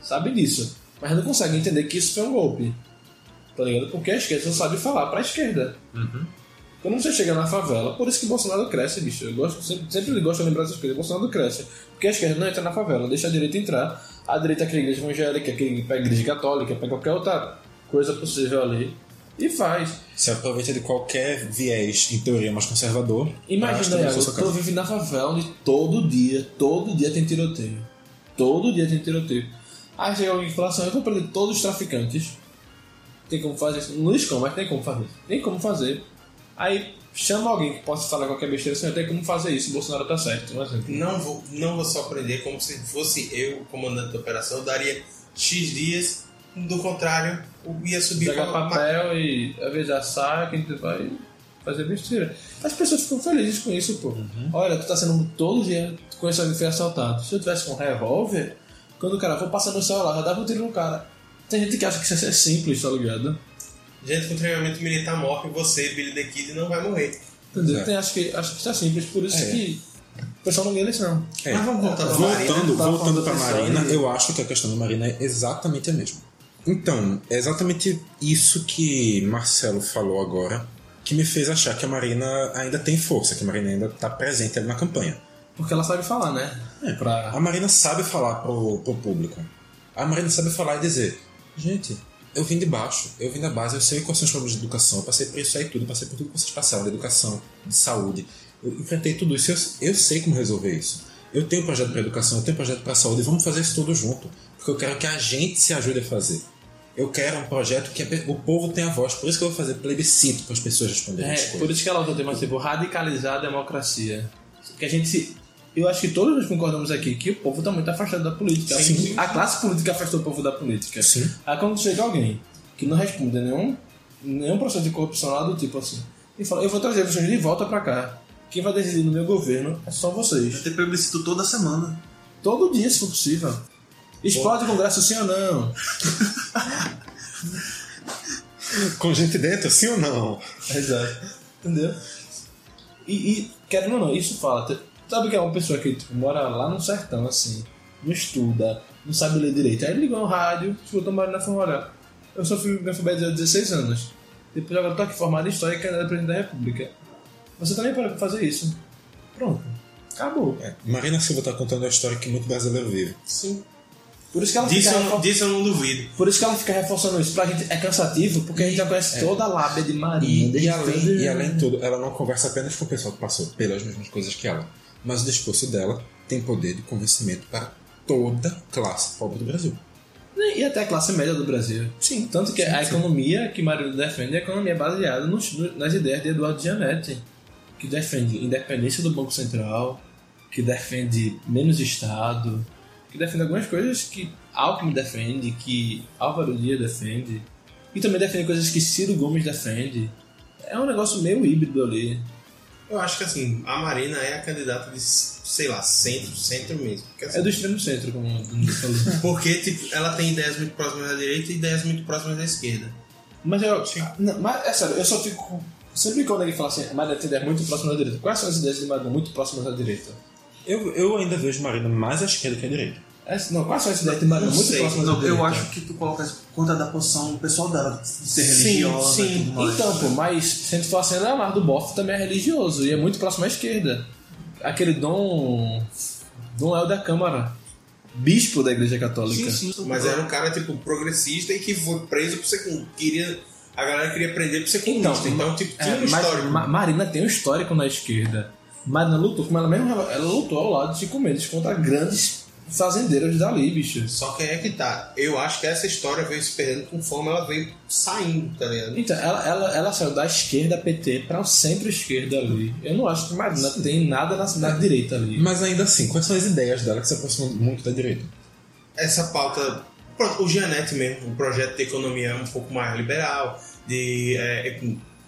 Sabe disso. Mas não conseguem entender que isso foi um golpe. Tá ligado? Porque a esquerda não sabe falar pra esquerda. Quando você chega na favela, por isso que Bolsonaro cresce, bicho. Eu gosto, sempre, sempre gosto de lembrar essas coisas. Bolsonaro cresce. Porque a esquerda não entra na favela, deixa a direita entrar. A direita cria igreja evangélica, cria pega igreja católica, pega qualquer outra coisa possível ali. E faz.
Se aproveita de qualquer viés, em teoria, mais conservador. pra
Imagina,
estabelecer
Iago,
sua
tu
causa.
vive na favela onde todo dia, todo dia tem tiroteio. Todo dia tem tiroteio. Aí chega alguém e fala assim, eu vou prender todos os traficantes. Tem como fazer isso? Não diz como, mas tem como fazer. Tem como fazer. Aí chama alguém que possa falar qualquer besteira assim, tem como fazer isso, o Bolsonaro tá certo. Um exemplo.
Não vou, não vou só prender como se fosse eu o comandante da operação. Eu daria X dias, do contrário, eu ia subir
Pega
é
pra-
papel e às vezes já sai, quem tu vai fazer besteira. As pessoas ficam felizes com isso, pô.
Uhum.
Olha, tu tá sendo todo dia com esse alguém foi assaltado. Se eu tivesse com um revólver, quando o cara for passar no celular, já dava um tiro no cara. Tem gente que acha que isso é simples, tá ligado?
Gente com treinamento militar morre, você, Billy the Kid, não vai morrer.
Entendeu?
É.
Tem, acho, que, acho que isso é simples, por isso
É.
que o pessoal não ganha eleição.
É.
Mas vamos voltar pra
Voltando,
Marina, tá
voltando
falando
pra
do
Marina,
episódio.
eu acho que a questão da Marina é exatamente a mesma. Então, é exatamente isso que Marcelo falou agora que me fez achar que a Marina ainda tem força, que a Marina ainda está presente ali na campanha.
Porque ela sabe falar, né?
É.
Pra...
A Marina sabe falar pro, pro público. A Marina sabe falar e dizer: gente, eu vim de baixo, eu vim da base, eu sei quais são os problemas de educação, eu passei por isso aí tudo, eu passei por tudo que vocês passaram, de educação, de saúde. Eu enfrentei tudo isso, eu, eu sei como resolver isso. Eu tenho um projeto para educação, eu tenho um projeto para saúde, vamos fazer isso tudo junto, porque eu quero que a gente se ajude a fazer. Eu quero um projeto que a pe- o povo tenha voz, por isso que eu vou fazer plebiscito para as pessoas responderem as
É,
coisas.
por isso que ela usa o tema tipo radicalizar a democracia. Porque a gente se. Eu acho que todos nós concordamos aqui que o povo está muito afastado da política.
Sim.
A classe política afastou o povo da política.
Sim.
Aí quando chega alguém que não responde a nenhum, nenhum processo de corrupção lá do tipo assim, e fala: Eu vou trazer vocês de volta pra cá. Quem vai decidir no meu governo é só vocês.
Tem plebiscito toda semana.
Todo dia, se for possível. Explode o Congresso sim ou não?
Com gente dentro, sim ou não?
Exato. Entendeu? E, e querendo ou não, isso fala. Te- Sabe que é uma pessoa que tipo, mora lá no sertão, assim, não estuda, não sabe ler direito. Aí ele ligou no rádio, tipo, escutou o marido na forma, olha, eu sou filho de alfabetizado há 16 anos. Depois agora tô aqui formado em História e candidato a presidente da República. Você tá também pode fazer isso. Pronto. Acabou.
É, Marina Silva está contando a história que muito brasileiro vive.
Sim.
Por isso que ela
Disso
fica
eu, não-
refor-
disso eu não duvido.
Por isso que ela fica reforçando isso. Pra gente é cansativo, porque a gente já conhece toda a lábia de Maria.
É. E,
desde
e além,
tudo.
e além de tudo, ela não conversa apenas com o pessoal que passou pelas mesmas coisas que ela, mas o discurso dela tem poder de convencimento para toda a classe pobre do Brasil.
Né, E até a classe média do Brasil. Sim. Tanto que a economia que Marilu defende é a economia baseada nos- no- nas ideias de Eduardo Gianetti, que defende independência do Banco Central, que defende menos Estado, que defende algumas coisas que Alckmin defende, que Álvaro Dias defende, e também defende coisas que Ciro Gomes defende. É um negócio meio híbrido ali.
Eu acho que assim, a Marina é a candidata de, sei lá, centro, centro mesmo. Porque, assim,
É do extremo centro, como o Bruno falou.
porque tipo, ela tem ideias muito próximas da direita e ideias muito próximas da esquerda.
Mas eu. Não, mas é sério, eu só fico. com- Sempre quando ele fala assim, a Marina tem ideias muito próximas da direita. Quais são as ideias de Marina muito próximas da direita?
Eu, eu ainda vejo Marina mais à esquerda que à direita.
Essa- não, quais são as ideias de Marina
Não
muito
sei,
próximas da
Não,
direita?
eu acho que tu coloca isso por conta da posição pessoal dela, de ser
Sim,
religiosa
sim.
e tudo mais.
Então, pô, mas se a gente for assim, ah, mas do Boff também é religioso e é muito próximo à esquerda. Aquele Dom. Dom El da Câmara, bispo da Igreja Católica.
Mas
é
era um cara, tipo, progressista e que foi preso por ser com- queria A galera queria prender por ser
Então,
comunista. Então, tipo, tinha
É,
um
mas
histórico.
Ma- Marina tem um histórico na esquerda. Marina lutou, como ela mesma ela lutou ao lado de Chico Mendes contra grandes fazendeiros dali, bicho.
Só que aí é que tá. Eu acho que essa história veio se perdendo conforme ela veio saindo, tá ligado?
Então, ela, ela, ela saiu da esquerda PT pra o centro-esquerda ali. Eu não acho que Marina tem nada na,
É.
na direita ali.
Mas ainda assim, quais são as ideias dela que se aproximam muito da direita?
essa pauta. um pronto, O Gianetti mesmo, o projeto de economia é um pouco mais liberal, de é,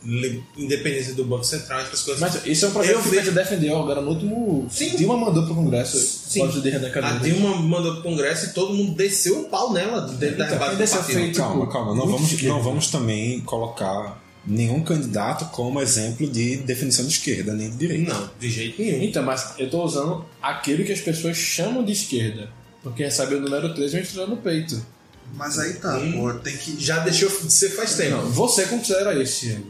li- independência do Banco Central, essas coisas. Ah,
Mas isso é um projeto
Eu
que o
vejo-
Beto defendeu agora no último.
Sim.
Dilma mandou pro Congresso. Sim. Pode de renda
a
acadêmica.
Dilma mandou pro Congresso e todo mundo desceu o pau nela dentro da
Então,
base do
desse
partido.
efeito-
Calma,
Tipo,
calma. Não
muito
vamos,
esquerda.
não vamos também colocar nenhum candidato como exemplo de definição de esquerda nem de direita.
Não, de jeito nenhum.
Então, mas eu tô usando aquele que as pessoas chamam de esquerda. Porque recebe o número 13 e uma estrela no peito.
Mas aí tá,
Hum.
pô, tem que.
Já deixou de ser faz tempo.
Não, você considera esse, Thiago.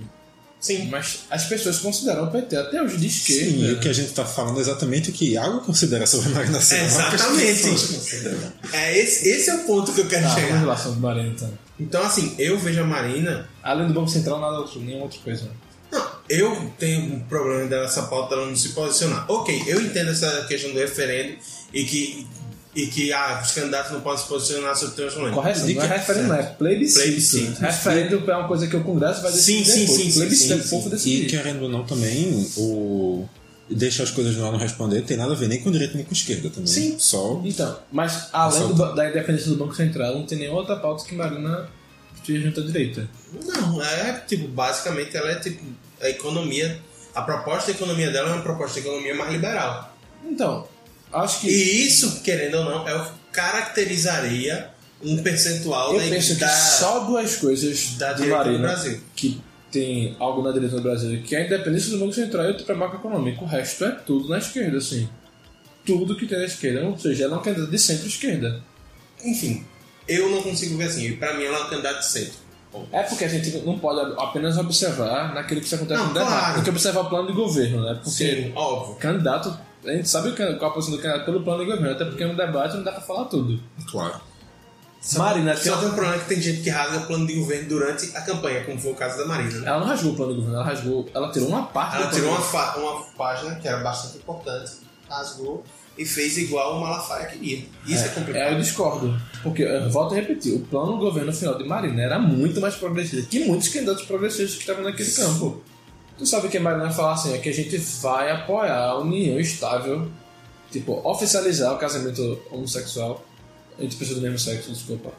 Sim.
Mas as pessoas consideram o PT até hoje de esquerda.
Sim, e o que a gente está falando é exatamente o que Iago considera sobre a Marina Silva.
Exatamente. É, esse, esse é o ponto que eu quero
Tá, vamos
chegar.
lá sobre Marina, então.
Então, assim, eu vejo a Marina.
Além do Banco Central, nada outro, nenhuma outra coisa.
Não, eu tenho um problema dela, essa pauta dela não se posicionar. Ok, eu entendo essa questão do referendo e que, e que ah, os candidatos não podem se posicionar sobre transformação.
Correto? Não é referendo, não é
Plebiscito.
plebiscito. Referendo é uma coisa que o Congresso vai decidir.
Sim, sim,
depois.
sim, sim,
Plebiscito
sim,
é o povo
sim.
E
decidir.
querendo ou não também, o deixar as coisas no ar não responder tem nada a ver nem com direita nem com esquerda também.
Sim.
Só
Então, mas além
Só-
do ba- da independência do Banco Central, não tem nenhuma outra pauta que Marina esteja junto à direita.
Não, é tipo, basicamente ela é tipo a economia. A proposta da economia dela é uma proposta de economia mais liberal.
Então, acho que.
E isso, querendo ou não, é o que caracterizaria um percentual
eu
da,
penso que
da,
só duas coisas
da
do
direita do
Marina
Brasil.
que tem algo na direita do Brasil, que é a independência do Banco Central e outro para macroeconômico. O resto é tudo na esquerda, assim. Tudo que tem na esquerda. Ou seja, ela é uma candidata de centro-esquerda.
Enfim, eu não consigo ver assim. Pra mim ela é uma candidata de centro.
É porque a gente não pode apenas observar naquilo que acontece
Não,
no debate.
claro.
Tem que observar o plano de governo, né? Porque
Sim, óbvio.
candidato, a gente sabe o can- qual a posição do candidato pelo plano de governo, até porque no debate não dá pra falar tudo.
claro.
Marina, tem
Só tem
uma-
um problema que tem gente que rasga o plano de governo durante a campanha, como foi o caso da Marina. né?
ela não rasgou o plano de governo, ela rasgou, ela tirou uma parte
Ela
do
tirou
plano
uma, fa- uma página que era bastante importante, rasgou e fez igual o Malafaia queria. Isso é, complicado.
É, eu discordo. Porque, eu volto a repetir, o plano do governo final de Marina era muito mais progressista que muitos candidatos progressistas que estavam naquele campo. Tu sabe que Marina fala assim, é que a gente vai apoiar a união estável, tipo, oficializar o casamento homossexual entre pessoas do mesmo sexo, desculpa.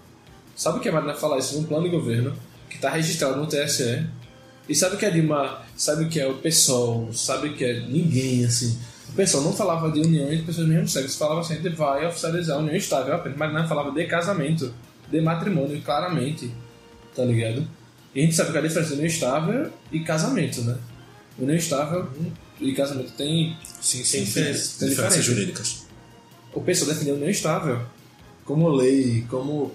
Sabe que a Marina fala isso num plano de governo que está registrado no TSE. E sabe que a Dilma, sabe que é o PSOL, sabe que é ninguém, assim. O pessoal não falava de união entre pessoas do mesmo sexo, falava assim, de vai oficializar a união estável apenas. Mas não falava de casamento, de matrimônio, claramente. Tá ligado? E a gente sabe que a diferença entre união estável e casamento, né? União estável e casamento tem,
Sim,
tem diferença. Tem
Diferenças
diferença.
jurídicas.
O pessoal defendeu a união estável como lei, como.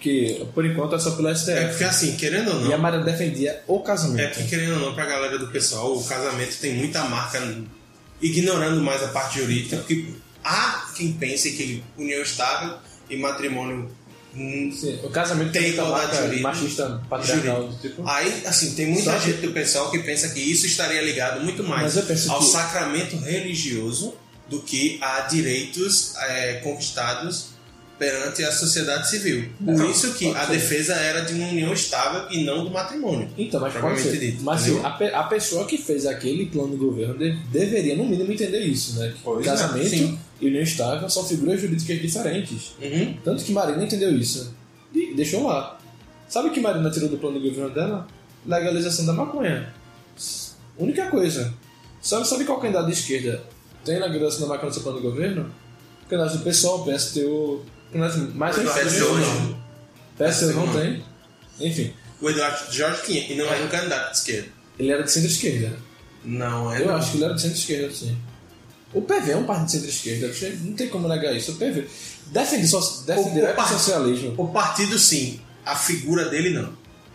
que por enquanto é só pelo STF.
É porque assim, querendo ou
E a
não,
Maria defendia o
é
casamento.
porque querendo ou não, pra galera do pessoal, o casamento tem muita marca, ignorando mais a parte jurídica, porque há quem pense que união estável e matrimônio. hum,
Sim, o casamento
Tem
muita
igualdade
marca
jurídica.
machista, patriarcal, tipo.
Aí, assim, tem muita
Só que-
gente do pessoal que pensa que isso estaria ligado muito mais
Mas eu penso
ao
que-
sacramento religioso do que a direitos é, conquistados perante a sociedade civil. Por
Então,
isso que
pode
a
ser.
defesa era de uma união estável e não do matrimônio.
Então, mas pode
Provavelmente
ser.
dito, tá
mas
entendeu?
assim, a, pe- a pessoa que fez aquele plano do governo de- deveria, no mínimo, entender isso, né? Que
Pois é,
Casamento
sim.
e união estável são figuras jurídicas diferentes.
Uhum.
Tanto que Marina entendeu isso. né? E deixou lá. Sabe o que Marina tirou do plano do governo dela? Legalização da maconha. Única coisa. Sabe, sabe qual candidato de esquerda tem legalização da maconha no seu plano do governo? Candidatos do PSOL, PSTU, candidatos mais um.
O Eduardo
PSTU não.
Jorge,
PSTU não
não.
tem. Enfim,
o Eduardo Jorge tinha, e não era um candidato de esquerda.
ele era de centro-esquerda.
Não,
Eu acho que ele era de centro-esquerda, sim. O PV é um partido de centro-esquerda, você não tem como negar isso. O PV defende, so defende
O- o
o,
par-
socialismo.
O partido sim, a figura dele não.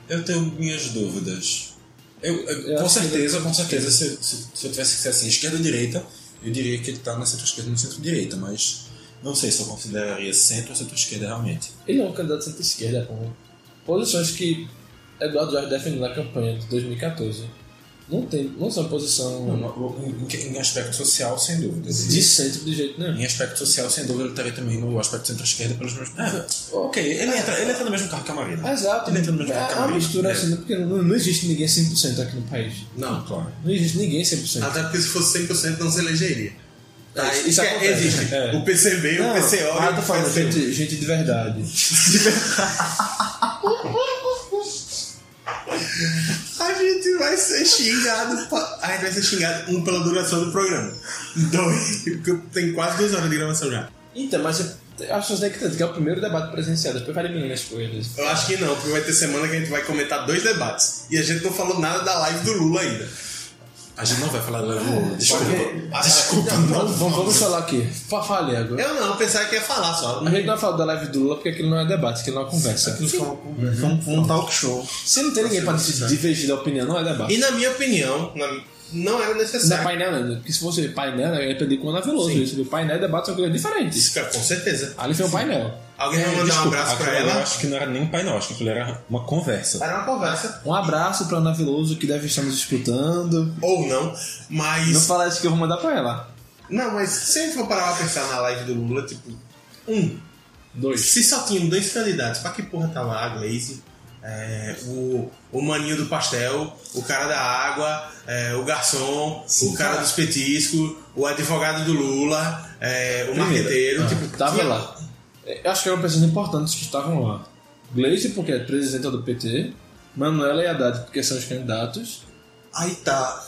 Eu tenho minhas dúvidas. Eu, eu-
Eu
com
acho que é.
certeza, com certeza, se, se, se eu tivesse que ser assim, esquerda ou direita, eu diria que ele está na centro-esquerda e no centro-direita, mas não sei se eu consideraria centro ou centro-esquerda realmente.
Ele é um candidato de centro-esquerda, com posições que Eduardo Jorge defendeu na campanha de 2014. Não, tem, não são posição
Em, em- em aspecto social, sem dúvida.
de centro de jeito nenhum.
Em aspecto social, sem dúvida, ele estaria também no aspecto centro-esquerda pelos mesmos. Ah, ok, ele entra, ele entra no mesmo carro que a Marina.
Exato,
Ele entra no mesmo
é uma
caminho.
mistura
É.
assim, porque não, não existe ninguém 100% aqui no país.
Não, claro.
Não existe ninguém 100%.
Até porque se fosse 100% não se elegeria.
É,
Tá,
isso
que-
acontece.
existe.
É.
O PCB, o PCO
ah,
e
tô
o
falando
PSDB.
gente, gente de verdade.
A gente vai vai ser xingado. pa- A gente vai ser xingado, um, pela duração do programa. Dois, porque tem quase duas horas de gravação já.
Então, mas eu acho que tem que é o primeiro debate presencial, depois vai eliminando as coisas.
Eu acho que não, porque vai ter semana que a gente vai comentar dois debates. E a gente não falou nada da live do Lula ainda.
A gente não vai falar do Lula, desculpa.
Ah,
Desculpa,
não,
não
Vamos,
vamos.
vamos falar aqui. Fa- Fale agora.
Eu não, eu pensava que ia falar só.
A gente não vai falar da live do Lula porque aquilo não é debate, aquilo não é conversa.
Aquilo foi uma conversa, foi um, um talk show.
Se não tem ninguém pra se divergir da opinião, não é debate.
E na minha opinião, na- não era
Não é
necessário.
painel, né? Porque se fosse painel, né, eu ia perder com o Ana Veloso.
Sim.
Isso, viu? Painel e debate são coisas diferentes.
Isso, é Com certeza.
Ali foi um painel.
Alguém vai mandar um
É, Desculpa,
abraço pra
aquilo Eu
ela.
acho que não era nem um painel, acho que aquilo era uma conversa.
Era uma conversa.
Um abraço pra Ana Veloso, que deve estar nos escutando.
Ou não,
Não
mas.
fala isso que eu vou mandar pra ela.
Não, mas se a gente for parar pra pensar na live do Lula, tipo, um,
Dois.
se só tinham dois candidatos, pra que porra tá lá a Glaze? É, o, o maninho do pastel, o cara da água, é, o garçom,
Sim,
o cara
cara.
dos petiscos, o advogado do Lula, é, o marqueteiro, tipo,
Ah, Tava
tinha-
lá. Eu acho que eram pessoas importantes que estavam lá. Gleisi, porque é presidenta do PT. Manuela e Haddad, porque são os candidatos.
Aí tá.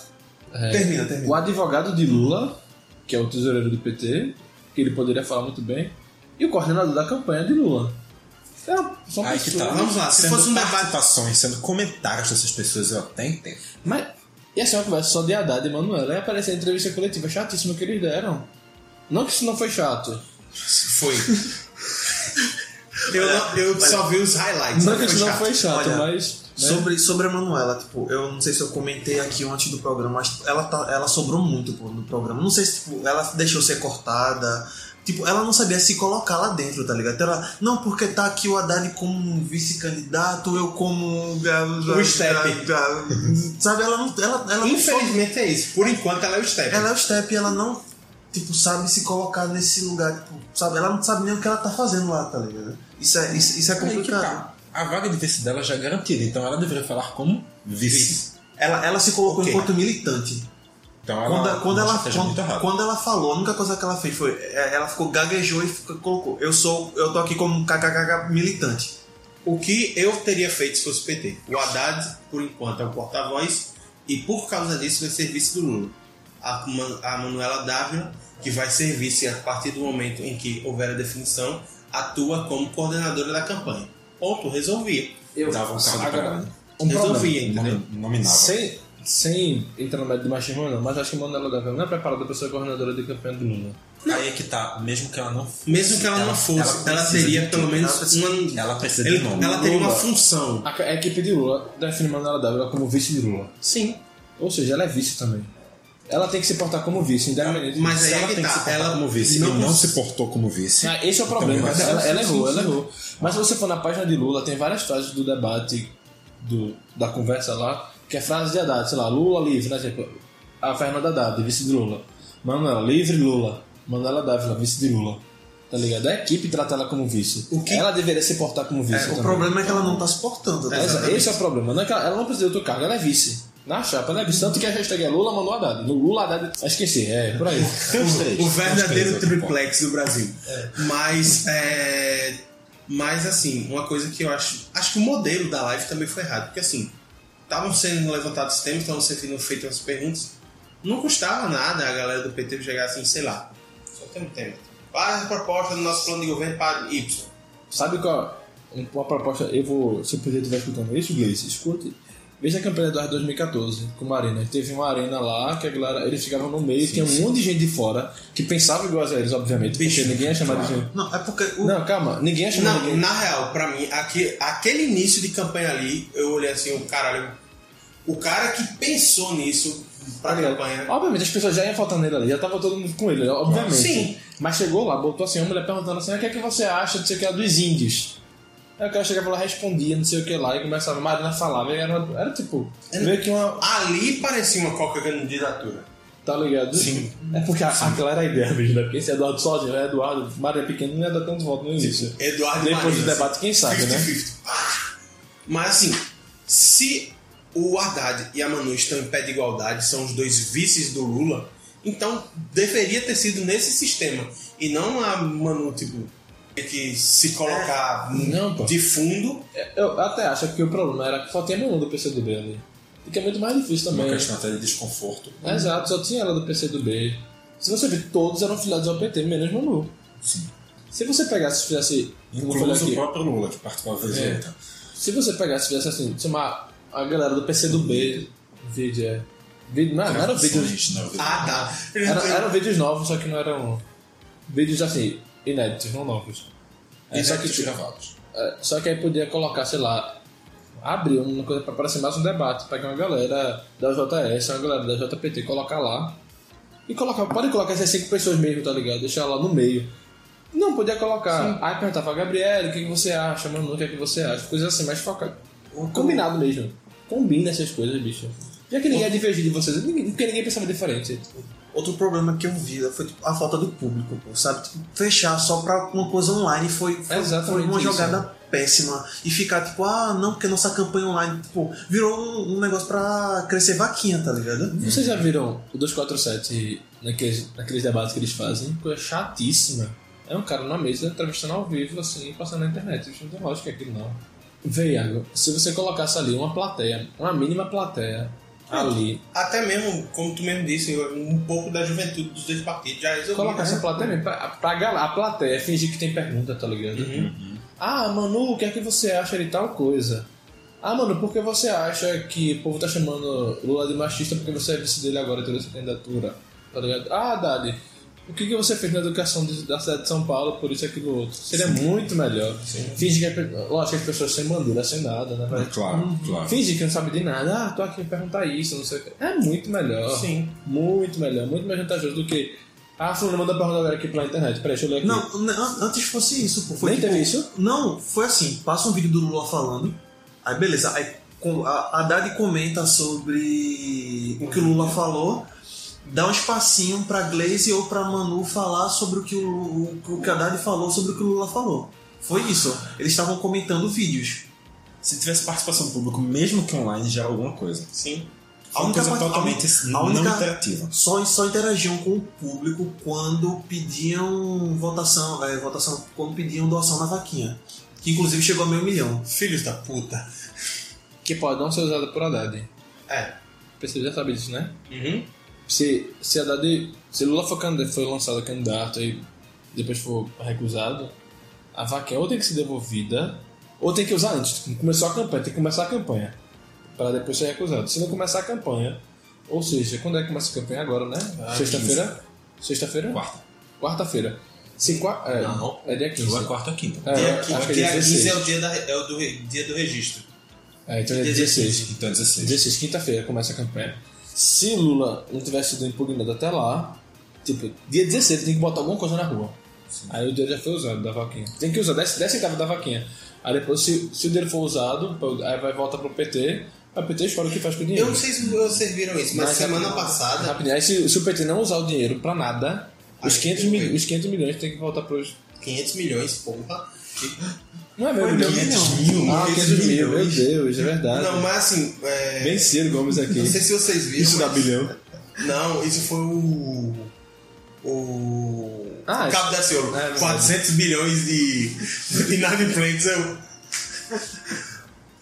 É,
Termina, termina.
O advogado de Lula, que é o tesoureiro do PT, que ele poderia falar muito bem. E o coordenador da campanha de Lula. É, Era só
Aí que
pessoa.
tá.
Vamos lá, se
sendo
fosse um debate-
participações, sendo comentários dessas pessoas, eu até entendo.
Mas ia ser uma conversa só de Haddad e Manuela. Ia aparecer a entrevista coletiva chatíssima que eles deram. Não que isso não foi chato.
Foi. eu não- eu só vi os highlights.
Não que isso não
chato.
foi chato,
Olha,
mas... né?
Sobre, sobre a Manuela, tipo, eu não sei se eu comentei aqui antes do programa, mas ela, tá, ela sobrou muito pô, no programa. Não sei se tipo, ela deixou ser cortada. Tipo, ela não sabia se colocar lá dentro, tá ligado? Então Ela, não, porque tá aqui o Haddad como um vice-candidato, eu como. um
O Step.
Sabe, ela não. Ela, ela não soube
Infelizmente é isso. Por enquanto ela é o Step.
ela é o step e ela não, tipo, sabe se colocar nesse lugar, tipo, sabe? Ela não sabe nem o que ela tá fazendo lá, tá ligado? Isso é, isso, isso é
Aí que
complicado.
tá. A vaga de vice dela já é garantida, então ela deveria falar como vice.
Ela, ela se colocou
Ok.
enquanto militante.
Então
Quando,
ela,
quando, ela,
esteja muito
quando,
errada.
quando ela falou, a única coisa que ela fez foi. é, Ela ficou gaguejou e ficou- colocou. Eu sou. Eu tô aqui como um kkkk militante.
O que eu teria feito se fosse PT? O Haddad, por enquanto, é o porta-voz e por causa disso vai ser vice do Lula. A, Man- a Manuela Dávila, que vai ser vice a partir do momento em que houver a definição, atua como coordenadora da campanha. Ponto, resolvi.
Eu...
Dava um saldo pra
Agora,
ela.
um problema.
Resolvi, entendeu?
Nomi- Nominava.
Sem, sem entrar no mérito do machismo, não, mas acho que Manuela Dávila não é preparada para ser coordenadora de campanha do Lula.
Aí é que tá, mesmo que ela não fosse.
Mesmo que ela, não fosse, ela,
precisa
teria
de-
pelo menos
Ela precisa-
uma.
Ela precisa de
ele-
nome.
ela teria uma
Lula.
função.
A, a equipe de Lula define Manuela Dávila como vice de Lula.
Sim.
Ou seja, ela é vice também. Ela tem que se portar como vice, independente.
Mas aí
ela
é que
tem que se
tá.
portar
ela
Ah, como vice e não se portou como vice.
Ah, esse é o problema.
Então,
ela, ela
sim,
errou,
sim,
ela
sim.
errou. Mas se você for na página de Lula, tem várias frases do debate, do, da conversa lá, que é frase de Haddad, sei lá, Lula livre, né? Tipo, a Fernanda Haddad, vice de Lula. Manuela, livre Lula. Manuela Dávila, vice de Lula. Tá ligado? A equipe trata ela como vice.
O que-
Ela deveria se portar como vice.
É, o
também.
problema é que ela não tá se portando. Tá?
Essa-
ligado?
esse é o problema. Não é que ela, ela não precisa do outro cargo, ela é vice. Na chapa, ela é vice. Tanto que a hashtag é Lula mandou Haddad. No Lula Haddad. Ah, Esqueci, é, por aí.
Os três.
O
Os
verdadeiro
três, eu
triplex do Brasil. Mas, é, mas, assim, uma coisa que eu acho. Acho que o modelo da live também foi errado. Porque, assim, estavam sendo levantados temas, estavam sendo feitas as perguntas. Não custava nada a galera do PT chegar assim, sei lá. Só tem um tema. Qual a proposta do nosso plano de governo para Y?
Sabe qual um- uma proposta? Eu vou, se o presidente estiver escutando isso, Gleice, escute. Veja a campanha do 2014 com uma arena. Teve uma arena lá que a galera, eles ficavam no meio, tinha um monte de gente de fora que pensava igual a eles, obviamente,
Bicho,
porque ninguém ia chamar de gente.
Não, é porque. O,
Não, calma, ninguém ia chamar
Não,
ninguém.
na real, pra mim, aque- aquele início de campanha ali, eu olhei assim, o caralho. O cara que pensou nisso pra
Tá ligado?
campanha.
Obviamente, as pessoas já iam faltando nele ali, já tava todo mundo com ele, obviamente.
Sim.
Mas chegou lá, botou assim, uma mulher perguntando assim, o que é que você acha, não sei o que, dos índios? Aí o cara chegava lá, respondia, não sei o que lá, e começava, a Marina falava, e era, uma- era tipo, meio que uma,
Ali parecia uma coca candidatura.
Tá ligado? Sim. É porque a, aquela era a ideia mesmo, né? Porque esse Eduardo sozinho, né? Eduardo, Maria Pequeno não ia dar tantos votos no início.
Eduardo
Depois
Marinho,
do debate, quem sabe, né?
50-50. Pá! Mas assim, se o Haddad e a Manu estão em pé de igualdade, são os dois vices do Lula, então deveria ter sido nesse sistema. E não a Manu, tipo, ter que se colocar
É. Não, pô.
de fundo.
É, Eu até acho que o problema era que só tinha Manu do PCdoB ali. Fica muito mais difícil
É Uma
também.
questão até de desconforto.
Exato, só tinha ela do PC do B. Se você ver, todos eram filiados ao PT, menos Manu.
Sim.
Se você pegasse e fizesse. Como eu falei
Incluso o
aqui.
próprio Lula, que participava da
É.
junta.
Se você pegasse e fizesse assim, chamar a galera do PC do B. Vídeo, é. Vídeo, não, não eram vídeos.
Gravações, não, vídeo.
Ah, tá.
Era, eram vídeos novos, só que não eram. Vídeos assim, inéditos, não novos. É, só,
Diretos
que,
gravados.
é, só que aí podia colocar, sei lá, abrir uma coisa pra parecer mais um debate, pegar uma galera da JS, uma galera da JPT, colocar lá. E colocar, pode colocar essas cinco pessoas mesmo, tá ligado? Deixar lá no meio. Não, podia colocar. Aí perguntava, Gabriel, o que, que você acha, Manu, o que, é que você acha? Coisas assim, mais focadas. Combinado mesmo. Combina essas coisas, bicho. Já que ninguém é divergir de vocês, ninguém- porque ninguém pensava diferente.
Outro problema que eu vi foi tipo, a falta do público, pô, sabe? Tipo, fechar só pra uma coisa online foi, foi,
Exatamente
foi uma
isso.
jogada péssima. E ficar tipo, ah, não, porque nossa campanha online, tipo, virou um, um negócio pra crescer vaquinha, tá ligado?
Vocês já viram o 247 naqueles, naqueles debates que eles fazem? Coisa chatíssima. É um cara na mesa entrevistando ao vivo, assim, passando na internet. Isso não tem lógica aquilo, não. Vê, Iago, se você colocasse ali uma plateia, uma mínima plateia, ali,
Até mesmo, como tu mesmo disse, um pouco da juventude dos dois partidos já resolveu.
colocar essa
né?
plateia mesmo, pra, pra gal- a plateia é fingir que tem pergunta, tá ligado? Ah, Manu, o que é que você acha de tal coisa? Ah, Manu, por que você acha que o povo tá chamando Lula de machista porque você é vice dele agora, teve essa candidatura? Tá ligado? Ah, Dali, o que, que você fez na educação de- da cidade de São Paulo por isso e aquilo outro? Seria muito melhor. Finge que, a pe- lógico, que as pessoas sem bandeira, sem nada, né?
É, Claro, claro.
Finge que não sabe de nada. Ah, tô aqui pra perguntar isso, não sei o que. É muito melhor.
Sim.
Muito melhor, muito mais vantajoso do que. Ah, fulano manda pergunta agora aqui pela internet. Peraí, deixa eu ler aqui.
Não, n- an- antes fosse isso, pô. Foi,
Nem
tipo,
teve isso?
Não, foi assim, passa um vídeo do Lula falando, aí beleza, aí com- a a Haddad comenta sobre o que o Lula falou, dá um espacinho pra Glaze ou pra Manu falar sobre o que o, o, o que a Haddad falou sobre o que o Lula falou. Foi isso, eles estavam comentando vídeos.
Se tivesse participação do público, mesmo que online, já era alguma coisa.
Sim.
A
Uma
única
coisa
parte-
totalmente
a
não
única-
interativa.
Só, só interagiam com o público quando pediam votação, é, votação, quando pediam doação na vaquinha. Que inclusive chegou a meio milhão.
Filhos da puta.
Que pode não ser usada por Haddad.
É.
Você já sabe disso, né?
Uhum.
Se, se Haddad. Se Lula for, candidato, foi lançado candidato e depois for recusado, a vaquinha ou tem que ser devolvida, ou tem que usar antes. Começou a campanha, tem que começar a campanha. Pra depois ser recusado. Se não começar a campanha, ou seja, quando é que começa a campanha agora, né?
Ah,
Sexta-feira? Sexta-feira?
Quarta.
Quarta-feira. Se qua- é,
Não.
é dia 15.
Ou é quarta ou quinta.
É,
Dia,
acho que
aqui,
é
dia
dia
15 é
16.
o dia, da, é o do, re- dia do registro.
É, então é dia 16.
Então, 16.
16, quinta-feira, começa a campanha. Se Lula não tivesse sido impugnado até lá, tipo, dia 16 tem que botar alguma coisa na rua. Aí o dinheiro já foi usado da vaquinha. Tem que usar 10, 10 centavos da vaquinha. Aí depois, se, se o dinheiro for usado, aí vai voltar pro PT, aí o PT escolhe o que faz com o dinheiro.
Eu não sei se vocês viram isso, mas,
Mas é
semana
rapidinho-
passada
Rapidinho. Aí se, se o PT não usar o dinheiro pra nada, os
Aí
500,
tudo
mil-
bem.
os 500 milhões tem que voltar pros...
500 milhões, porra.
Não é mesmo?
meu,
milhão?
mil.
Ah, 500 mil, meu Deus, é verdade.
Não, mas assim, é,
Bem cedo, Gomes, aqui.
não sei se vocês viram.
Isso dá
mas-
bilhão.
Não, isso foi o. O.
Ah,
o Cabo da Ciolo.
é verdade.
400 bilhões de, de inadimplentes. Eu...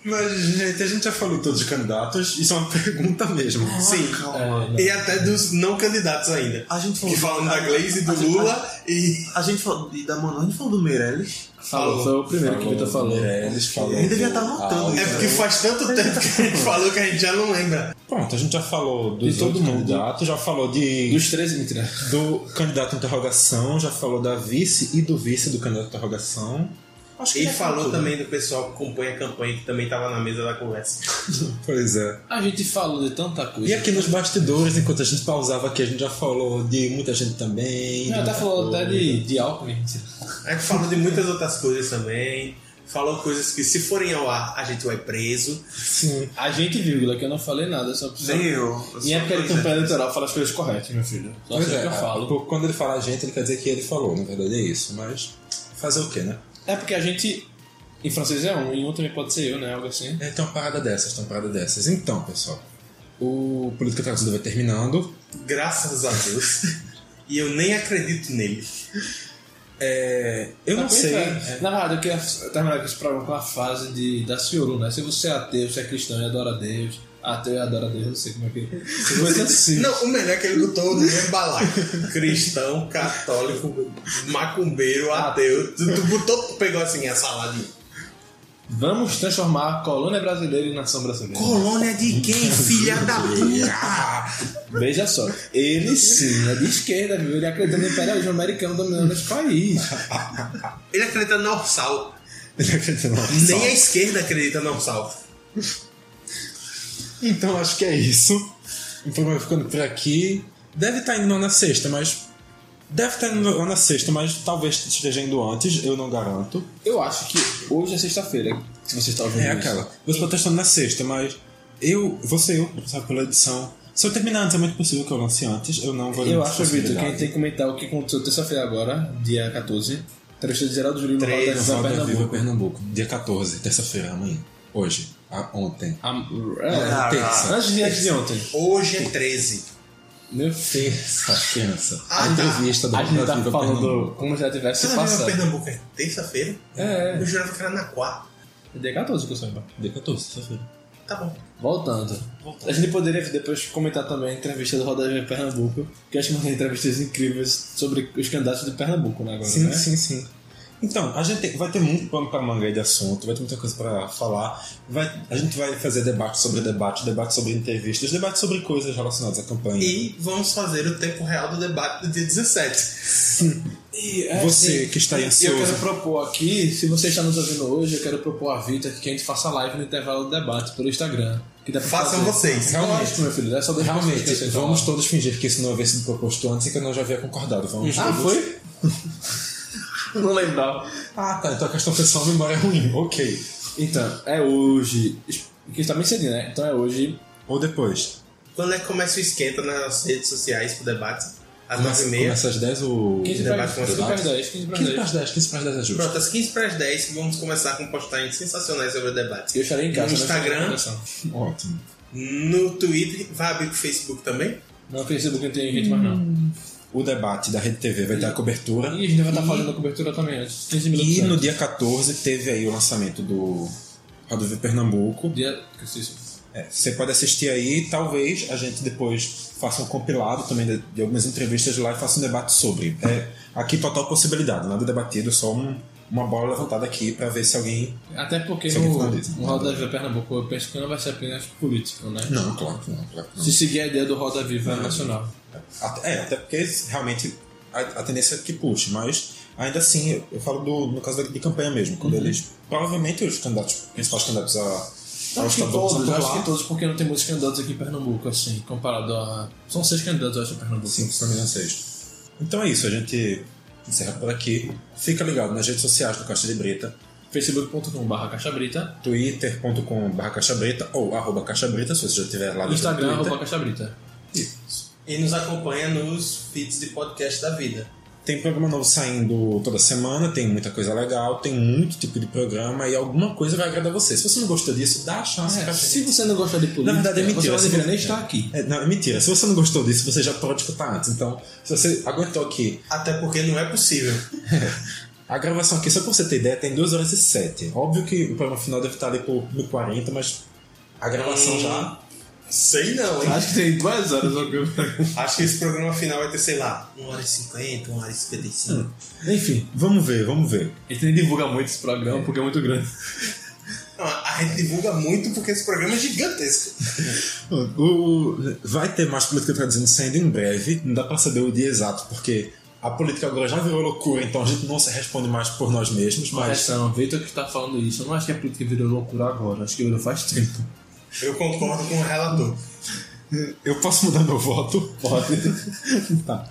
Mas, gente, a gente já falou de todos os candidatos. Isso é uma pergunta mesmo.
Sim.
Calma.
É, não.
E até dos não candidatos ainda.
A gente falou
E falando da
a-
Glaze, do
a-
Lula e.
A gente falou e da Manu, a gente falou do Meirelles.
Falou, É, foi o primeiro que o Vitor falou.
Meirelles, falou tá
Ele devia
do
estar notando
Alckmin.
É porque faz tanto tempo que a gente falou que a gente já não lembra.
É, Pronto, a gente já falou do
De todo
todo
mundo.
candidato, já falou de,
Dos 13, mentira.
do candidato à interrogação, já falou da vice e do vice do candidato à interrogação. Acho
E
já
falou
tudo.
também do pessoal que acompanha a campanha, que também tava na mesa da conversa.
Pois é.
A gente falou de tanta coisa.
E aqui nos bastidores, enquanto a gente pausava aqui, a gente já falou de muita gente também.
Não, tá né? até
de muita
falou até
coisa.
de, de Alckmin. mentira.
A gente É falou de muitas outras coisas também. Falou coisas que, se forem ao ar, a gente vai preso.
Sim.
A gente, vírgula, que eu não falei nada. Só, só...
Nem eu. eu
Em
só-
época de
pois é.
campanha eleitoral, fala as coisas corretas, meu filho. Só
Pois
sei o
é,
que eu falo.
porque quando ele fala a gente, ele quer dizer que ele falou, na verdade é isso. Mas fazer o quê, né?
É porque a gente, em francês é um, em um também pode ser eu, né? Algo assim.
É, tem uma parada dessas, tem uma parada dessas. Então, pessoal, o tá Política Traduzido vai terminando.
Graças a Deus. e eu nem acredito nele.
É, eu não
Mas,
sei.
pois é. Na verdade, eu queria terminar com esse programa com a fase de, da Ciolo, né? Se você é ateu, se é cristão e adora a Deus, Ateu e adora Deus, não sei como é que. Coisa assim.
Não, o melhor é que ele botou no mesmo balaio. Cristão, católico, macumbeiro, ateu. Tu, tu botou, tu pegou assim a saladinha.
Vamos transformar a colônia brasileira em nação brasileira.
Colônia de quem, filha da puta?
Veja só, ele sim é de esquerda, viu? Ele acredita no imperialismo americano dominando esse país.
Ele acredita no Orsal.
Ele acredita no
Nem a
Orsal.
esquerda acredita no Orsal.
Então acho que é isso. O programa vai ficando por aqui. Deve estar indo lá na sexta, mas. Deve estar indo lá na sexta, mas talvez esteja indo antes, eu não garanto.
Eu acho que hoje é sexta-feira, se você está ouvindo
É
isso.
aquela. Você pode testando na sexta, mas eu, você eu, sabe, pela edição. Se eu terminar antes, é muito possível que eu lance antes. Eu não vou
Eu
dar
acho, Vitor, que a gente
possibilidade.
tem que comentar o que aconteceu terça-feira agora, dia 14. Trecho de Geraldo Júlio no Roda
Três,
Viva
Roda Viva
Pernambuco.
Pernambuco, dia 14, terça-feira, amanhã. Hoje. Ah, ontem.
Ah, é,
Ah,
terça.
Antes de, antes de ontem.
Hoje é 13.
Meu
Terça, terça.
Ah,
a
tá.
entrevista da
A gente
Roda
tá
Viva
falando
Pernambuco.
como se já
Você
tivesse
não viu
passado.
Pernambuco é terça-feira?
É,
Eu jurava que era na quarta.
é. Dia 14 que eu saiba.
Dia 14, terça-feira.
Tá bom.
Voltando. A gente poderia depois comentar também a entrevista do Roda Viva Pernambuco, que eu acho que tem entrevistas incríveis sobre os candidatos de Pernambuco, né, agora,
Sim,
né?
sim, sim. Então, a gente tem- vai ter muito pano pra manga aí de assunto, vai ter muita coisa pra falar. Vai, a gente vai fazer debate sobre debate, debate sobre entrevistas, debate sobre coisas relacionadas à campanha.
E vamos fazer o tempo real do debate do dia 17.
E, é,
Você
sim.
que está aí
E eu
ansioso.
quero propor aqui, se você está nos ouvindo hoje, eu quero propor a Vitor que a gente faça live no intervalo do debate pelo Instagram. Que dá pra
Façam
fazer.
vocês.
Realmente.
Lógico, meu filho, é só deixar vocês
Realmente,
esquecerem de
vamos
falar.
todos fingir que isso não havia sido proposto antes e que eu não já havia concordado. Vamos
Ah,
todos-
foi? Não lembrava.
Ah, tá, então a questão pessoal memória é ruim. Ok.
Então, é hoje. Que está bem cedinho, né? Então é hoje.
Ou depois.
Quando é que começa o esquenta nas redes sociais pro debate? Às
Começa,
9h30.
começa às 10 ou.
15
15
para
debate
15 para
começa
10. 15 para 10.
para as 10, 15 para as 10 é justo.
Pronto, às 15 para as 10 vamos começar com postagens sensacionais sobre o debate.
Eu estarei em casa.
No
né?
Instagram.
Ótimo.
No Twitter, vai abrir pro Facebook também.
Não, no Facebook não tem gente mais não.
O debate da Rede TV vai ter a cobertura.
E a gente vai estar fazendo a cobertura também, antes. 15 minutos. né?
E no
antes.
dia 14 teve aí o lançamento do Rodovia Pernambuco.
dia. que isso?
É, você pode assistir aí, talvez a gente depois faça um compilado também de, de algumas entrevistas lá e faça um debate sobre. É, aqui total possibilidade, nada debatido, só um- uma bola levantada aqui pra ver se alguém.
Até porque
Isso aqui
no,
tá dito.
no Roda Viva Pernambuco eu penso que não vai ser apenas político, né?
Não, claro que não. Claro que não.
Se seguir a ideia do Roda Viva Nacional.
Até- É, até porque realmente a, a tendência é que puxe, mas ainda assim, eu, eu falo do, no caso da, de campanha mesmo, quando eles. Provavelmente os candidatos, principais candidatos a, aos
Acho que
estaduais
todos,
vão
acho
lá.
que todos, porque não tem muitos candidatos aqui em Pernambuco, assim, comparado a. São seis candidatos, eu acho, em Pernambuco.
Sim, se não me engano, seis. Então é isso, a gente encerra por aqui. Fica ligado nas redes sociais do Caixa de Brita,
facebook.com.br caixabrita,
twitter.com.br caixabrita ou arroba caixabrita, se você já estiver lá no
Instagram
Twitter.
arroba caixabrita.
E nos acompanha nos feeds de podcast da vida.
Tem programa novo saindo toda semana, tem muita coisa legal, tem muito tipo de programa e alguma coisa vai agradar você. Se você não gostou disso, dá a chance pra
É,
gente.
se você não gosta de política,
Na verdade, é
você
mentira.
não
Se
deveria
você-
nem estar aqui.
É, não, é mentira. Se você não gostou disso, você já pode escutar antes. Então, se você aguentou aqui
Até porque não é possível.
A gravação aqui, só pra você ter ideia, tem 2 horas e 7. Óbvio que o programa final deve estar ali por 1040, mas a gravação
Hum.
já.
Sei não, hein?
Acho que tem duas horas ao que
Acho que esse programa final vai ter, sei lá, 1 hora e 50, 1 hora e 55.
Hum. Enfim,
Vamos ver, vamos ver.
a gente nem divulga muito esse programa porque é muito grande.
Não, a gente divulga muito porque esse programa é gigantesco.
O- Vai ter mais política traduzindo saindo em breve, não dá pra saber o dia exato, porque a política agora já virou loucura, então a gente não se responde mais por nós mesmos, mas.
Correção, Vitor que está falando isso. Eu não acho que a política virou loucura agora, acho que virou faz tempo.
Eu concordo com o relator.
Eu posso mudar meu voto? tá.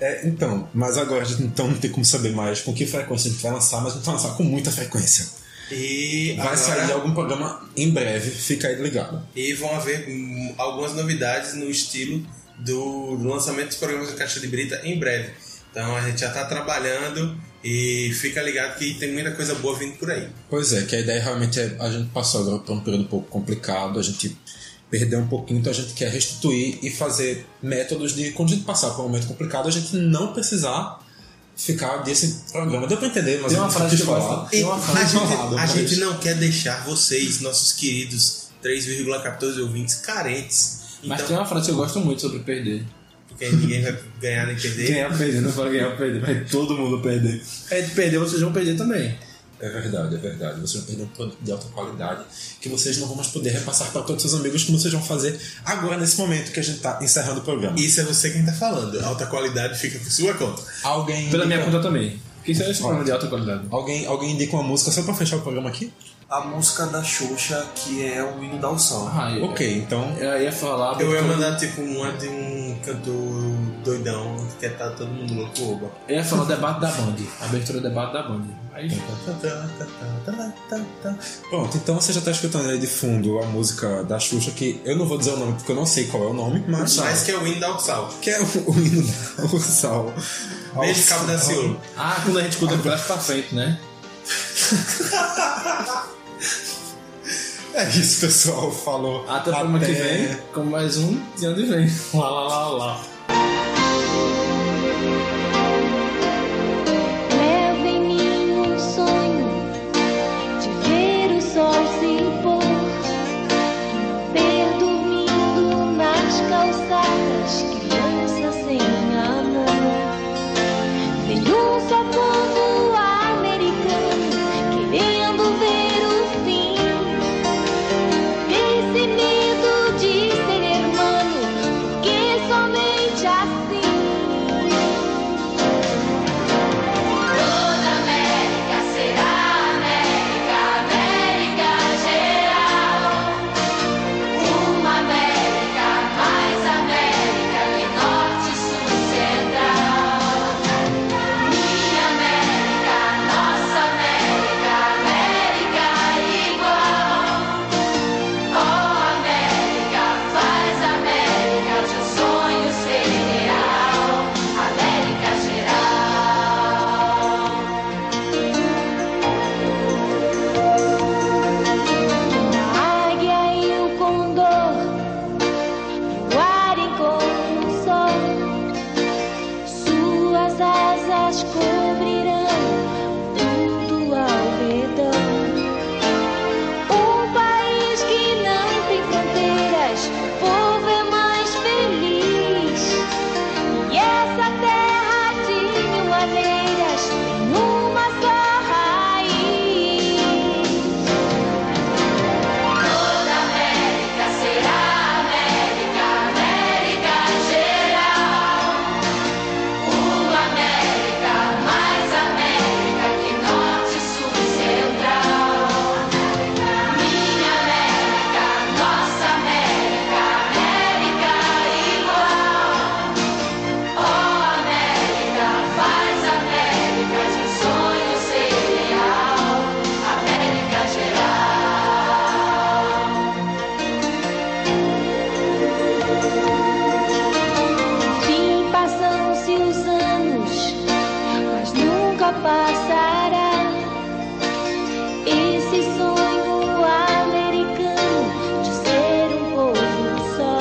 É, então, mas agora a gente então, não tem como saber mais com que frequência a gente vai lançar, mas a gente vai lançar com muita frequência.
E
Vai
agora-
sair algum programa em breve, fica aí ligado.
E vão haver hum, algumas novidades no estilo do do lançamento dos programas do Caixa de Brita em breve. Então a gente já está trabalhando e fica ligado que tem muita coisa boa vindo por aí.
Pois é, que a ideia realmente é. A gente passou agora por um período um pouco complicado, a gente perdeu um pouquinho, então a gente quer restituir e fazer métodos de quando a gente passar por um momento complicado, a gente não precisar ficar desse programa. Deu pra entender, mas
Tem uma
eu não
frase
quis
que eu
falar.
gosto.
E
Tem uma
a
frase né?
gente,
falada,
a
mas-
gente não quer deixar vocês, nossos queridos 3,14 ouvintes carentes.
Mas
Então,
tem uma frase que eu gosto muito sobre perder.
porque ninguém vai ganhar nem perder.
Ganhar, perder, não fala ganhar, perder, vai todo mundo perder. É de perder, vocês vão perder também.
É verdade, é verdade. Vocês vão perder um produto de alta qualidade que vocês não vão mais poder repassar para todos os seus amigos, como vocês vão fazer agora, nesse momento que a gente está encerrando o programa.
Isso é você quem tá falando. Alta qualidade fica por sua conta.
alguém.
Pela minha
indica,
conta também. Porque isso é esse problema de alta qualidade.
alguém, alguém indica uma música só para fechar o programa aqui?
A música da Xuxa, que é o hino da Alção.
Ah, eu-
Ok, então.
Eu ia falar.
Eu ia mandar tipo uma de um cantor doidão que quer tá todo mundo louco, oba.
eu ia falar o debate da Band. Abertura do debate da Band. Aí,
Pronto, então você já está escutando aí de fundo a música da Xuxa, que eu não vou dizer o nome porque eu não sei qual é o nome, mas.
Mas que é o hino da Uxal.
Que é o, o hino da Ursal.
Beijo, Cabo
tá
da Ciolo.
ah, quando a gente escuta de baixo pra frente, né?
É isso, pessoal. Falou.
Até o programa é que vem, com mais um de onde vem. Lá, lá, lá, lá.
Levo em mim um sonho de ver o sol se pôr, ver dormindo nas calçadas criança sem amor, ver um socorro americano querendo ver o fim, esse medo de ser hermano, porque somente assim. Toda América será América, América geral. Uma América, mais América que norte, sul, central. Minha América, nossa América, América igual. Oh América, faz América de um sonho ser real. América geral. A águia e o condor, no ar encontram o sol. Suas asas cobrirão tudo ao redor. Um país que não tem fronteiras, o povo é mais feliz. E essa terra de mil maneiras tem uma só raiz. Toda América será América, América geral. Uma América, mais América que norte, sul e central. Minha América, nossa América, América igual. Oh América, faz América de um sonho ser real, América geral. Enfim, passam-se os anos, mas nunca passará esse sonho americano de ser um povo só.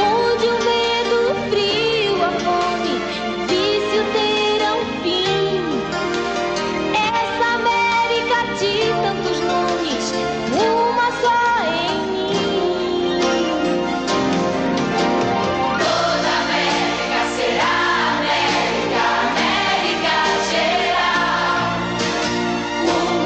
Onde o medo, o frio, a fome, o vício terão fim. Essa América de tantos nomes, uma só em mim. Toda América será América, América geral. então,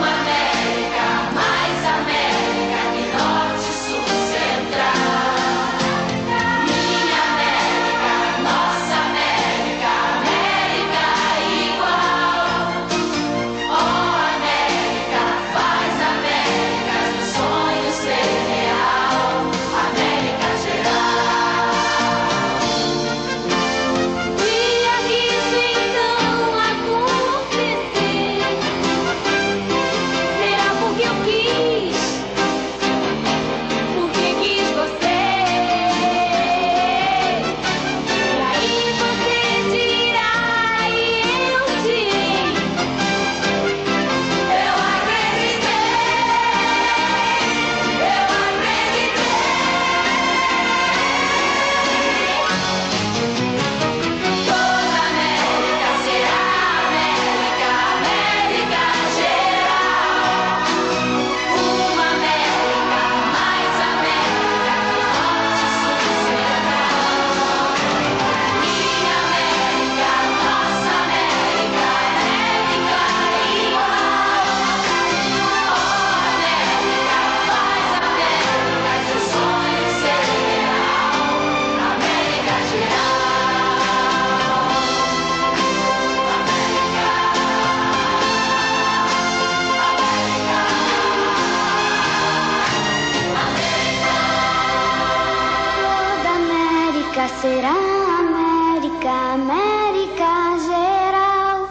Será América, América geral.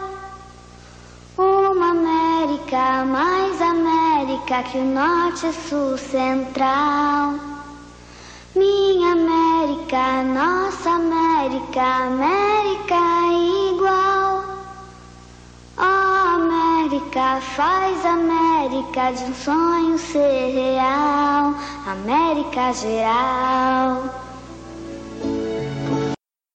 Uma América, mais América que o norte, sul, central. Minha América, nossa América, América igual. Ó América, faz América de um sonho ser real. América geral.